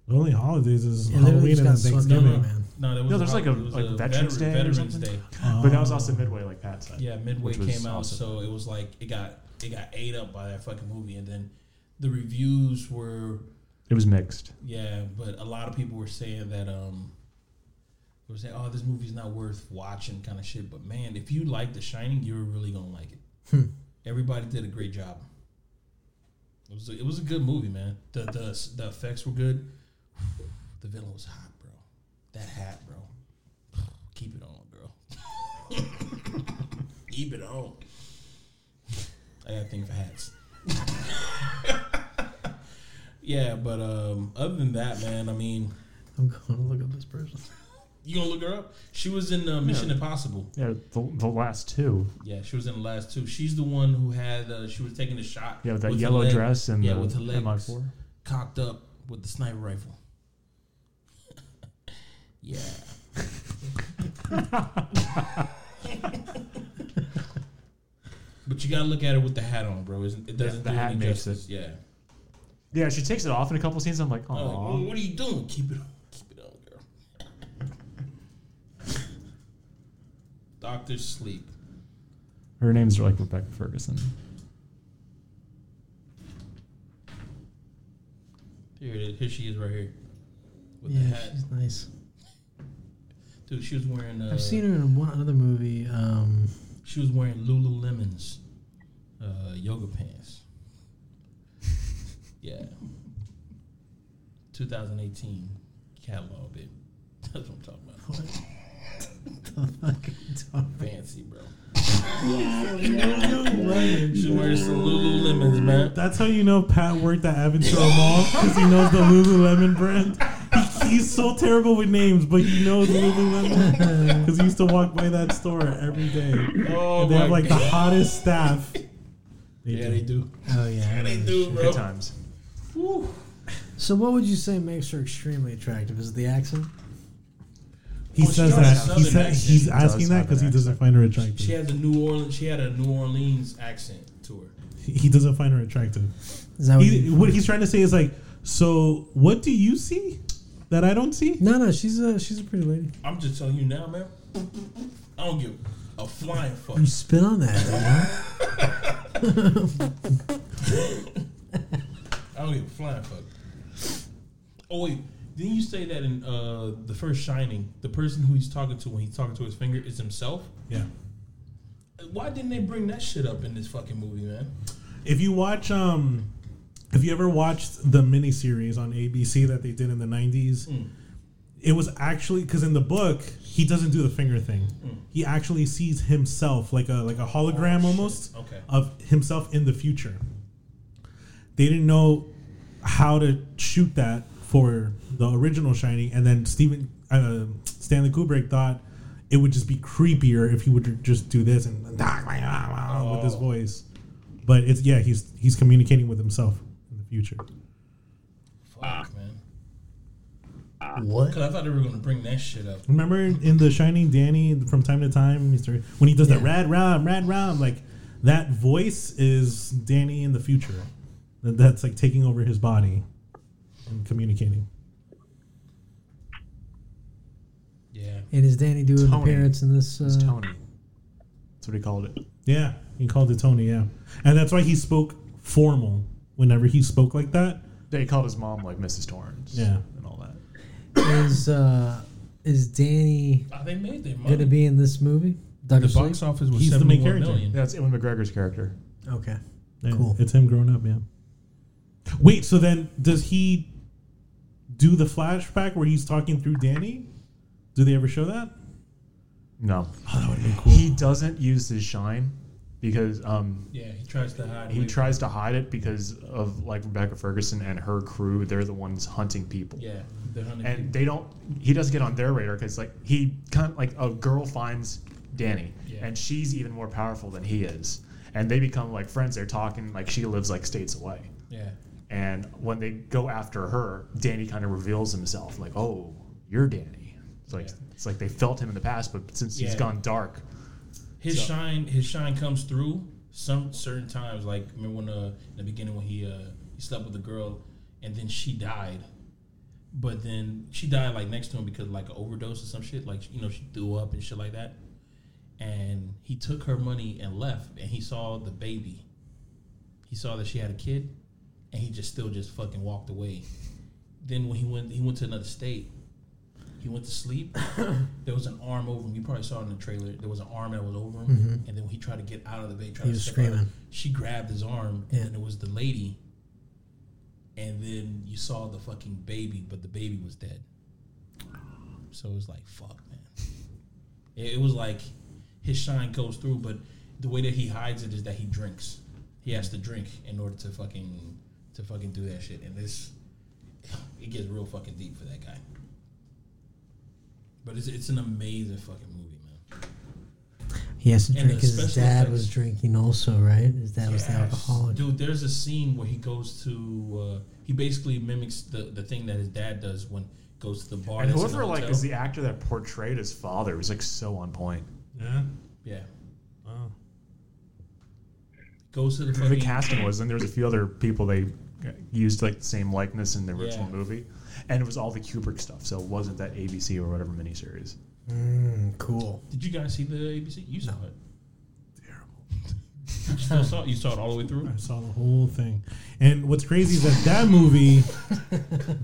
The only holidays is Yeah, Halloween literally just and got then swept Thanksgiving. under, man. No, there was No, there's like a- it was like Veterans Day or Veterans something? Day. but that was also midway, like Pat said. Yeah, Midway which was came out, awesome. so it was like it got it got ate up by that fucking movie, and then the reviews were It was mixed. yeah, but a lot of people were saying that um, they were saying oh this movie's not worth watching kind of shit. But man, if you like The Shining, you're really gonna like it. Everybody did a great job. It was a, it was a good movie, man. The the the effects were good. The villain was hot, bro. That hat, bro. Keep it on, girl. Keep it on. I got a thing for hats. yeah, but um, other than that, man, I mean, I'm going to look up this person. you gonna look her up? She was in uh, Mission Impossible. Yeah, the, the last two. Yeah, she was in the last two. She's the one who had uh, she was taking the shot. Yeah, with that with her yellow leg- dress and yeah, the with her legs MI4. cocked up with the sniper rifle. yeah. But you gotta look at it with the hat on, bro. Isn't it doesn't the do hat any makes justice. Yeah. Yeah, she takes it off in a couple scenes. I'm like, I'm like, oh, "Well, what are you doing? Keep it on. Keep it on, girl. Doctor Sleep. her name's like Rebecca Ferguson. Here it is. Here she is right here. With the Yeah, hat. she's nice. Dude, she was wearing uh, I've seen her in one other movie. Um, she was wearing Lululemon's uh, yoga pants. yeah. 2018 catalog it. That's what I'm talking about. the fucking dog. Fancy, bro. Lululemon. She wearing some Lululemons, man. That's how you know Pat worked at Aventura Mall because he knows the Lululemon brand. He, he's so terrible with names, but he knows Lululemon because he used to walk by that store every day. Oh And they my have like the God. hottest staff. Yeah, they do. Oh yeah. They do, Good bro. times. Woo. So what would you say makes her extremely attractive? Is it the accent? He Oh, she says has a that. southern He said accent. he's She does asking that have because an he doesn't accent. find her She attractive. had the New Orleans. She had a New Orleans accent to her. He he doesn't find her attractive. Is that what He, you- what he's trying to say is like, so what do you see that I don't see? No, no, she's a she's a pretty lady. I'm just telling you now, man. I don't give a flying fuck. You spit on that, dude, huh? I don't give a flying fuck. Oh wait, didn't you say that in uh, the first Shining, the person who he's talking to when he's talking to his finger is himself? Yeah. Why didn't they bring that shit up in this fucking movie, man? If you watch, um, if you ever watched the miniseries on ABC that they did in the '90s, Hmm. it was actually because in the book he doesn't do the finger thing. Hmm. He actually sees himself like a like a hologram almost Oh, Okay. of himself in the future. They didn't know how to shoot that for the original Shining, and then Steven uh, Stanley Kubrick thought it would just be creepier if he would just do this and with his Oh. voice. But it's yeah, he's he's communicating with himself in the future. Fuck, man. What? Because I thought they were gonna bring that shit up. Remember in, in the Shining, Danny from time to time, Mister, when he does that Yeah. rad ram, rad ram, like that voice is Danny in the future. That- That's like taking over his body and communicating. Yeah. And is Danny doing an Tony. appearance in this? Uh, It's Tony. That's what he called it. Yeah, he called it Tony. Yeah, and that's why he spoke formal whenever he spoke like that. They called his mom like Mrs. Torrance. Yeah. and all that. Is uh, is Danny Ah, they made their money. gonna be in this movie? the Doctor Sleep. box office was He's the seventy main one character. million. Yeah, it's Ewan McGregor's character. Okay. Yeah, Cool. It's him growing up. Yeah. Wait. So then, does he do the flashback where he's talking through Danny? Do they ever show that? No, Oh, that would have been cool. he doesn't use his shine because um, Yeah, he tries to hide. he away- tries to hide it because of like Rebecca Ferguson and her crew. They're the ones hunting people. Yeah, the hunting. and they don't he doesn't get on their radar because like he kind of like a girl finds danny Yeah. and she's even more powerful than he is and they become like friends they're talking like she lives like states away yeah. and when they go after her danny kind of reveals himself like oh you're danny it's like Yeah. it's like they felt him in the past but since he's Yeah. gone dark His So- shine, his shine comes through some certain times. Like remember when uh, in the beginning when he uh, he slept with a girl, and then she died. But then she died like next to him because like an overdose or some shit. Like you know she threw up and shit like that. And he took her money and left. And he saw the baby. He saw that she had a kid, and he just still just fucking walked away. Then when he went, he went to another state. He went to sleep. there was an arm over him. You probably saw it in the trailer. There was an arm that was over him, and then when he tried to get out of the bay, tried Mm-hmm. He to was step out, screaming. she grabbed his arm, Yeah. and then it was the lady. And then you saw the fucking baby, but the baby was dead. So it was like fuck, man. It, it was like his shine goes through, but the way that he hides it is that he drinks. He has to drink in order to fucking to fucking do that shit. And this, it gets real fucking deep for that guy. But it's, it's an amazing fucking movie, man. He has to And drink because his especially dad like- was drinking also, right? His dad was the Yes. alcoholic. Dude, there's a scene where he goes to. Uh, he basically mimics the, the thing that his dad does when he goes to the bar. And that's in whoever the like hotel. is the actor that portrayed his father was like so on point. Yeah. yeah Wow. goes to the Oh. The fucking casting was, and there was a few other people they uh, used like the same likeness in the original Yeah. movie, and it was all the Kubrick stuff, so it wasn't that ABC or whatever miniseries. Hmm, Mm, cool. Did you guys see the ABC? You saw it. Terrible. you still saw it? You saw it all the way through? I saw the whole thing. And what's crazy is that that movie,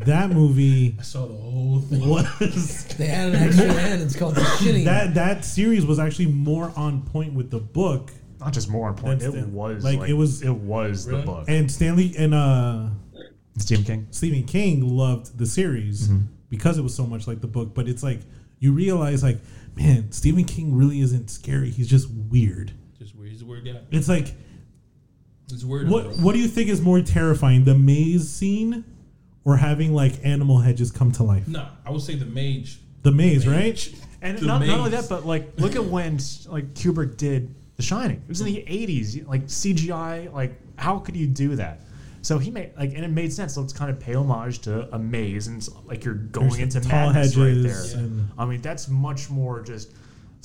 that movie I saw the whole thing. was They added an extra end. It's called the shitting. that that series was actually more on point with the book. Not just more on point, That's it the- was like, like, it was- it was Really? the book. And Stanley and uh Stephen King. Stephen King loved the series because it was so much like the book. But it's like you realize, like, man, Stephen King really isn't scary. He's just weird. Just weird. He's a weird guy. It's like He's weird. what what do you think is more terrifying, the maze scene, or having like animal hedges come to life? No, I would say the mage. The maze, right? And The not, not only maze. that, but like look at when like Kubrick did The Shining. It was in the eighties, like CGI. Like how could you do that? So he made like, and it made sense. So it's kind of pay homage to a maze, and it's like you're going There's into tall madness right there. hedges and- I mean, that's much more just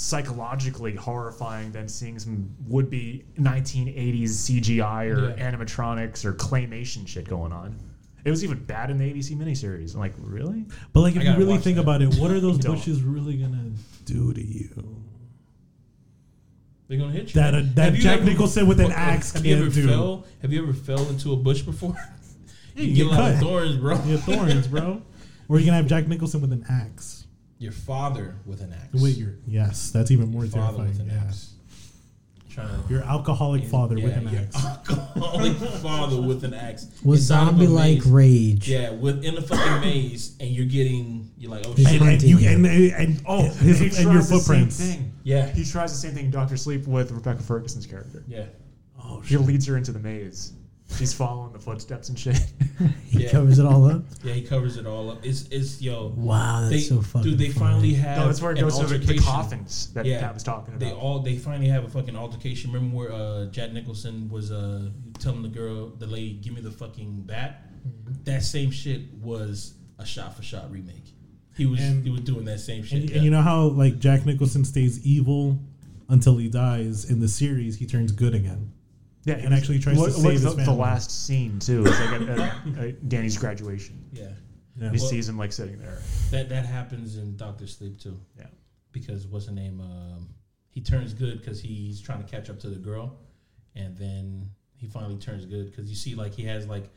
psychologically horrifying than seeing some would-be 1980s CGI or Yeah. animatronics or claymation shit going on. It was even bad in the ABC miniseries. I'm like, really? But like, if I you gotta really watch think that. about it, what are those Don't. bushes really gonna do to you? They're gonna hit you. That uh, that Have you Jack ever- Nicholson with an Have- axe Have you ever can't do. fell? Have you ever fell into a bush before? you you get a get lot of cut. thorns, bro. You have thorns, bro. Or you can have Jack Nicholson with an axe. Your father with an axe. Wait, your yes, that's even more Your father terrifying. with an yeah. axe. Trying to. Your alcoholic father with Yeah, an your axe. Alcoholic father with an axe. was inside of a zombie like maze. rage. Yeah, within a fucking maze, and you're getting you're like, oh And, shit, and Hunting you you. and, and, and oh his, He and your tries the same footprints. thing. yeah, He tries the same thing in Doctor Sleep with Rebecca Ferguson's character. yeah, Oh He shit. leads her into the maze. She's following the footsteps and shit. He Yeah. covers it all up. yeah. He covers it all up. It's it's yo. Wow, that's they, so fucking. dude, they finally have no, that's where it an goes to the, the altercation. coffins that Yeah. Pat was talking They about. all they finally have a fucking altercation. Remember where uh, Jack Nicholson was uh, telling the girl, the lady, "Give me the fucking bat." Mm-hmm. That same shit was a shot for shot remake. He was And- he was doing that same shit. And, yeah. and you know how like Jack Nicholson stays evil until he dies in the series, he turns good again. yeah, and actually tries to look- save look, his the, the family. last scene too. It's like at, at, at Danny's graduation. yeah, Yeah. He Well- sees him like sitting there. that that happens in Doctor Sleep too. Yeah. because what's the name? Um, he turns good because he's trying to catch up to the girl, and then he finally turns good because you see like he has like,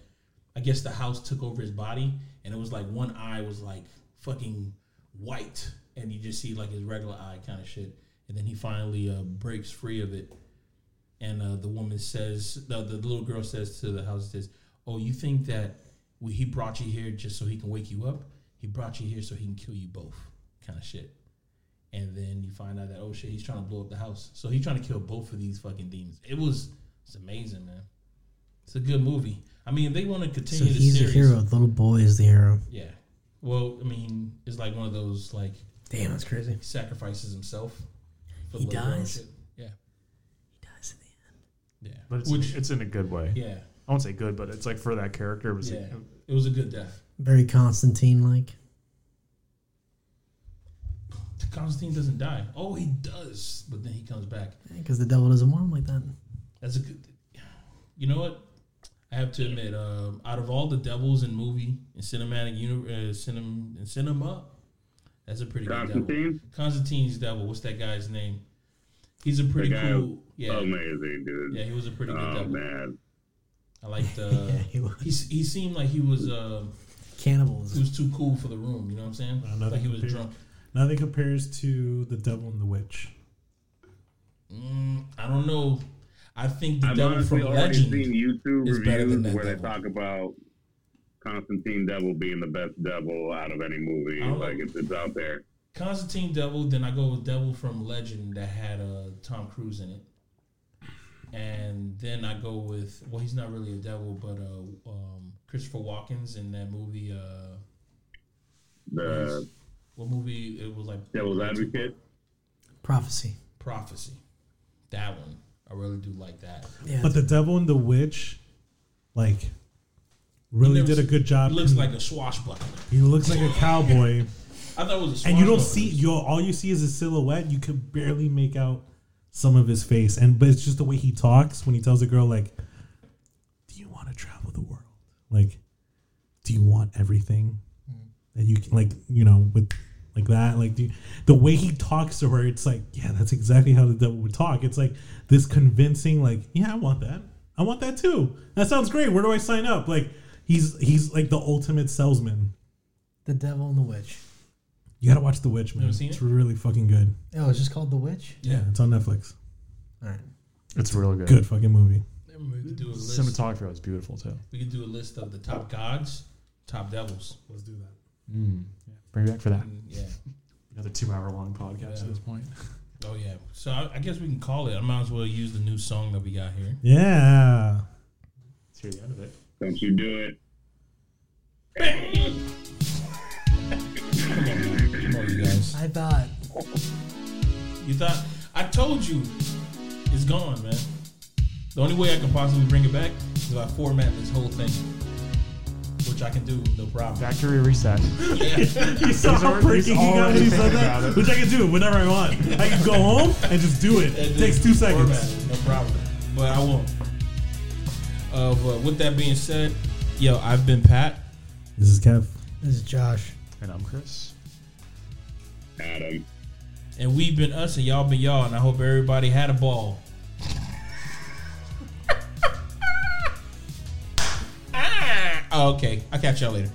I guess the house took over his body, and it was like one eye was like fucking white, and you just see like his regular eye kind of shit, and then he finally uh, breaks free of it, and uh, the woman says, the, the little girl says to the house, says, "Oh, you think that we, he brought you here just so he can wake you up? He brought you here so he can kill you both, kind of shit." And then you find out that oh shit, he's trying to blow up the house, so he's trying to kill both of these fucking demons. It was it's amazing, man. It's a good movie. I mean, if they want to So continue the he's the series. hero. The little boy is the hero. Yeah. Well, I mean, it's like one of those like Damn, that's crazy. he sacrifices himself. For He the little girl and dies? shit. Yeah. Yeah. But it's, Which it's in a good way. yeah, I won't say good, but it's like for that character it was yeah. It was a good death. Very Constantine like. Constantine doesn't die. Oh, he does, but then he comes back. Because the devil doesn't want him like that. That's a good. You know what? I have to admit, um, out of all the devils in movie in cinematic uni- uh, cinem- in cinema, that's a pretty good devil. Constantine, Constantine's devil. What's that guy's name? He's a pretty The guy- cool. Yeah, amazing dude. yeah. He was a pretty good oh devil. man, I liked. Uh, yeah, he was. he s- he seemed like he was uh, he Cannibals. was too cool for the room. You know what I'm saying? Uh, nothing Like he was compared- drunk. Nothing compares to the devil and the witch. Mm, I don't know. I think the I've devil honestly from already Legend. seen YouTube is better than reviews that where they devil. talk about Constantine Devil being the best devil out of any movie. I don't Like know. it's, it's out there. Constantine Devil. Then I go with Devil from Legend that had uh, Tom Cruise in it. And then I go with well, he's not really a devil, but uh, um, Christopher Walken's in that movie. Uh, The what movie? It was like Devil's Advocate. Prophecy. Prophecy. That one, I really do like that. Yeah, But the devil and the witch, like, really never did a s- good job. It looks con- like a swashbuckler. he looks like a cowboy, I thought it was a and swashbuckler. you don't see you. All you see is his silhouette. You could barely make out some of his face, and but it's just the way he talks when he tells a girl like, "Do you want to travel the world? Like, do you want everything Mm. that you can, like? You know, with like that, like do you, the way he talks to her, it's like, yeah, that's exactly how the devil would talk. It's like this convincing, like, yeah, I want that. I want that too. That sounds great. Where do I sign up? Like, he's he's like the ultimate salesman. the Devil and the Witch. You gotta watch The Witch, man. Never seen it's it? really fucking good. Oh, it's just called The Witch. Yeah. it's on Netflix. All right. It's really good. Good fucking movie. Maybe We could do a list. Cinematography was beautiful too. We could do a list of the top gods, top devils. Let's do that. Mm. Bring me back for that. And, yeah. Another two-hour-long podcast Yeah. at this point. Oh yeah. So I, I guess we can call it. I might as well use the new song that we got here. Yeah. It's here the end of it. Don't you do it. Come on, you guys. I thought You thought I told you it's gone, man. The only way I can possibly bring it back is if I format this whole thing, which I can do no problem. Factory reset. You saw how already- freaking he's he got when already he said thinking about that? it. Which I can do whenever I want. I can go home and just do it. And It then takes two format seconds. it, No problem. But I won't. Uh, but with that being said, yo, I've been Pat. This is Kev. this is Josh. and I'm Chris. Adam. and we've been us and y'all been y'all and i hope everybody had a ball Ah, okay i'll catch y'all later